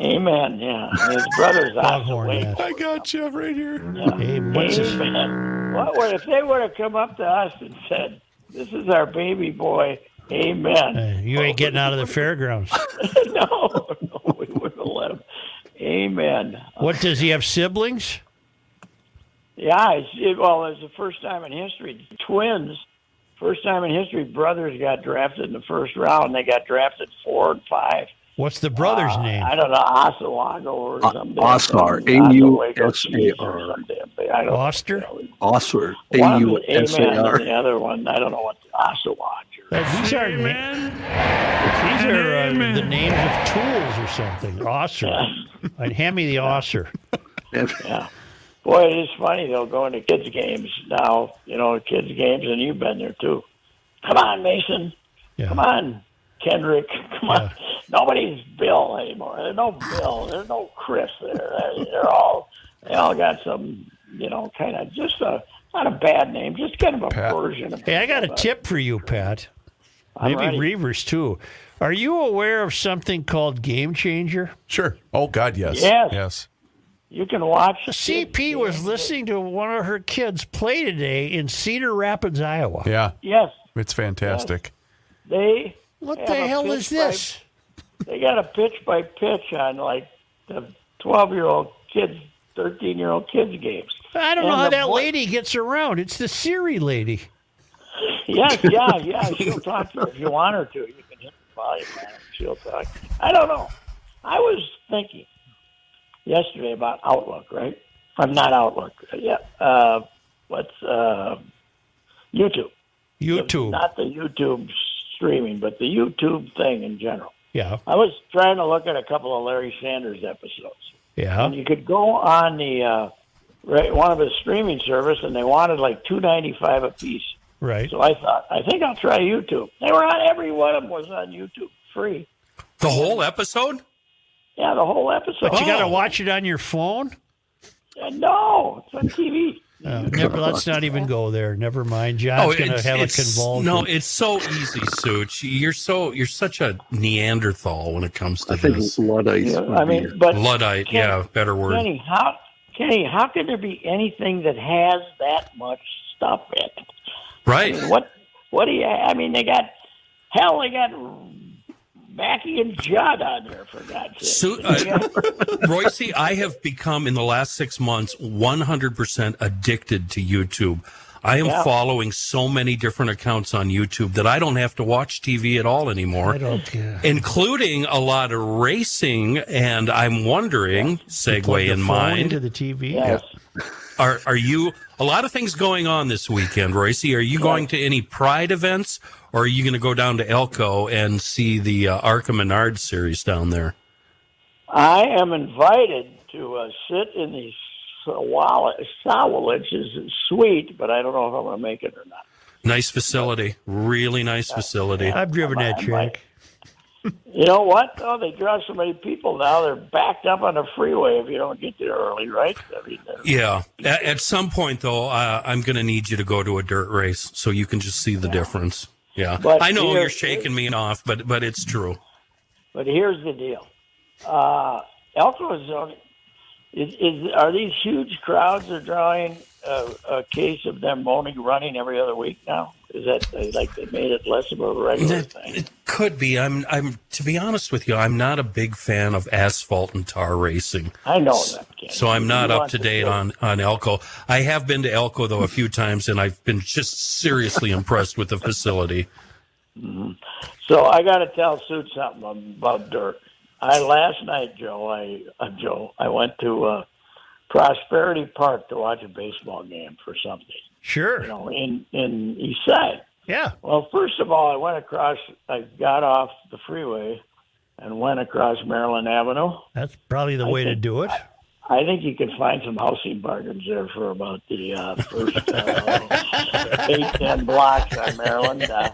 [SPEAKER 14] Amen. Yeah, And his brother's
[SPEAKER 1] Foghorn,
[SPEAKER 14] Oscar
[SPEAKER 1] yeah.
[SPEAKER 14] Wainwright.
[SPEAKER 2] I got you right here.
[SPEAKER 1] Hey, what's his-
[SPEAKER 14] Amen. What would if they would have come up to us and said, "This is our baby boy." Amen.
[SPEAKER 1] Uh, you ain't getting out of the fairgrounds.
[SPEAKER 14] no, no, we wouldn't have let him. Amen.
[SPEAKER 1] What does he have siblings?
[SPEAKER 14] Yeah, it's, it, well, it's the first time in history. Twins, first time in history, brothers got drafted in the first round. They got drafted four and five.
[SPEAKER 1] What's the brother's
[SPEAKER 14] Uh,
[SPEAKER 1] name?
[SPEAKER 14] I don't know, Osalago or something.
[SPEAKER 4] Oscar,
[SPEAKER 14] Osalago
[SPEAKER 4] A-U-S-A-R.
[SPEAKER 14] or something. I don't
[SPEAKER 1] Oster?
[SPEAKER 4] Osler, A
[SPEAKER 14] One
[SPEAKER 4] U
[SPEAKER 14] was
[SPEAKER 4] S A
[SPEAKER 14] Amen,
[SPEAKER 4] R.
[SPEAKER 14] and the other one, I don't know what, Osawatch.
[SPEAKER 1] Uh, These are, na- these are uh, the names of tools or something. Osser. Uh, hand me the osser.
[SPEAKER 14] Yeah. Boy, it is funny though going to kids' games now. You know, kids' games, and you've been there too. Come on, Mason.
[SPEAKER 1] Yeah.
[SPEAKER 14] Come on, Kendrick. Come on. Nobody's Bill anymore. There's no Bill. There's no Chris. There. They're all. They all got some. You know, kind of just a not a bad name, just kind of a version of.
[SPEAKER 1] Hey, I got a tip for you, Pat.
[SPEAKER 14] I'm
[SPEAKER 1] Maybe
[SPEAKER 14] ready.
[SPEAKER 1] Reavers, too. Are you aware of something called Game Changer?
[SPEAKER 2] Sure. Oh God, yes.
[SPEAKER 1] Yes.
[SPEAKER 2] Yes.
[SPEAKER 14] You can watch.
[SPEAKER 1] CP was listening to one of her kids play today in Cedar Rapids, Iowa.
[SPEAKER 2] Yeah.
[SPEAKER 14] Yes,
[SPEAKER 2] It's fantastic.
[SPEAKER 14] they.
[SPEAKER 1] What
[SPEAKER 14] have
[SPEAKER 1] the
[SPEAKER 14] a
[SPEAKER 1] hell is
[SPEAKER 14] pitch by-
[SPEAKER 1] this?
[SPEAKER 14] they got a pitch by pitch on like the 12 year old kids, 13 year old kids games.
[SPEAKER 1] I don't
[SPEAKER 14] And
[SPEAKER 1] know how
[SPEAKER 14] the
[SPEAKER 1] that
[SPEAKER 14] boy-
[SPEAKER 1] lady gets around. It's the Siri lady.
[SPEAKER 14] Yes, yeah, yeah. She'll talk to you if you want her to. You can hit the volume on her. She'll talk. I don't know. I was thinking yesterday about Outlook, right? I'm not Outlook. Yeah. Uh, what's uh, YouTube?
[SPEAKER 1] YouTube.
[SPEAKER 14] Not the YouTube streaming, but the YouTube thing in general.
[SPEAKER 1] Yeah.
[SPEAKER 14] I was trying to look at a couple of Larry Sanders episodes.
[SPEAKER 1] Yeah.
[SPEAKER 14] And you could go on the uh, right, one of his streaming service, and they wanted like two ninety five a piece.
[SPEAKER 1] Right.
[SPEAKER 14] So I thought, I think I'll try YouTube. They were on every one of them was on YouTube free.
[SPEAKER 3] The whole episode?
[SPEAKER 14] Yeah, the whole episode.
[SPEAKER 1] But you got to watch it on your phone?
[SPEAKER 14] Uh, no, it's on TV.
[SPEAKER 1] Uh, never, let's not even go there. Never mind. John's going to have a convulsion.
[SPEAKER 3] No, Oh, it's so easy, Such. You're so you're such a Neanderthal when it comes to
[SPEAKER 4] I think
[SPEAKER 3] this.
[SPEAKER 4] Luddite.
[SPEAKER 14] Yeah, I mean, but
[SPEAKER 3] Luddite, yeah, better word.
[SPEAKER 14] Kenny, how Kenny, how could there be anything that has that much stuff in it?
[SPEAKER 3] Right.
[SPEAKER 14] What what do you? I mean, they got Hell, they got Mackey and Judd on there for God's
[SPEAKER 3] So,
[SPEAKER 14] sake.
[SPEAKER 3] uh, Royce, I have become in the last six months 100% addicted to YouTube. I am
[SPEAKER 14] Yeah.
[SPEAKER 3] following so many different accounts on YouTube that I don't have to watch TV at all anymore,
[SPEAKER 1] I don't care.
[SPEAKER 3] including a lot of racing. And I'm wondering,
[SPEAKER 1] Plug
[SPEAKER 3] segue
[SPEAKER 1] the
[SPEAKER 3] in
[SPEAKER 1] phone
[SPEAKER 3] mind,
[SPEAKER 1] into the TV.
[SPEAKER 3] Are are you a lot of things going on this weekend, Royce? Are you going to any Pride events, or are you going to go down to Elko and see the uh, Arkham and Ard series down there?
[SPEAKER 14] I am invited to uh, sit in the Sawalich is sweet, but I don't know if I'm going to make it or not.
[SPEAKER 3] Nice facility, really nice facility.
[SPEAKER 1] I've driven that track.
[SPEAKER 14] You know what? Oh, they draw so many people now; they're backed up on the freeway if you don't get there early, right? I mean, uh, they're-
[SPEAKER 3] Yeah. At, at some point, though, uh, I'm going to need you to go to a dirt race so you can just see the difference. Yeah,
[SPEAKER 14] But
[SPEAKER 3] I know
[SPEAKER 14] here-
[SPEAKER 3] you're shaking me off, but but it's true.
[SPEAKER 14] But here's the deal: uh, Elko is, on- is, is are these huge crowds are drawing a, a case of them only running every other week now? Is that like they made it less of a regular thing?
[SPEAKER 3] Could be. I'm. I'm. To be honest with you, I'm not a big fan of asphalt and tar racing.
[SPEAKER 14] I know that, Ken.
[SPEAKER 3] So I'm not
[SPEAKER 14] You
[SPEAKER 3] up
[SPEAKER 14] want
[SPEAKER 3] to
[SPEAKER 14] to
[SPEAKER 3] date
[SPEAKER 14] do it.
[SPEAKER 3] on on Elko. I have been to Elko though a few times, and I've been just seriously impressed with the facility.
[SPEAKER 14] So I got to tell Sue something about dirt. I last night, Joe, I uh, Joe, I went to uh, Prosperity Park to watch a baseball game for something.
[SPEAKER 1] Sure.
[SPEAKER 14] You know, in in East Side.
[SPEAKER 1] Yeah.
[SPEAKER 14] Well, first of all, I went across. I got off the freeway and went across Maryland Avenue.
[SPEAKER 1] That's probably the
[SPEAKER 14] I
[SPEAKER 1] way to
[SPEAKER 14] think-
[SPEAKER 1] do it.
[SPEAKER 14] I think you can find some housing bargains there for about the uh, first uh, eight ten blocks on Maryland. Uh,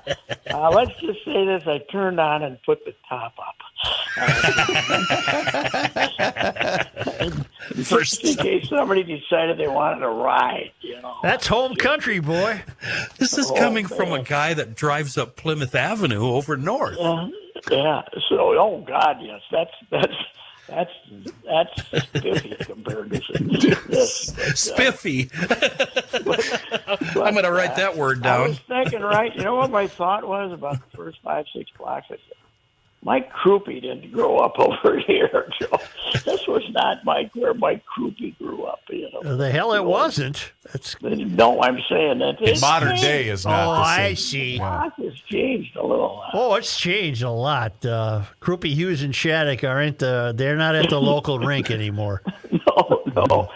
[SPEAKER 14] uh, let's just say this: I turned on and put the top up. Uh,
[SPEAKER 3] First-
[SPEAKER 14] in case somebody decided they wanted a ride, you know.
[SPEAKER 1] That's home country, boy.
[SPEAKER 3] This
[SPEAKER 14] Oh,
[SPEAKER 3] is coming from a guy that drives up Plymouth Avenue over north.
[SPEAKER 14] Yeah, yeah. So, oh God, yes, that's that's that's that's spiffy compared to this.
[SPEAKER 3] Spiffy. I'm going to write that word
[SPEAKER 14] I
[SPEAKER 3] down.
[SPEAKER 14] was thinking, right? You know what my thought was about the first five, six blocks? I said, Mike Croupy didn't grow up over here, Joe. This was not Mike where Mike Croupy grew up. You know,
[SPEAKER 1] The hell it wasn't. That's
[SPEAKER 14] no, I'm saying that
[SPEAKER 1] In
[SPEAKER 14] it's
[SPEAKER 1] modern
[SPEAKER 14] changed.
[SPEAKER 1] day is not Oh, the same. I see.
[SPEAKER 14] The block has changed a little.
[SPEAKER 1] Oh, it's changed a lot. Uh, Croupy Hughes and Shattuck aren't the, they're not at the local rink anymore.
[SPEAKER 14] No, no.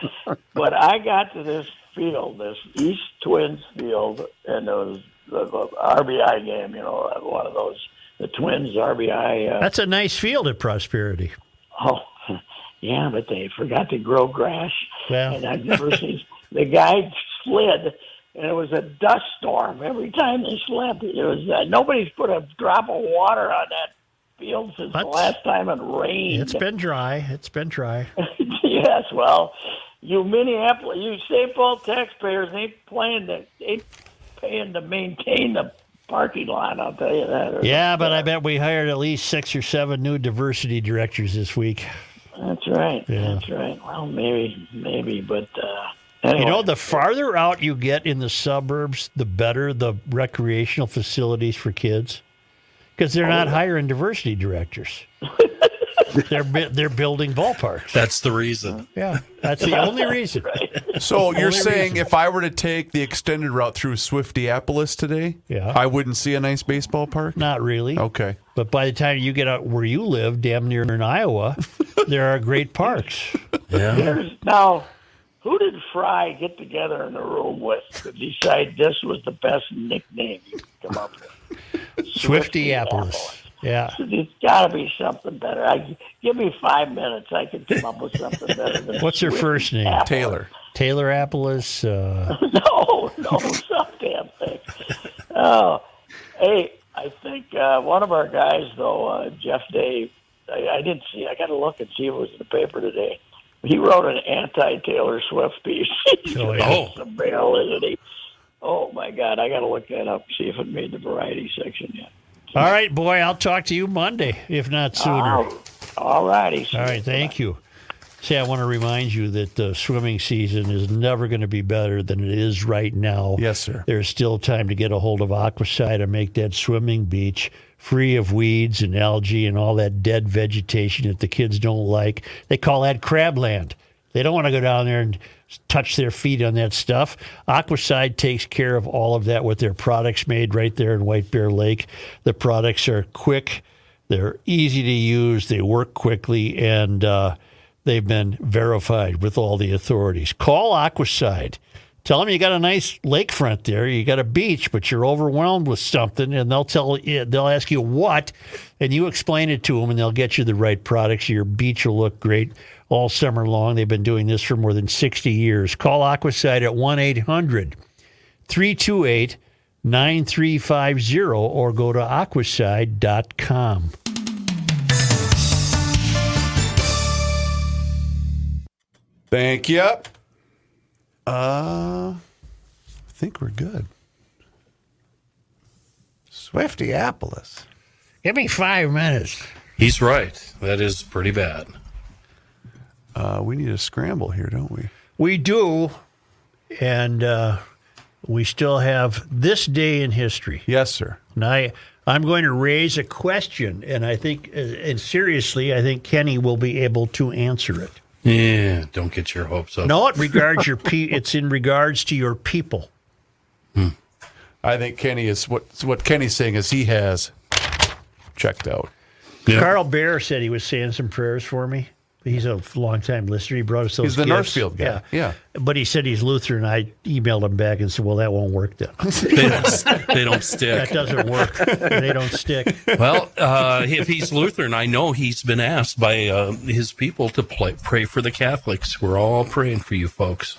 [SPEAKER 14] But I got to this field, this East Twins field, and there was the, the RBI game. You know, one of those the Twins RBI. Uh,
[SPEAKER 1] That's a nice field at Prosperity.
[SPEAKER 14] Oh, yeah, but they forgot to grow grass.
[SPEAKER 1] Yeah.
[SPEAKER 14] And I've never seen the guy slid, and it was a dust storm every time they slipped. It was uh, nobody's put a drop of water on that field since the last time it rained.
[SPEAKER 1] It's been dry. It's been dry.
[SPEAKER 14] yes, well, you Minneapolis, you St. Paul taxpayers ain't playing to ain't paying to maintain the parking lot. I'll tell you that.
[SPEAKER 1] Yeah, but I bet we hired at least six or seven new diversity directors this week.
[SPEAKER 14] That's right.
[SPEAKER 1] Yeah.
[SPEAKER 14] That's right. Well, maybe, maybe, but uh, anyway.
[SPEAKER 1] You know, the farther out you get in the suburbs, the better the recreational facilities for kids, because they're not hiring diversity directors. they're bu- they're building ballparks.
[SPEAKER 3] That's the reason.
[SPEAKER 1] Yeah, that's the only reason.
[SPEAKER 2] So
[SPEAKER 1] Only
[SPEAKER 2] you're saying
[SPEAKER 1] reason.
[SPEAKER 2] if I were to take the extended route through Swiftieapolis today,
[SPEAKER 1] Yeah.
[SPEAKER 2] I wouldn't see a nice baseball park?
[SPEAKER 1] Not really.
[SPEAKER 2] Okay.
[SPEAKER 1] But by the time you get out where you live, damn near in Iowa, there are great parks.
[SPEAKER 14] There's, now, who did Fry get together in a room with to decide this was the best nickname you could come up with?
[SPEAKER 1] Swiftieapolis. Yeah.
[SPEAKER 14] There's got to be something better. I, give me five minutes. I can come up with something better. Than
[SPEAKER 1] What's your first name?
[SPEAKER 14] Swiftieapolis.
[SPEAKER 1] Taylor Apolis. Uh,
[SPEAKER 14] no, Oh, no, some damn thing. Oh, hey, I think uh, one of our guys, though, uh, Jeff Day, I, I didn't see. I got to look and see if it was in the paper today. He wrote an anti-Taylor Swift piece.
[SPEAKER 1] Oh, yeah.
[SPEAKER 14] It's a male, isn't he? Oh my God! I got to look that up. See if it made the variety section yet.
[SPEAKER 1] all right, boy. I'll talk to you Monday, if not sooner.
[SPEAKER 14] All righty.
[SPEAKER 1] All right, thank you. Say, I want to remind you that the swimming season is never going to be better than it is right now.
[SPEAKER 2] Yes, sir.
[SPEAKER 1] There's still time to get a hold of Aquaside and make that swimming beach free of weeds and algae and all that dead vegetation that the kids don't like. They call that crabland. They don't want to go down there and touch their feet on that stuff. Aquaside takes care of all of that with their products made right there in White Bear Lake. The products are quick, they're easy to use, they work quickly, and uh, they've been verified with all the authorities. Call Aquaside. Tell them you got a nice lakefront there, you got a beach, but you're overwhelmed with something, and they'll tell you, they'll ask you what, and you explain it to them, and they'll get you the right products. Your beach will look great all summer long. They've been doing this for more than 60 years. Call Aquaside at 1 800 328 9350 or go to aquaside.com.
[SPEAKER 2] Thank you. Uh, I think we're good. Swiftyapolis.
[SPEAKER 1] Give me five minutes.
[SPEAKER 3] He's right. That is pretty bad.
[SPEAKER 2] Uh, we need a scramble here, don't we?
[SPEAKER 1] We do, and uh, we still have this day in history.
[SPEAKER 2] Yes, sir.
[SPEAKER 1] And I, I'm going to raise a question, and I think, uh, and seriously, I think Kenny will be able to answer it.
[SPEAKER 3] Yeah, don't get your hopes up.
[SPEAKER 1] No, it regards your pe- It's in regards to your people.
[SPEAKER 2] I think Kenny is what what Kenny's saying is he has checked out.
[SPEAKER 1] Carl Bear said he was saying some prayers for me. He's a longtime listener. He brought us those.
[SPEAKER 2] He's the
[SPEAKER 1] gifts.
[SPEAKER 2] Northfield guy. Yeah.
[SPEAKER 1] But he said he's Lutheran. I emailed him back and said, "Well, that won't work then.
[SPEAKER 3] They don't, they don't
[SPEAKER 1] That
[SPEAKER 3] stick.
[SPEAKER 1] doesn't work. they don't stick."
[SPEAKER 3] Well, uh, if he's Lutheran, I know he's been asked by uh, his people to play, pray for the Catholics. We're all praying for you folks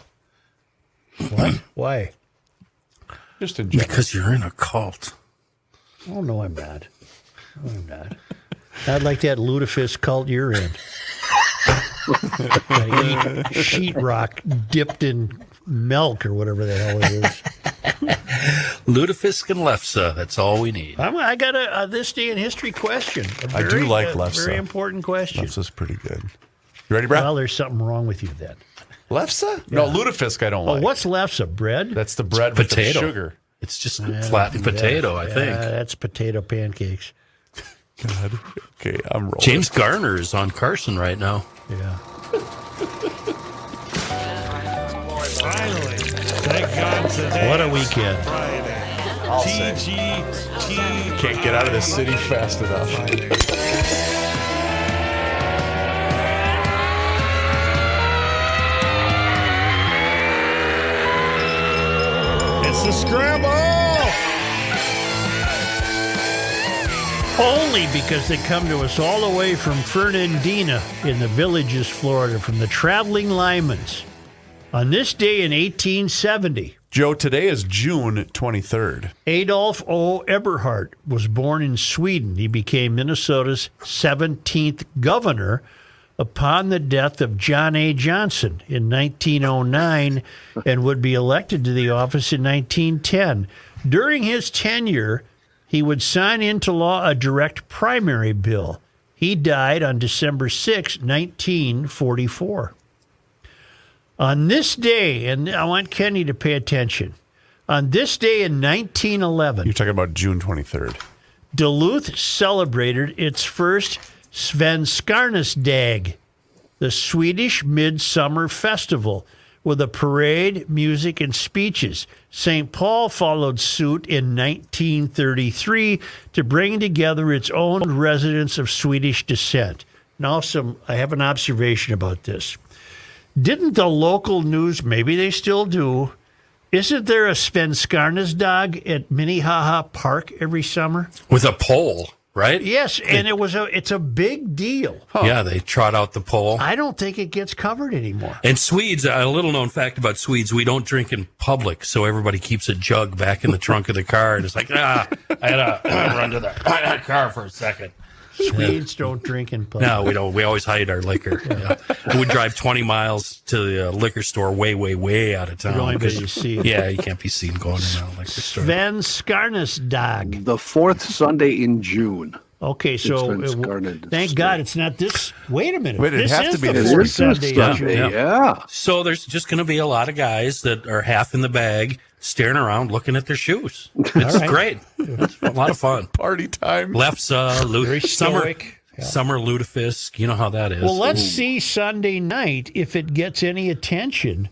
[SPEAKER 1] What? Why?
[SPEAKER 2] Just a
[SPEAKER 3] because you're in a cult.
[SPEAKER 1] Oh no, I'm not. No, I'm not. Not like that ludicrous cult you're in. I eat sheetrock dipped in milk or whatever the hell it is.
[SPEAKER 3] Lutefisk and Lefsa, that's all we need.
[SPEAKER 1] I'm, I got a, a this day in history question. A
[SPEAKER 2] I do
[SPEAKER 1] very,
[SPEAKER 2] like
[SPEAKER 1] uh,
[SPEAKER 2] Lefse.
[SPEAKER 1] Very important question.
[SPEAKER 2] Lefsa's pretty good. You ready, Brad?
[SPEAKER 1] Well, there's something wrong with you then.
[SPEAKER 2] Lefse? No, lutefisk. I don't
[SPEAKER 1] Oh,
[SPEAKER 2] like.
[SPEAKER 1] what's lefse? Bread?
[SPEAKER 2] That's the bread with
[SPEAKER 3] Potato.
[SPEAKER 2] the sugar.
[SPEAKER 3] It's just
[SPEAKER 1] Yeah,
[SPEAKER 3] flattened
[SPEAKER 1] yeah,
[SPEAKER 3] potato, I
[SPEAKER 1] yeah,
[SPEAKER 3] think.
[SPEAKER 1] that's potato pancakes.
[SPEAKER 2] God. Okay, I'm rolling.
[SPEAKER 3] James Garner is on Carson right now.
[SPEAKER 1] Yeah. What a weekend.
[SPEAKER 2] I'll say. Can't get out of this city fast enough.
[SPEAKER 15] It's the scramble.
[SPEAKER 1] Only because they come to us all the way from Fernandina in the villages, Florida, from the traveling Lymans. On this day in 1870,
[SPEAKER 2] Joe, today is June 23rd.
[SPEAKER 1] Adolf O. Eberhard was born in Sweden. He became Minnesota's 17th governor upon the death of John A. Johnson in 1909 and would be elected to the office in 1910. During his tenure, he would sign into law a direct primary bill. He died on December 6, 1944. On this day, and I want Kenny to pay attention. On this day in 1911,
[SPEAKER 2] You're talking about June 23rd.
[SPEAKER 1] Duluth celebrated its first Svensskarnesdag, the Swedish Midsummer Festival, with a parade, music, and speeches. St. Paul followed suit in 1933 to bring together its own residents of Swedish descent. Now, some I have an observation about this. Didn't the local news, maybe they still do, isn't there a Svensskarnesdag at Minnehaha Park every summer?
[SPEAKER 3] With a pole, right?
[SPEAKER 1] Yes, and it was a it's a big deal.
[SPEAKER 3] Yeah, they trot out the pole.
[SPEAKER 1] I don't think it gets covered anymore.
[SPEAKER 3] And Swedes, a little known fact about Swedes, we don't drink in public, so everybody keeps a jug back in the trunk of the car, and it's like, ah, I had to run to the car for a second.
[SPEAKER 1] Swedes don't drink in public.
[SPEAKER 3] No, we don't. We always hide our liquor. Yeah. We drive 20 miles to the uh, liquor store, way, way, way out of town.
[SPEAKER 1] only
[SPEAKER 3] because
[SPEAKER 1] be
[SPEAKER 3] you-
[SPEAKER 1] seen.
[SPEAKER 3] Yeah, you can't be seen going around a liquor store.
[SPEAKER 1] Svensskarnesdag.
[SPEAKER 4] The fourth Sunday in June.
[SPEAKER 1] Okay, so
[SPEAKER 4] It's been
[SPEAKER 1] uh,
[SPEAKER 4] scarred.
[SPEAKER 1] thank God it's not this. Wait a minute.
[SPEAKER 3] Wait, it'd
[SPEAKER 1] this
[SPEAKER 3] have
[SPEAKER 1] is
[SPEAKER 3] to be
[SPEAKER 1] the
[SPEAKER 3] this
[SPEAKER 1] 45
[SPEAKER 3] Sunday.
[SPEAKER 1] day
[SPEAKER 3] Yeah,
[SPEAKER 1] issue.
[SPEAKER 3] yeah. So there's just going to be a lot of guys that are half in the bag, staring around, looking at their shoes. It's
[SPEAKER 1] right.
[SPEAKER 3] great. It's a lot of fun.
[SPEAKER 2] Party time.
[SPEAKER 3] Lefsa,
[SPEAKER 1] Very
[SPEAKER 3] Lu- summer,
[SPEAKER 1] stoic. Yeah.
[SPEAKER 3] summer lutefisk. You know how that is.
[SPEAKER 1] Well, let's
[SPEAKER 3] Ooh.
[SPEAKER 1] see Sunday night if it gets any attention,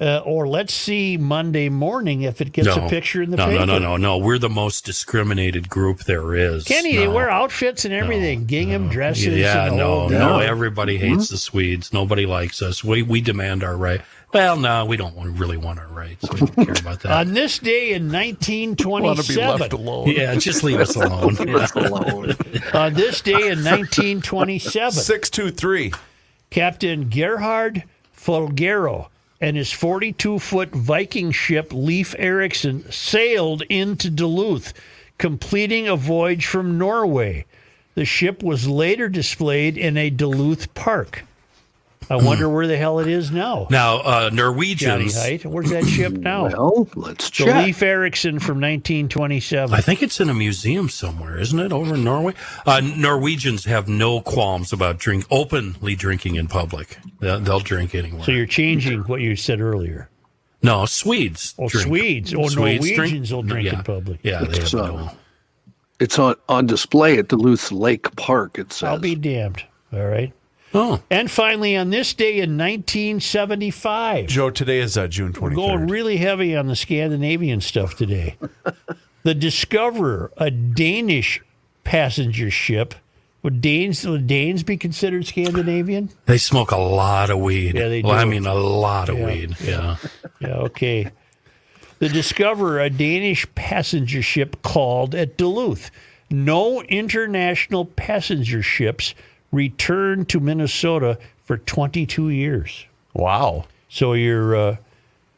[SPEAKER 1] uh, or let's see Monday morning if it gets a picture in the
[SPEAKER 3] no,
[SPEAKER 1] paper.
[SPEAKER 3] No, no, no, no. We're the most discriminated group there is.
[SPEAKER 1] Kenny, they
[SPEAKER 3] no.
[SPEAKER 1] wear outfits and everything, gingham dresses.
[SPEAKER 3] Yeah,
[SPEAKER 1] and
[SPEAKER 3] no,
[SPEAKER 1] all that.
[SPEAKER 3] no. Everybody hates the Swedes. Nobody likes us. We we demand our right. Well, no, we don't want, really want our rights. We don't care about that.
[SPEAKER 1] On this day in 1927,
[SPEAKER 3] Yeah, just leave us alone.
[SPEAKER 1] On Uh, this day in 1927,
[SPEAKER 2] 623,
[SPEAKER 1] Captain Gerhard Folgero and his 42 foot Viking ship Leif Erikson sailed into Duluth, completing a voyage from Norway. The ship was later displayed in a Duluth park. I wonder where the hell it is now.
[SPEAKER 3] Now, uh,
[SPEAKER 1] Johnny
[SPEAKER 3] Norwegians.
[SPEAKER 1] Height. Where's that ship now?
[SPEAKER 4] Well, let's
[SPEAKER 1] Oh. The Leif Erikson from 1927.
[SPEAKER 3] I think it's in a museum somewhere, isn't it? Over in Norway, uh, Norwegians have no qualms about drink openly drinking in public. They'll, they'll drink anywhere.
[SPEAKER 1] So you're changing what you said earlier.
[SPEAKER 3] No, Swedes.
[SPEAKER 1] Oh,
[SPEAKER 3] drink.
[SPEAKER 1] Swedes. Oh,
[SPEAKER 3] drink-
[SPEAKER 1] Norwegians will drink
[SPEAKER 3] yeah.
[SPEAKER 1] in public.
[SPEAKER 3] Yeah, they have
[SPEAKER 4] So-
[SPEAKER 3] no.
[SPEAKER 4] It's on, on display at Duluth Lake Park, it says.
[SPEAKER 1] I'll be damned. All right.
[SPEAKER 3] Oh.
[SPEAKER 1] And finally, on this day in 1975,
[SPEAKER 2] Joe, today is uh, June
[SPEAKER 1] we're
[SPEAKER 2] 23rd.
[SPEAKER 1] going really heavy on the Scandinavian stuff today. the Discoverer, a Danish passenger ship. Would Danes would Danes be considered Scandinavian?
[SPEAKER 3] They smoke a lot of weed.
[SPEAKER 1] Yeah, they
[SPEAKER 3] Well, I
[SPEAKER 1] do.
[SPEAKER 3] mean, a lot of
[SPEAKER 1] Yeah.
[SPEAKER 3] weed. Yeah.
[SPEAKER 1] Yeah, okay. The Discoverer, a Danish passenger ship, called at Duluth. No international passenger ships returned to Minnesota for 22 years.
[SPEAKER 2] Wow.
[SPEAKER 1] So your uh,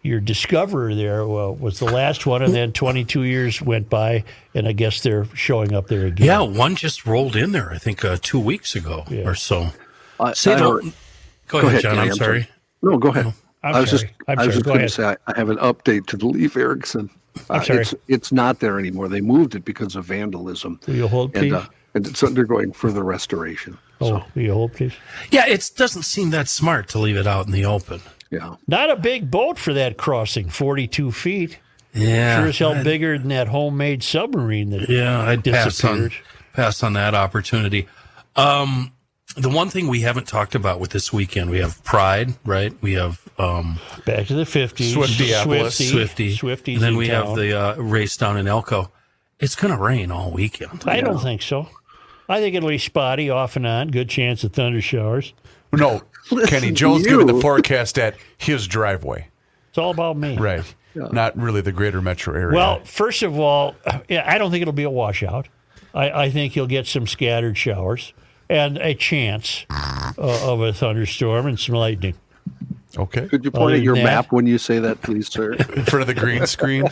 [SPEAKER 1] your Discoverer there uh, was the last one, and then 22 years went by, and I guess they're showing up there again.
[SPEAKER 3] Yeah, one just rolled in there, I think, uh, two weeks ago or so.
[SPEAKER 4] I-
[SPEAKER 3] Say
[SPEAKER 4] I
[SPEAKER 3] the-
[SPEAKER 4] don't-
[SPEAKER 3] go, ahead, John.
[SPEAKER 4] Kenny,
[SPEAKER 3] I'm sorry.
[SPEAKER 4] No, go ahead.
[SPEAKER 1] I'm
[SPEAKER 4] I was
[SPEAKER 1] sorry.
[SPEAKER 4] just,
[SPEAKER 1] I'm
[SPEAKER 4] I
[SPEAKER 1] sorry.
[SPEAKER 4] was just
[SPEAKER 1] Go
[SPEAKER 4] going to
[SPEAKER 1] ahead.
[SPEAKER 4] say I, I have an update to the Leif Erikson.
[SPEAKER 1] I'm sorry.
[SPEAKER 4] It's, it's not there anymore. They moved it because of vandalism.
[SPEAKER 1] Will you hold, please?
[SPEAKER 4] And, uh, and it's undergoing further restoration.
[SPEAKER 1] oh, will you hold, please?
[SPEAKER 3] Yeah, it doesn't seem that smart to leave it out in the open.
[SPEAKER 4] Yeah.
[SPEAKER 1] Not a big boat for that crossing, 42 feet.
[SPEAKER 3] Yeah.
[SPEAKER 1] Sure as hell
[SPEAKER 3] I'd-
[SPEAKER 1] bigger than that homemade submarine that
[SPEAKER 3] Yeah, I'd pass on,
[SPEAKER 1] disappeared.
[SPEAKER 3] pass on that opportunity. Um, the one thing we haven't talked about with this weekend, we have Pride, right? We have um,
[SPEAKER 1] Back to the 50s.
[SPEAKER 3] Swifty,
[SPEAKER 1] Swifty.
[SPEAKER 3] Swifty,
[SPEAKER 1] Swifty's
[SPEAKER 3] and then
[SPEAKER 1] in
[SPEAKER 3] we
[SPEAKER 1] town.
[SPEAKER 3] have the uh, race down in Elko. It's going to rain all weekend.
[SPEAKER 1] I don't think so. I think it'll be spotty off and on. Good chance of thunder showers.
[SPEAKER 2] No, Kenny,
[SPEAKER 1] to
[SPEAKER 2] Joe's giving the
[SPEAKER 1] you.
[SPEAKER 2] forecast at his driveway.
[SPEAKER 1] It's all about me.
[SPEAKER 2] Right. Not really the greater metro area.
[SPEAKER 1] Well, first of all, yeah, I don't think it'll be a washout. I, I think you'll get some scattered showers and a chance uh, of a thunderstorm and some lightning.
[SPEAKER 2] Okay.
[SPEAKER 4] Could you
[SPEAKER 1] Other
[SPEAKER 4] point at
[SPEAKER 1] than
[SPEAKER 4] your
[SPEAKER 1] that-
[SPEAKER 4] map when you say that, please, sir?
[SPEAKER 2] in front of the green screen.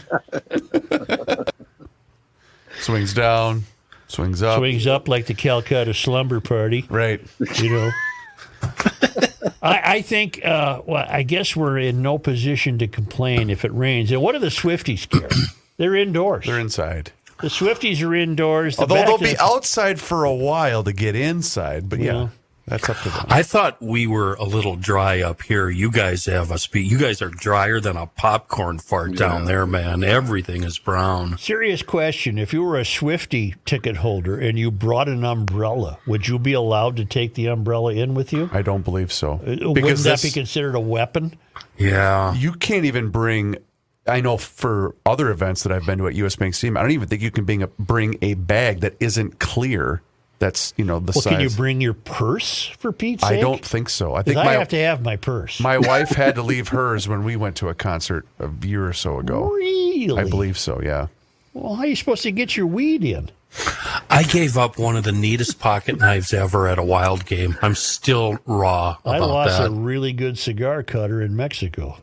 [SPEAKER 2] swings down, swings up.
[SPEAKER 1] Swings up like the Calcutta slumber party.
[SPEAKER 2] Right.
[SPEAKER 1] You know. I, I think, uh, well, I guess we're in no position to complain if it rains. And what do the Swifties care? They're indoors. They're
[SPEAKER 2] inside.
[SPEAKER 1] The Swifties are indoors. The
[SPEAKER 2] Although
[SPEAKER 1] back
[SPEAKER 2] they'll
[SPEAKER 1] of the-
[SPEAKER 2] be outside for a while to get inside, but yeah,
[SPEAKER 1] Yeah.
[SPEAKER 2] that's up to them.
[SPEAKER 3] I thought we were a little dry up here. You guys have us beat. You guys are drier than a popcorn fart down there, man. Everything is brown.
[SPEAKER 1] Serious question. If you were a Swifty ticket holder and you brought an umbrella, would you be allowed to take the umbrella in with you?
[SPEAKER 2] I don't believe so.
[SPEAKER 1] Wouldn't that be
[SPEAKER 2] this-
[SPEAKER 1] considered a weapon?
[SPEAKER 3] Yeah.
[SPEAKER 2] You can't even bring. I know for other events that I've been to at US Bank Stadium, I don't even think you can bring a, bring a bag that isn't clear. That's you know the
[SPEAKER 1] well,
[SPEAKER 2] size.
[SPEAKER 1] can you bring your purse for Pete's sake?
[SPEAKER 2] I don't think so. I
[SPEAKER 1] 'Cause
[SPEAKER 2] think my
[SPEAKER 1] have to have my purse.
[SPEAKER 2] my wife had to leave hers when we went to a concert a year or so ago.
[SPEAKER 1] Really?
[SPEAKER 2] I believe so. Yeah.
[SPEAKER 1] Well, how are you supposed to get your weed in?
[SPEAKER 3] I gave up one of the neatest pocket knives ever at a wild game. I'm still raw
[SPEAKER 1] I
[SPEAKER 3] about
[SPEAKER 1] lost a
[SPEAKER 3] that.
[SPEAKER 1] really good cigar cutter in Mexico.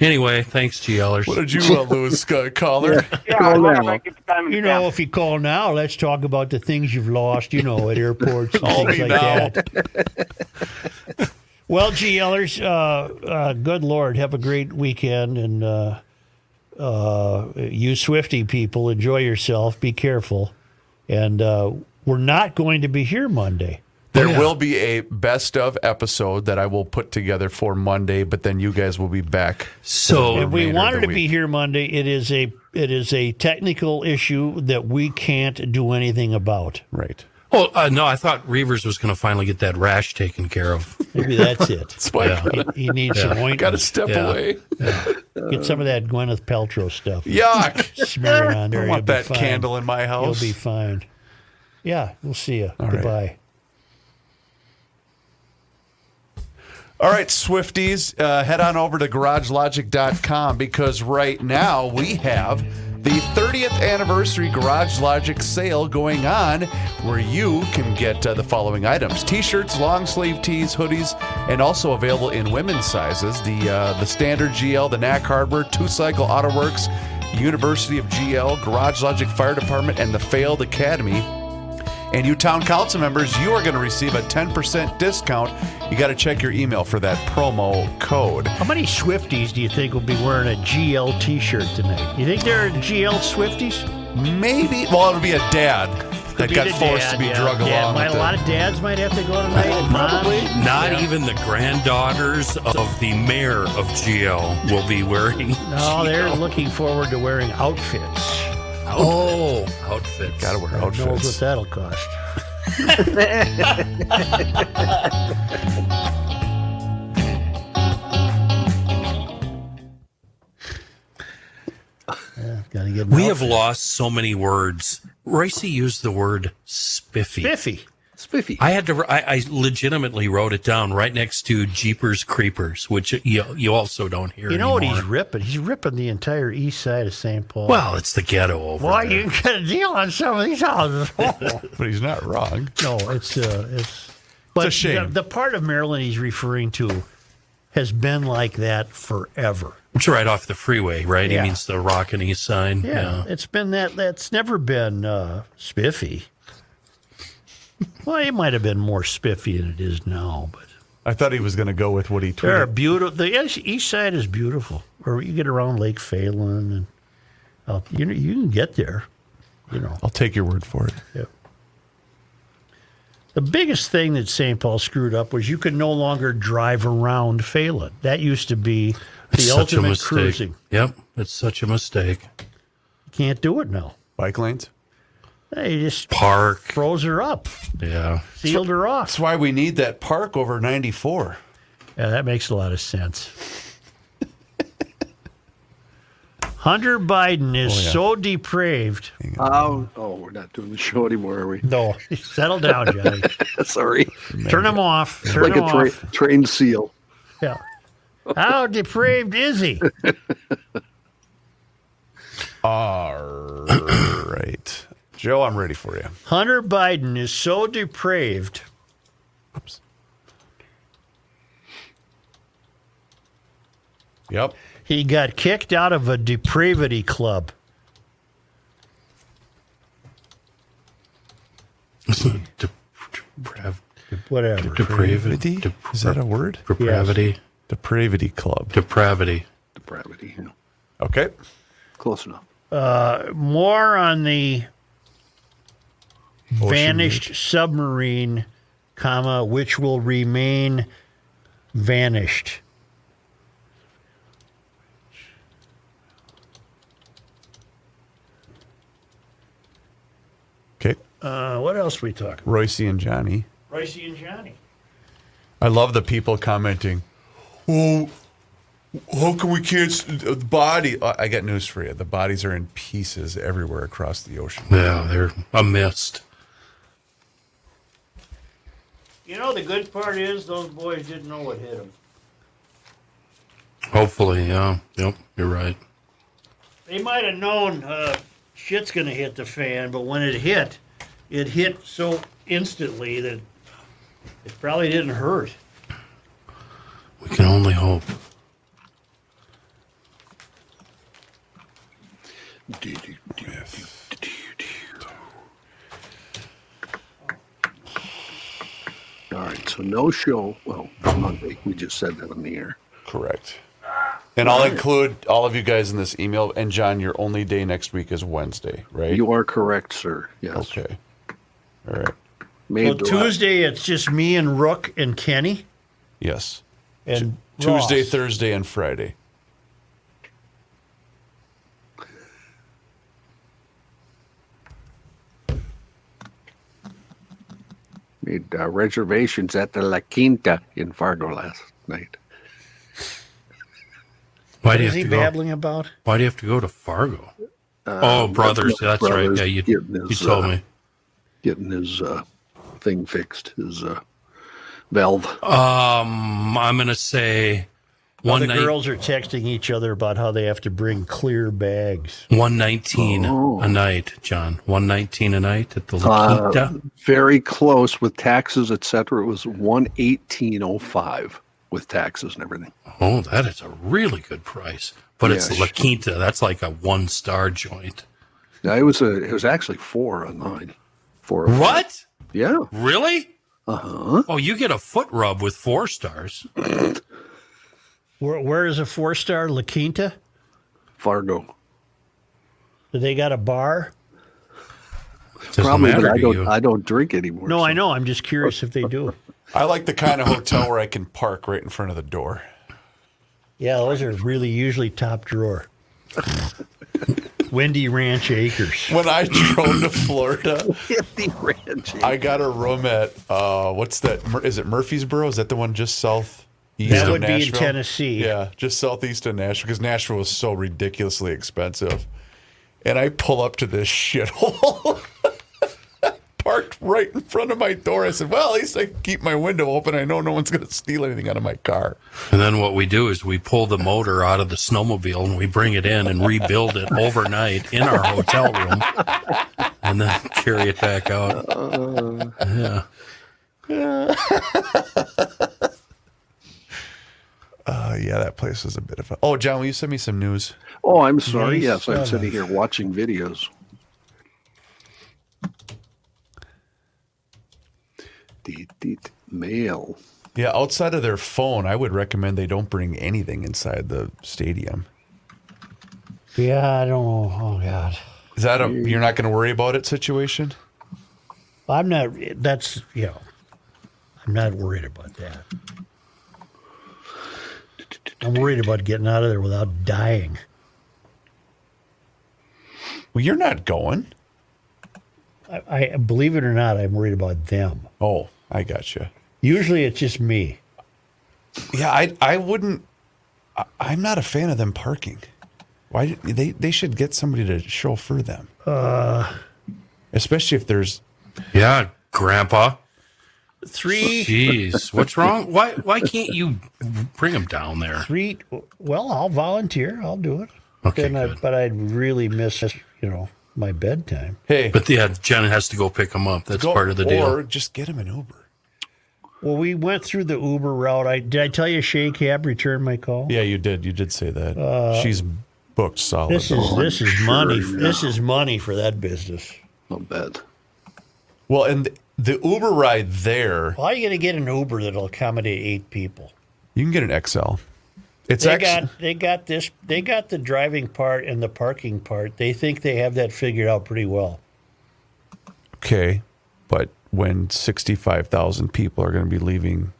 [SPEAKER 3] Anyway, thanks to yellers.
[SPEAKER 2] What did you uh, lose, uh, caller?
[SPEAKER 1] You know, if you call now, let's talk about the things you've lost, you know, at airports and
[SPEAKER 2] Call
[SPEAKER 1] things
[SPEAKER 2] me
[SPEAKER 1] like
[SPEAKER 2] now.
[SPEAKER 1] that. Well, GLers, uh, uh, good Lord, have a great weekend. And uh, uh, you Swifty people, enjoy yourself. Be careful. and uh, we're not going to be here Monday.
[SPEAKER 2] There will be a best of episode that I will put together for Monday, but then you guys will be back.
[SPEAKER 3] So
[SPEAKER 1] if we wanted to be here Monday, it is a it is a technical issue that we can't do anything about.
[SPEAKER 2] Right.
[SPEAKER 3] Oh uh, no, I thought Reavers was going to finally get that rash taken care of.
[SPEAKER 1] Maybe that's it.
[SPEAKER 2] That's why I gotta-
[SPEAKER 1] He, he needs some
[SPEAKER 2] Yeah.
[SPEAKER 1] ointment.
[SPEAKER 2] Gotta step Yeah. away.
[SPEAKER 1] Get some of that Gwyneth Paltrow stuff.
[SPEAKER 2] Yuck.
[SPEAKER 1] Smear it on there.
[SPEAKER 2] I want
[SPEAKER 1] You'll be
[SPEAKER 2] that
[SPEAKER 1] fine.
[SPEAKER 2] candle in my house.
[SPEAKER 1] You'll be fine. Yeah, we'll see you.
[SPEAKER 2] All right.
[SPEAKER 1] Goodbye.
[SPEAKER 2] All right, Swifties, uh, head on over to garagelogic.com because right now we have the 30th anniversary Garage Logic sale going on where you can get uh, the following items t shirts, long sleeve tees, hoodies, and also available in women's sizes the, uh, the standard GL, the NAC hardware, two cycle Autoworks, University of GL, Garage Logic Fire Department, and the Failed Academy. And you town council members, you are going to receive a 10% discount. You got to check your email for that promo code.
[SPEAKER 1] How many Swifties do you think will be wearing a GL T-shirt tonight? You think there are GL Swifties?
[SPEAKER 2] Maybe. Well, it'll be a dad that
[SPEAKER 1] be
[SPEAKER 2] got
[SPEAKER 1] the
[SPEAKER 2] forced
[SPEAKER 1] dad,
[SPEAKER 2] to be
[SPEAKER 1] yeah.
[SPEAKER 2] drug
[SPEAKER 1] Dad
[SPEAKER 2] along.
[SPEAKER 1] might-
[SPEAKER 2] with
[SPEAKER 1] a
[SPEAKER 2] it.
[SPEAKER 1] lot of dads might have to go tonight. and moms.
[SPEAKER 3] Not even the granddaughters of the mayor of GL will be wearing.
[SPEAKER 1] No, they're looking forward to wearing outfits.
[SPEAKER 3] Oh, outfits.
[SPEAKER 2] Gotta wear
[SPEAKER 1] Who knows what
[SPEAKER 2] outfits.
[SPEAKER 1] that'll cost? Yeah, gotta get an
[SPEAKER 3] We
[SPEAKER 1] outfit.
[SPEAKER 3] have lost so many words. Ricey used the word spiffy.
[SPEAKER 1] Spiffy.
[SPEAKER 4] Spiffy.
[SPEAKER 3] I had to. I, I legitimately wrote it down right next to Jeepers Creepers, which you you also don't hear.
[SPEAKER 1] You know what he's
[SPEAKER 3] anymore.
[SPEAKER 1] ripping? He's ripping the entire east side of St. Paul.
[SPEAKER 3] Well, it's the ghetto over
[SPEAKER 1] Boy,
[SPEAKER 3] there.
[SPEAKER 1] you can get a deal on some of these houses.
[SPEAKER 2] But he's not wrong.
[SPEAKER 1] no, it's uh, it's. But
[SPEAKER 2] a shame.
[SPEAKER 1] The, the part of Maryland he's referring to has been like that forever.
[SPEAKER 3] It's right off the freeway, right?
[SPEAKER 1] Yeah.
[SPEAKER 3] He means the rock and east sign.
[SPEAKER 1] Yeah, it's been that. That's never been uh, spiffy. well, it might have been more spiffy than it is now, but
[SPEAKER 2] I thought he was going to go with what he tweeted.
[SPEAKER 1] They're beautiful. The east- east side is beautiful. Or you get around Lake Phelan, and out, you know, you can get there. You know,
[SPEAKER 2] I'll take your word for it.
[SPEAKER 1] the biggest thing that St. Paul screwed up was you could no longer drive around Phelan. That used to be the
[SPEAKER 3] It's such a
[SPEAKER 1] ultimate
[SPEAKER 3] mistake.
[SPEAKER 1] cruising.
[SPEAKER 3] Yep, it's such a mistake.
[SPEAKER 1] Can't do it now.
[SPEAKER 2] Bike lanes?
[SPEAKER 1] They just
[SPEAKER 3] Park.
[SPEAKER 1] froze her up,
[SPEAKER 3] Yeah.
[SPEAKER 1] sealed her off.
[SPEAKER 2] That's why we need that park over 94.
[SPEAKER 1] Yeah, that makes a lot of sense. Hunter Biden is
[SPEAKER 4] Oh, yeah.
[SPEAKER 1] so depraved.
[SPEAKER 4] Oh, oh, we're not doing the show anymore, are we?
[SPEAKER 1] No, settle down, Johnny.
[SPEAKER 4] Sorry.
[SPEAKER 1] Turn him off. Turn
[SPEAKER 4] like
[SPEAKER 1] him
[SPEAKER 4] a tra-
[SPEAKER 1] off.
[SPEAKER 4] trained seal.
[SPEAKER 1] Yeah. How depraved is he?
[SPEAKER 2] All right. Joe, I'm ready for you.
[SPEAKER 1] Hunter Biden is so depraved.
[SPEAKER 2] Yep.
[SPEAKER 1] He got kicked out of a depravity club.
[SPEAKER 3] Deprav-
[SPEAKER 1] Whatever.
[SPEAKER 3] depravity.
[SPEAKER 2] Is that a word?
[SPEAKER 3] Depravity.
[SPEAKER 2] Depravity Club.
[SPEAKER 3] Depravity.
[SPEAKER 4] Depravity. Yeah.
[SPEAKER 2] Okay.
[SPEAKER 4] Close enough.
[SPEAKER 1] Uh, more on the vanished submarine, comma, which will remain vanished.
[SPEAKER 2] Okay.
[SPEAKER 1] Uh, what else we talking?
[SPEAKER 2] Royce and Johnny.
[SPEAKER 1] Ricey and Johnny.
[SPEAKER 2] I love the people commenting. Well, how come we can't s- uh, the body? I I got news for you. The bodies are in pieces everywhere across the ocean.
[SPEAKER 3] Yeah, they're a mist.
[SPEAKER 1] You know, the good part is those boys didn't know what hit them.
[SPEAKER 3] Hopefully, yeah. Yep, you're right.
[SPEAKER 1] They might have known uh, shit's going to hit the fan, but when it hit, it hit so instantly that it probably didn't hurt.
[SPEAKER 3] We can only hope.
[SPEAKER 4] All right. So no show. Well, Monday. We just said that on the air.
[SPEAKER 2] Correct. And I'll include all of you guys in this email. And John, your only day next week is Wednesday, right?
[SPEAKER 4] You are correct, sir. Yes. uh,
[SPEAKER 2] Okay. All right.
[SPEAKER 1] well, Tuesday it's just me and Rook and Kenny.
[SPEAKER 2] Yes.
[SPEAKER 1] And
[SPEAKER 2] Tuesday,
[SPEAKER 1] Ross.
[SPEAKER 2] Thursday, and Friday.
[SPEAKER 4] Made uh, reservations at the La Quinta in Fargo last night.
[SPEAKER 3] Why do
[SPEAKER 1] What is
[SPEAKER 3] you have
[SPEAKER 1] he
[SPEAKER 3] to go?
[SPEAKER 1] babbling about?
[SPEAKER 3] Why do you have to go to Fargo?
[SPEAKER 4] Uh,
[SPEAKER 3] oh, brothers,
[SPEAKER 4] Brooks
[SPEAKER 3] that's right.
[SPEAKER 4] Brothers
[SPEAKER 3] Yeah, you,
[SPEAKER 4] getting
[SPEAKER 3] you
[SPEAKER 4] his,
[SPEAKER 3] told
[SPEAKER 4] uh,
[SPEAKER 3] me.
[SPEAKER 4] Getting his uh, thing fixed, his uh, valve.
[SPEAKER 3] Um, I'm gonna say
[SPEAKER 1] Well,
[SPEAKER 3] one
[SPEAKER 1] the
[SPEAKER 3] night,
[SPEAKER 1] girls are texting each other about how they have to bring clear bags.
[SPEAKER 3] one nineteen
[SPEAKER 4] Oh.
[SPEAKER 3] a night, John. One nineteen a night at the La
[SPEAKER 4] Uh,
[SPEAKER 3] Quinta.
[SPEAKER 4] very close with taxes, et cetera. It was one eighteen oh five with taxes and everything.
[SPEAKER 3] oh, that is a really good price, but it's
[SPEAKER 4] Yeah,
[SPEAKER 3] La Quinta. That's like a one star joint.
[SPEAKER 4] Yeah, it was a. It was actually four online. Four. oh
[SPEAKER 3] What?
[SPEAKER 4] Yeah.
[SPEAKER 3] Really?
[SPEAKER 4] Uh huh.
[SPEAKER 3] Oh, you get a foot rub with four stars.
[SPEAKER 1] Where, where is a four star La Quinta?
[SPEAKER 4] Fargo.
[SPEAKER 1] Do they got a bar?
[SPEAKER 4] Probably, but
[SPEAKER 1] matter
[SPEAKER 4] I
[SPEAKER 1] to
[SPEAKER 4] don't.
[SPEAKER 1] you.
[SPEAKER 4] I don't drink anymore.
[SPEAKER 1] No, I know. I'm just curious if they do.
[SPEAKER 2] I like the kind of hotel where I can park right in front of the door.
[SPEAKER 1] Yeah, those are really usually top drawer. Wendy Ranch Acres.
[SPEAKER 2] When I drove to Florida, I got a room at uh, what's that? Mur- Is it Murfreesboro? Is that the one just south? East
[SPEAKER 1] That
[SPEAKER 2] of
[SPEAKER 1] would be in
[SPEAKER 2] Nashville?
[SPEAKER 1] Tennessee.
[SPEAKER 2] Yeah, just southeast of Nashville because Nashville was so ridiculously expensive. And I pull up to this shithole, parked right in front of my door. I said, "Well, at least I can keep my window open. I know no one's going to steal anything out of my car."
[SPEAKER 3] And then what we do is we pull the motor out of the snowmobile and we bring it in and rebuild it overnight in our hotel room and then carry it back out. yeah.
[SPEAKER 2] Uh, yeah, that place was a bit of a. Oh, John, will you send me some news?
[SPEAKER 4] Oh, I'm sorry.
[SPEAKER 2] Nice.
[SPEAKER 4] Yes, I'm sitting here watching videos. Deet, deet, mail.
[SPEAKER 2] Yeah, outside of their phone, I would recommend they don't bring anything inside the stadium.
[SPEAKER 1] Yeah, I don't know. Oh God,
[SPEAKER 2] Is that a you're not going to worry about it situation?
[SPEAKER 1] I'm not. That's you know, I'm not worried about that. I'm worried about getting out of there without dying.
[SPEAKER 2] Well, you're not going.
[SPEAKER 1] I, I believe it or not, I'm worried about them.
[SPEAKER 2] Oh, I gotcha.
[SPEAKER 1] Usually, it's just me.
[SPEAKER 2] Yeah, I I wouldn't. I, I'm not a fan of them parking. Why did- they they should get somebody to chauffeur them,
[SPEAKER 1] Uh,
[SPEAKER 2] especially if there's.
[SPEAKER 3] Yeah, Grandpa.
[SPEAKER 1] three.
[SPEAKER 3] Jeez, what's wrong? Why why can't you bring them down there?
[SPEAKER 1] Three. Well, I'll volunteer. I'll do it.
[SPEAKER 3] Okay,
[SPEAKER 1] Then I, but I'd really miss, you know, my bedtime.
[SPEAKER 2] Hey,
[SPEAKER 3] but yeah, Jen has to go pick them up. That's
[SPEAKER 2] Go-
[SPEAKER 3] part of the deal.
[SPEAKER 2] Or just get them an Uber.
[SPEAKER 1] Well, we went through the Uber route. I did. I tell you, Shea Cab returned my call.
[SPEAKER 2] Yeah, you did. You did say that.
[SPEAKER 1] Uh,
[SPEAKER 2] She's booked solid.
[SPEAKER 1] This is
[SPEAKER 2] though.
[SPEAKER 1] this is money. This is money for that business.
[SPEAKER 4] I'll bet.
[SPEAKER 2] Well, and the Uber ride there,
[SPEAKER 1] How are you going to get an Uber that'll accommodate eight people?
[SPEAKER 2] you can get an XL. It's
[SPEAKER 1] they
[SPEAKER 2] actually
[SPEAKER 1] got they got this. They got the driving part and the parking part. They think they have that figured out pretty well.
[SPEAKER 2] okay, but when sixty-five thousand people are going to be leaving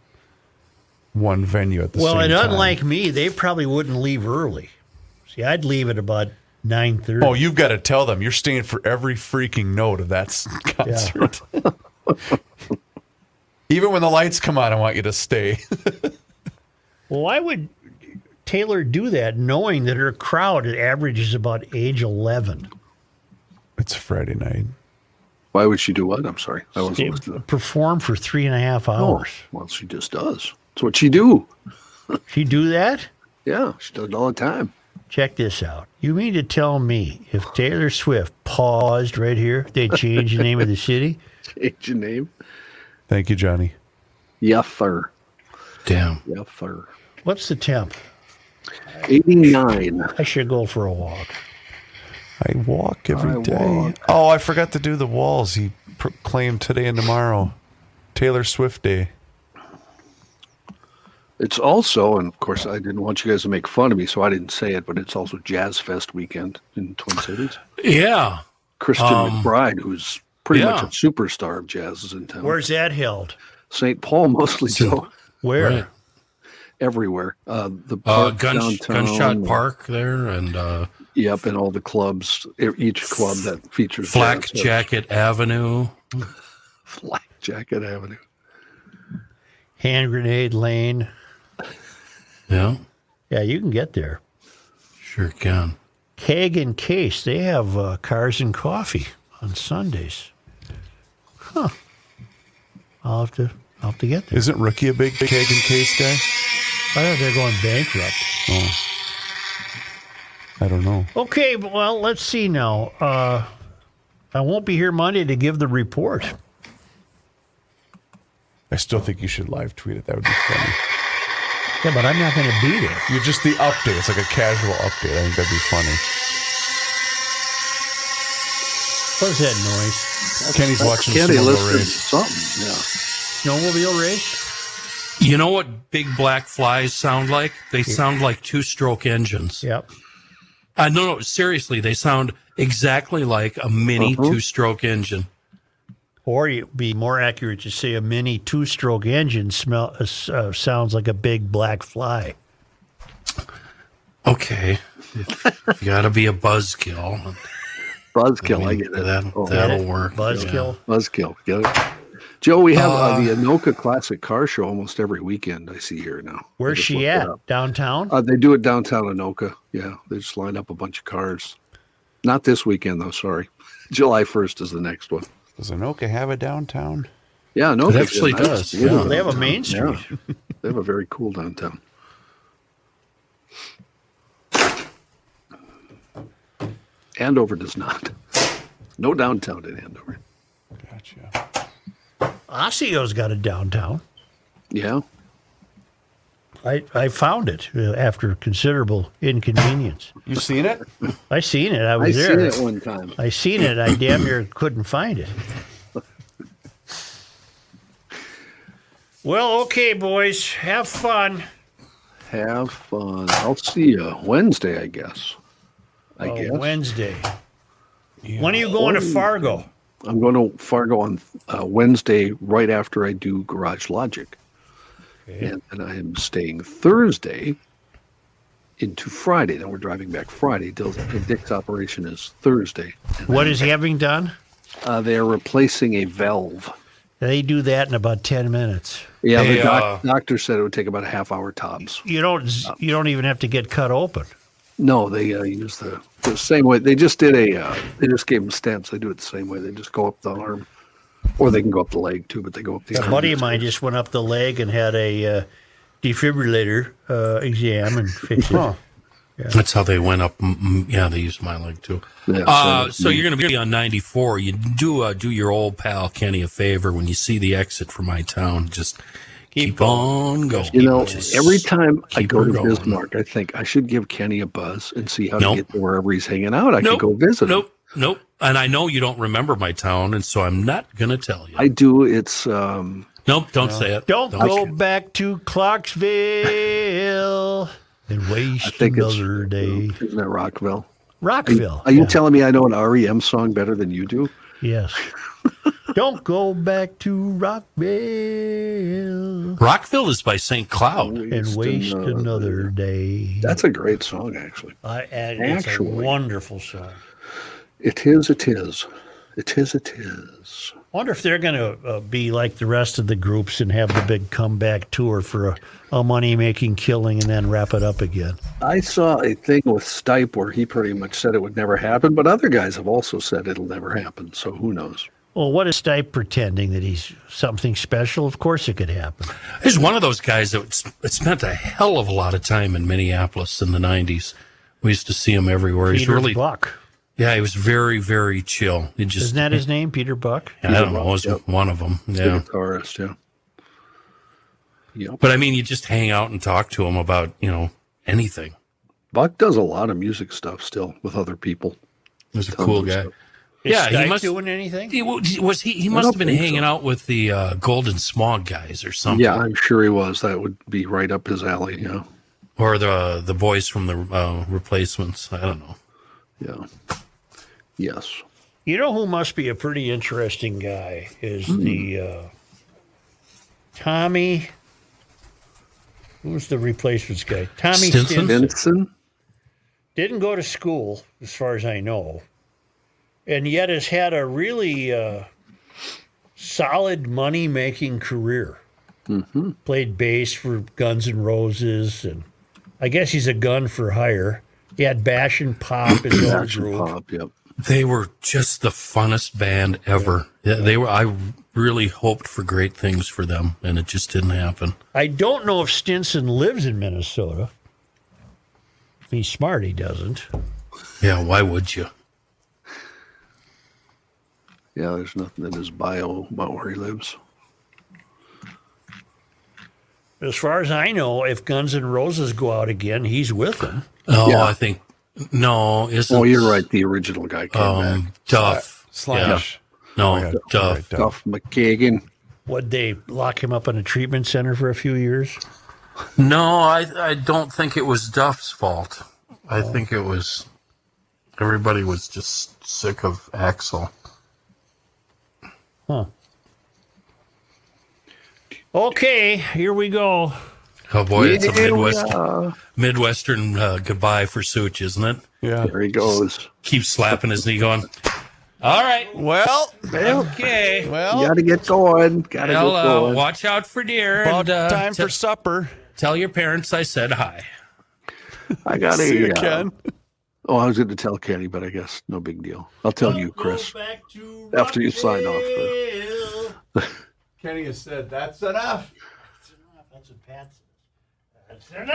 [SPEAKER 2] one venue at the
[SPEAKER 1] well,
[SPEAKER 2] same
[SPEAKER 1] and
[SPEAKER 2] time,
[SPEAKER 1] unlike me, they probably wouldn't leave early. See, I'd leave at about nine thirty.
[SPEAKER 2] Oh, you've got to tell them you're staying for every freaking note of that s- concert. Even when the lights come on, I want you to stay.
[SPEAKER 1] Well, why would Taylor do that, knowing that her crowd averages about age eleven?
[SPEAKER 2] it's Friday night.
[SPEAKER 4] Why would she do what? I'm sorry. I wasn't listening.
[SPEAKER 1] Perform for three and a half
[SPEAKER 4] Oh,
[SPEAKER 1] hours.
[SPEAKER 4] well, she just does. That's what she do.
[SPEAKER 1] She do that?
[SPEAKER 4] Yeah, she does it all the time.
[SPEAKER 1] Check this out. You mean to tell me if Taylor Swift paused right here, they'd change the name of the city?
[SPEAKER 4] Change your name.
[SPEAKER 2] Thank you, Johnny.
[SPEAKER 4] Yuffer.
[SPEAKER 3] Damn.
[SPEAKER 4] Yuffer.
[SPEAKER 1] What's the temp?
[SPEAKER 4] 89.
[SPEAKER 1] I should go for a walk.
[SPEAKER 2] I walk every
[SPEAKER 4] I
[SPEAKER 2] day. Oh, I forgot to do the walls. He proclaimed today and tomorrow, Taylor Swift Day.
[SPEAKER 4] It's also, and of course, I didn't want you guys to make fun of me, so I didn't say it, but it's also Jazz Fest weekend in Twin Cities.
[SPEAKER 3] Yeah.
[SPEAKER 4] Christian
[SPEAKER 3] Um,
[SPEAKER 4] McBride, who's pretty
[SPEAKER 3] yeah.
[SPEAKER 4] much a superstar of jazz, is in town.
[SPEAKER 1] Where's that held?
[SPEAKER 4] St. Paul mostly, Joe.
[SPEAKER 1] Where?
[SPEAKER 3] Right.
[SPEAKER 4] Everywhere. Uh, the
[SPEAKER 3] Uh,
[SPEAKER 4] park
[SPEAKER 3] gun,
[SPEAKER 4] downtown.
[SPEAKER 3] Gunshot Park there and uh,
[SPEAKER 4] Yep, and all the clubs, e- each club that features
[SPEAKER 3] Flak
[SPEAKER 4] jazz.
[SPEAKER 3] Jacket Avenue.
[SPEAKER 4] Flak Jacket Avenue.
[SPEAKER 1] Hand Grenade Lane.
[SPEAKER 3] Yeah.
[SPEAKER 1] Yeah, you can get there.
[SPEAKER 3] Sure can.
[SPEAKER 1] Keg and Case, they have uh, cars and coffee on Sundays. Huh. I'll have to, I'll have to get there.
[SPEAKER 2] Isn't Rookie a big keg and case guy?
[SPEAKER 1] I thought they're going bankrupt.
[SPEAKER 2] Oh. I don't know.
[SPEAKER 1] Okay, well, let's see now. Uh, I won't be here Monday to give the report.
[SPEAKER 2] I still think you should live tweet it. That would be funny.
[SPEAKER 1] Yeah, but I'm not going to be there.
[SPEAKER 2] You're just the update. It's like a casual update. I think that'd be funny.
[SPEAKER 1] What was that noise?
[SPEAKER 2] Kenny's
[SPEAKER 4] That's
[SPEAKER 2] watching
[SPEAKER 4] Kenny
[SPEAKER 2] snowmobile
[SPEAKER 4] listening to
[SPEAKER 2] race.
[SPEAKER 4] something. Yeah.
[SPEAKER 1] Snowmobile race?
[SPEAKER 3] You know what big black flies sound like? They sound like two stroke engines.
[SPEAKER 1] Yep.
[SPEAKER 3] Uh, no, no, seriously, they sound exactly like a mini
[SPEAKER 1] Uh-huh.
[SPEAKER 3] two stroke engine.
[SPEAKER 1] Or it'd be more accurate to say a mini two stroke engine smell, uh, s- uh, sounds like a big black fly.
[SPEAKER 3] Okay. Gotta be a buzzkill.
[SPEAKER 4] Buzzkill, I,
[SPEAKER 3] mean,
[SPEAKER 4] get it.
[SPEAKER 3] that-
[SPEAKER 4] Oh,
[SPEAKER 3] that'll work, Buzzkill?
[SPEAKER 4] Buzzkill, get it. Joe, we have uh, the Anoka Classic Car Show almost every weekend. I see here now. I
[SPEAKER 1] Where's
[SPEAKER 4] just
[SPEAKER 1] she
[SPEAKER 4] looked it
[SPEAKER 1] at?
[SPEAKER 4] up.
[SPEAKER 1] Downtown?
[SPEAKER 4] Uh, they do it downtown Anoka. Yeah, they just line up a bunch of cars. Not this weekend though. Sorry, July first is the next one.
[SPEAKER 2] Does Anoka have a downtown?
[SPEAKER 4] Yeah, Anoka
[SPEAKER 2] It actually does, yeah.
[SPEAKER 1] They have a main street.
[SPEAKER 4] they have a very cool downtown. Andover does not. No downtown in Andover.
[SPEAKER 1] Osceola's got a downtown.
[SPEAKER 4] Yeah.
[SPEAKER 1] I, I found it uh, after considerable inconvenience.
[SPEAKER 2] You seen it?
[SPEAKER 1] I seen it. I
[SPEAKER 4] I
[SPEAKER 1] was
[SPEAKER 4] seen
[SPEAKER 1] there.
[SPEAKER 4] it one time.
[SPEAKER 1] I seen it. I damn near couldn't find it. Well, okay, boys. Have fun.
[SPEAKER 4] Have fun. I'll see you Wednesday, I guess. I
[SPEAKER 1] Oh,
[SPEAKER 4] guess.
[SPEAKER 1] Wednesday. When are you going to Fargo?
[SPEAKER 4] I'm going to Fargo on uh, Wednesday, right after I do Garage Logic. And then I am staying Thursday into Friday. Then we're driving back Friday. Dill's- uh, Dick's operation is Thursday.
[SPEAKER 1] What is having done?
[SPEAKER 4] Uh, they are replacing a valve.
[SPEAKER 1] They do that in about ten minutes.
[SPEAKER 4] Yeah,
[SPEAKER 3] They,
[SPEAKER 4] the doc-
[SPEAKER 3] uh,
[SPEAKER 4] doctor said it would take about a half hour tops.
[SPEAKER 1] You don't. z- You don't even have to get cut open.
[SPEAKER 4] No, they uh, use the, the same way. They just did a. Uh, they just gave them stents. They do it the same way. They just go up the arm, or they can go up the leg too. But they go up the
[SPEAKER 1] A
[SPEAKER 4] arm.
[SPEAKER 1] buddy of mine just went up the leg and had a uh, defibrillator uh, exam and fixed it.
[SPEAKER 3] Huh. That's how they went up. mm, mm, Yeah, they used my leg too.
[SPEAKER 4] Yeah,
[SPEAKER 3] uh,
[SPEAKER 4] so-
[SPEAKER 3] so you're going to be on 94. You do uh, do your old pal Kenny a favor when you see the exit from my town. Just keep, on going.
[SPEAKER 4] You know,
[SPEAKER 3] Just
[SPEAKER 4] every time I
[SPEAKER 3] keep
[SPEAKER 4] go
[SPEAKER 3] her
[SPEAKER 4] to
[SPEAKER 3] going.
[SPEAKER 4] Bismarck, I think I should give Kenny a buzz and see how
[SPEAKER 3] Nope.
[SPEAKER 4] to get to wherever he's hanging out. I
[SPEAKER 3] Nope.
[SPEAKER 4] could go visit. him.
[SPEAKER 3] Nope, nope. And I know you don't remember my town, and so I'm not going to tell you.
[SPEAKER 4] I do. It's um,
[SPEAKER 3] Nope, don't say it.
[SPEAKER 1] Don't
[SPEAKER 3] say
[SPEAKER 1] go
[SPEAKER 3] it.
[SPEAKER 1] back to Clarksville and
[SPEAKER 4] I
[SPEAKER 1] waste
[SPEAKER 4] think it's uh,
[SPEAKER 1] another day.
[SPEAKER 4] isn't that Rockville? Are you,
[SPEAKER 1] Rockville.
[SPEAKER 4] are you
[SPEAKER 1] yeah.
[SPEAKER 4] telling me I know an REM song better than you do?
[SPEAKER 1] Yes. Don't go back to Rockville
[SPEAKER 3] Rockville is by St. Cloud.
[SPEAKER 1] and waste another day.
[SPEAKER 4] That's a great song, actually.
[SPEAKER 1] I, and
[SPEAKER 4] Actually.
[SPEAKER 1] it's a wonderful song.
[SPEAKER 4] It is. It is. It is. It is.
[SPEAKER 1] Wonder if they're going to uh, be like the rest of the groups and have the big comeback tour for a, a money making killing and then wrap it up again.
[SPEAKER 4] I saw a thing with Stipe where he pretty much said it would never happen, but other guys have also said it'll never happen. So who knows?
[SPEAKER 1] Well, what is Stipe pretending that he's something special? Of course it could happen.
[SPEAKER 3] He's one of those guys that s- that spent a hell of a lot of time in Minneapolis in the 90s. We used to see him everywhere. He's
[SPEAKER 1] Peter
[SPEAKER 3] really,
[SPEAKER 1] Buck.
[SPEAKER 3] yeah, he was very, very chill. He just,
[SPEAKER 1] Isn't that his name, Peter Buck?
[SPEAKER 3] I don't know, it was one of them.
[SPEAKER 4] The
[SPEAKER 3] Yeah.
[SPEAKER 4] guitarist, yeah. Yep.
[SPEAKER 3] But I mean, you just hang out and talk to him about, you know, anything.
[SPEAKER 4] Buck does a lot of music stuff still with other people.
[SPEAKER 3] He was a
[SPEAKER 4] Tons
[SPEAKER 3] cool
[SPEAKER 4] of
[SPEAKER 3] guy.
[SPEAKER 4] stuff.
[SPEAKER 1] Is
[SPEAKER 3] yeah,
[SPEAKER 1] Stipe
[SPEAKER 3] he must
[SPEAKER 1] doing anything.
[SPEAKER 3] He, wa- was he? He
[SPEAKER 1] I
[SPEAKER 3] must
[SPEAKER 1] don't
[SPEAKER 3] have been
[SPEAKER 1] think so.
[SPEAKER 3] hanging out with the uh, Golden Smog guys or something.
[SPEAKER 4] Yeah, I'm sure he was. That would be right up his alley. Yeah.
[SPEAKER 3] or the the boys from the uh, replacements. I don't know.
[SPEAKER 4] Yeah. Yes.
[SPEAKER 1] You know who must be a pretty interesting guy is
[SPEAKER 3] Hmm.
[SPEAKER 1] the uh, Tommy. Who was the replacements guy? Tommy Stinson.
[SPEAKER 4] Stinson?
[SPEAKER 1] Didn't go to school, as far as I know, and yet has had a really uh, solid money making career.
[SPEAKER 4] Mm-hmm.
[SPEAKER 1] Played bass for Guns N' Roses, and I guess he's a gun for hire. He had Bash and Pop as his own
[SPEAKER 4] Bash and
[SPEAKER 1] group.
[SPEAKER 4] Pop, yep.
[SPEAKER 3] They were just the funnest band ever. Yeah. They were. I really hoped for great things for them, and it just didn't happen.
[SPEAKER 1] I don't know if Stinson lives in Minnesota. If he's smart, he doesn't.
[SPEAKER 3] Yeah, why would you?
[SPEAKER 4] Yeah, there's nothing in his bio about where he lives.
[SPEAKER 1] As far as I know, if Guns N' Roses go out again, he's with them.
[SPEAKER 3] Oh, I think no. Isn't
[SPEAKER 4] Oh, you're right. The original guy came
[SPEAKER 3] um,
[SPEAKER 4] back.
[SPEAKER 3] Duff
[SPEAKER 4] Slash.
[SPEAKER 3] Yeah. No, Duff.
[SPEAKER 4] Duff McKagan.
[SPEAKER 1] Would they lock him up in a treatment center for a few years?
[SPEAKER 3] No, I I don't think it was Duff's fault. I think it was everybody was just sick of Axel.
[SPEAKER 1] Huh. Okay, here we go.
[SPEAKER 3] Oh boy, it's a
[SPEAKER 1] Here we
[SPEAKER 3] Midwest
[SPEAKER 1] are.
[SPEAKER 3] Midwestern uh, goodbye for Such, isn't it?
[SPEAKER 2] Yeah,
[SPEAKER 4] there he goes.
[SPEAKER 3] Keep slapping his knee, going. All right.
[SPEAKER 2] Well,
[SPEAKER 3] okay.
[SPEAKER 2] Well,
[SPEAKER 4] Gotta get going. Gotta
[SPEAKER 3] Well,
[SPEAKER 4] get
[SPEAKER 3] uh,
[SPEAKER 4] going.
[SPEAKER 3] watch out for deer. and, uh,
[SPEAKER 2] time
[SPEAKER 3] te-
[SPEAKER 2] for supper.
[SPEAKER 3] Tell your parents I said hi.
[SPEAKER 4] I got
[SPEAKER 2] See you,
[SPEAKER 4] a.
[SPEAKER 2] Ken.
[SPEAKER 4] oh, I was going to tell Kenny, but I guess no big deal. I'll tell you, Chris, after you sign off.
[SPEAKER 16] Kenny has said that's enough.
[SPEAKER 1] That's enough. That's what Pat says. That's enough.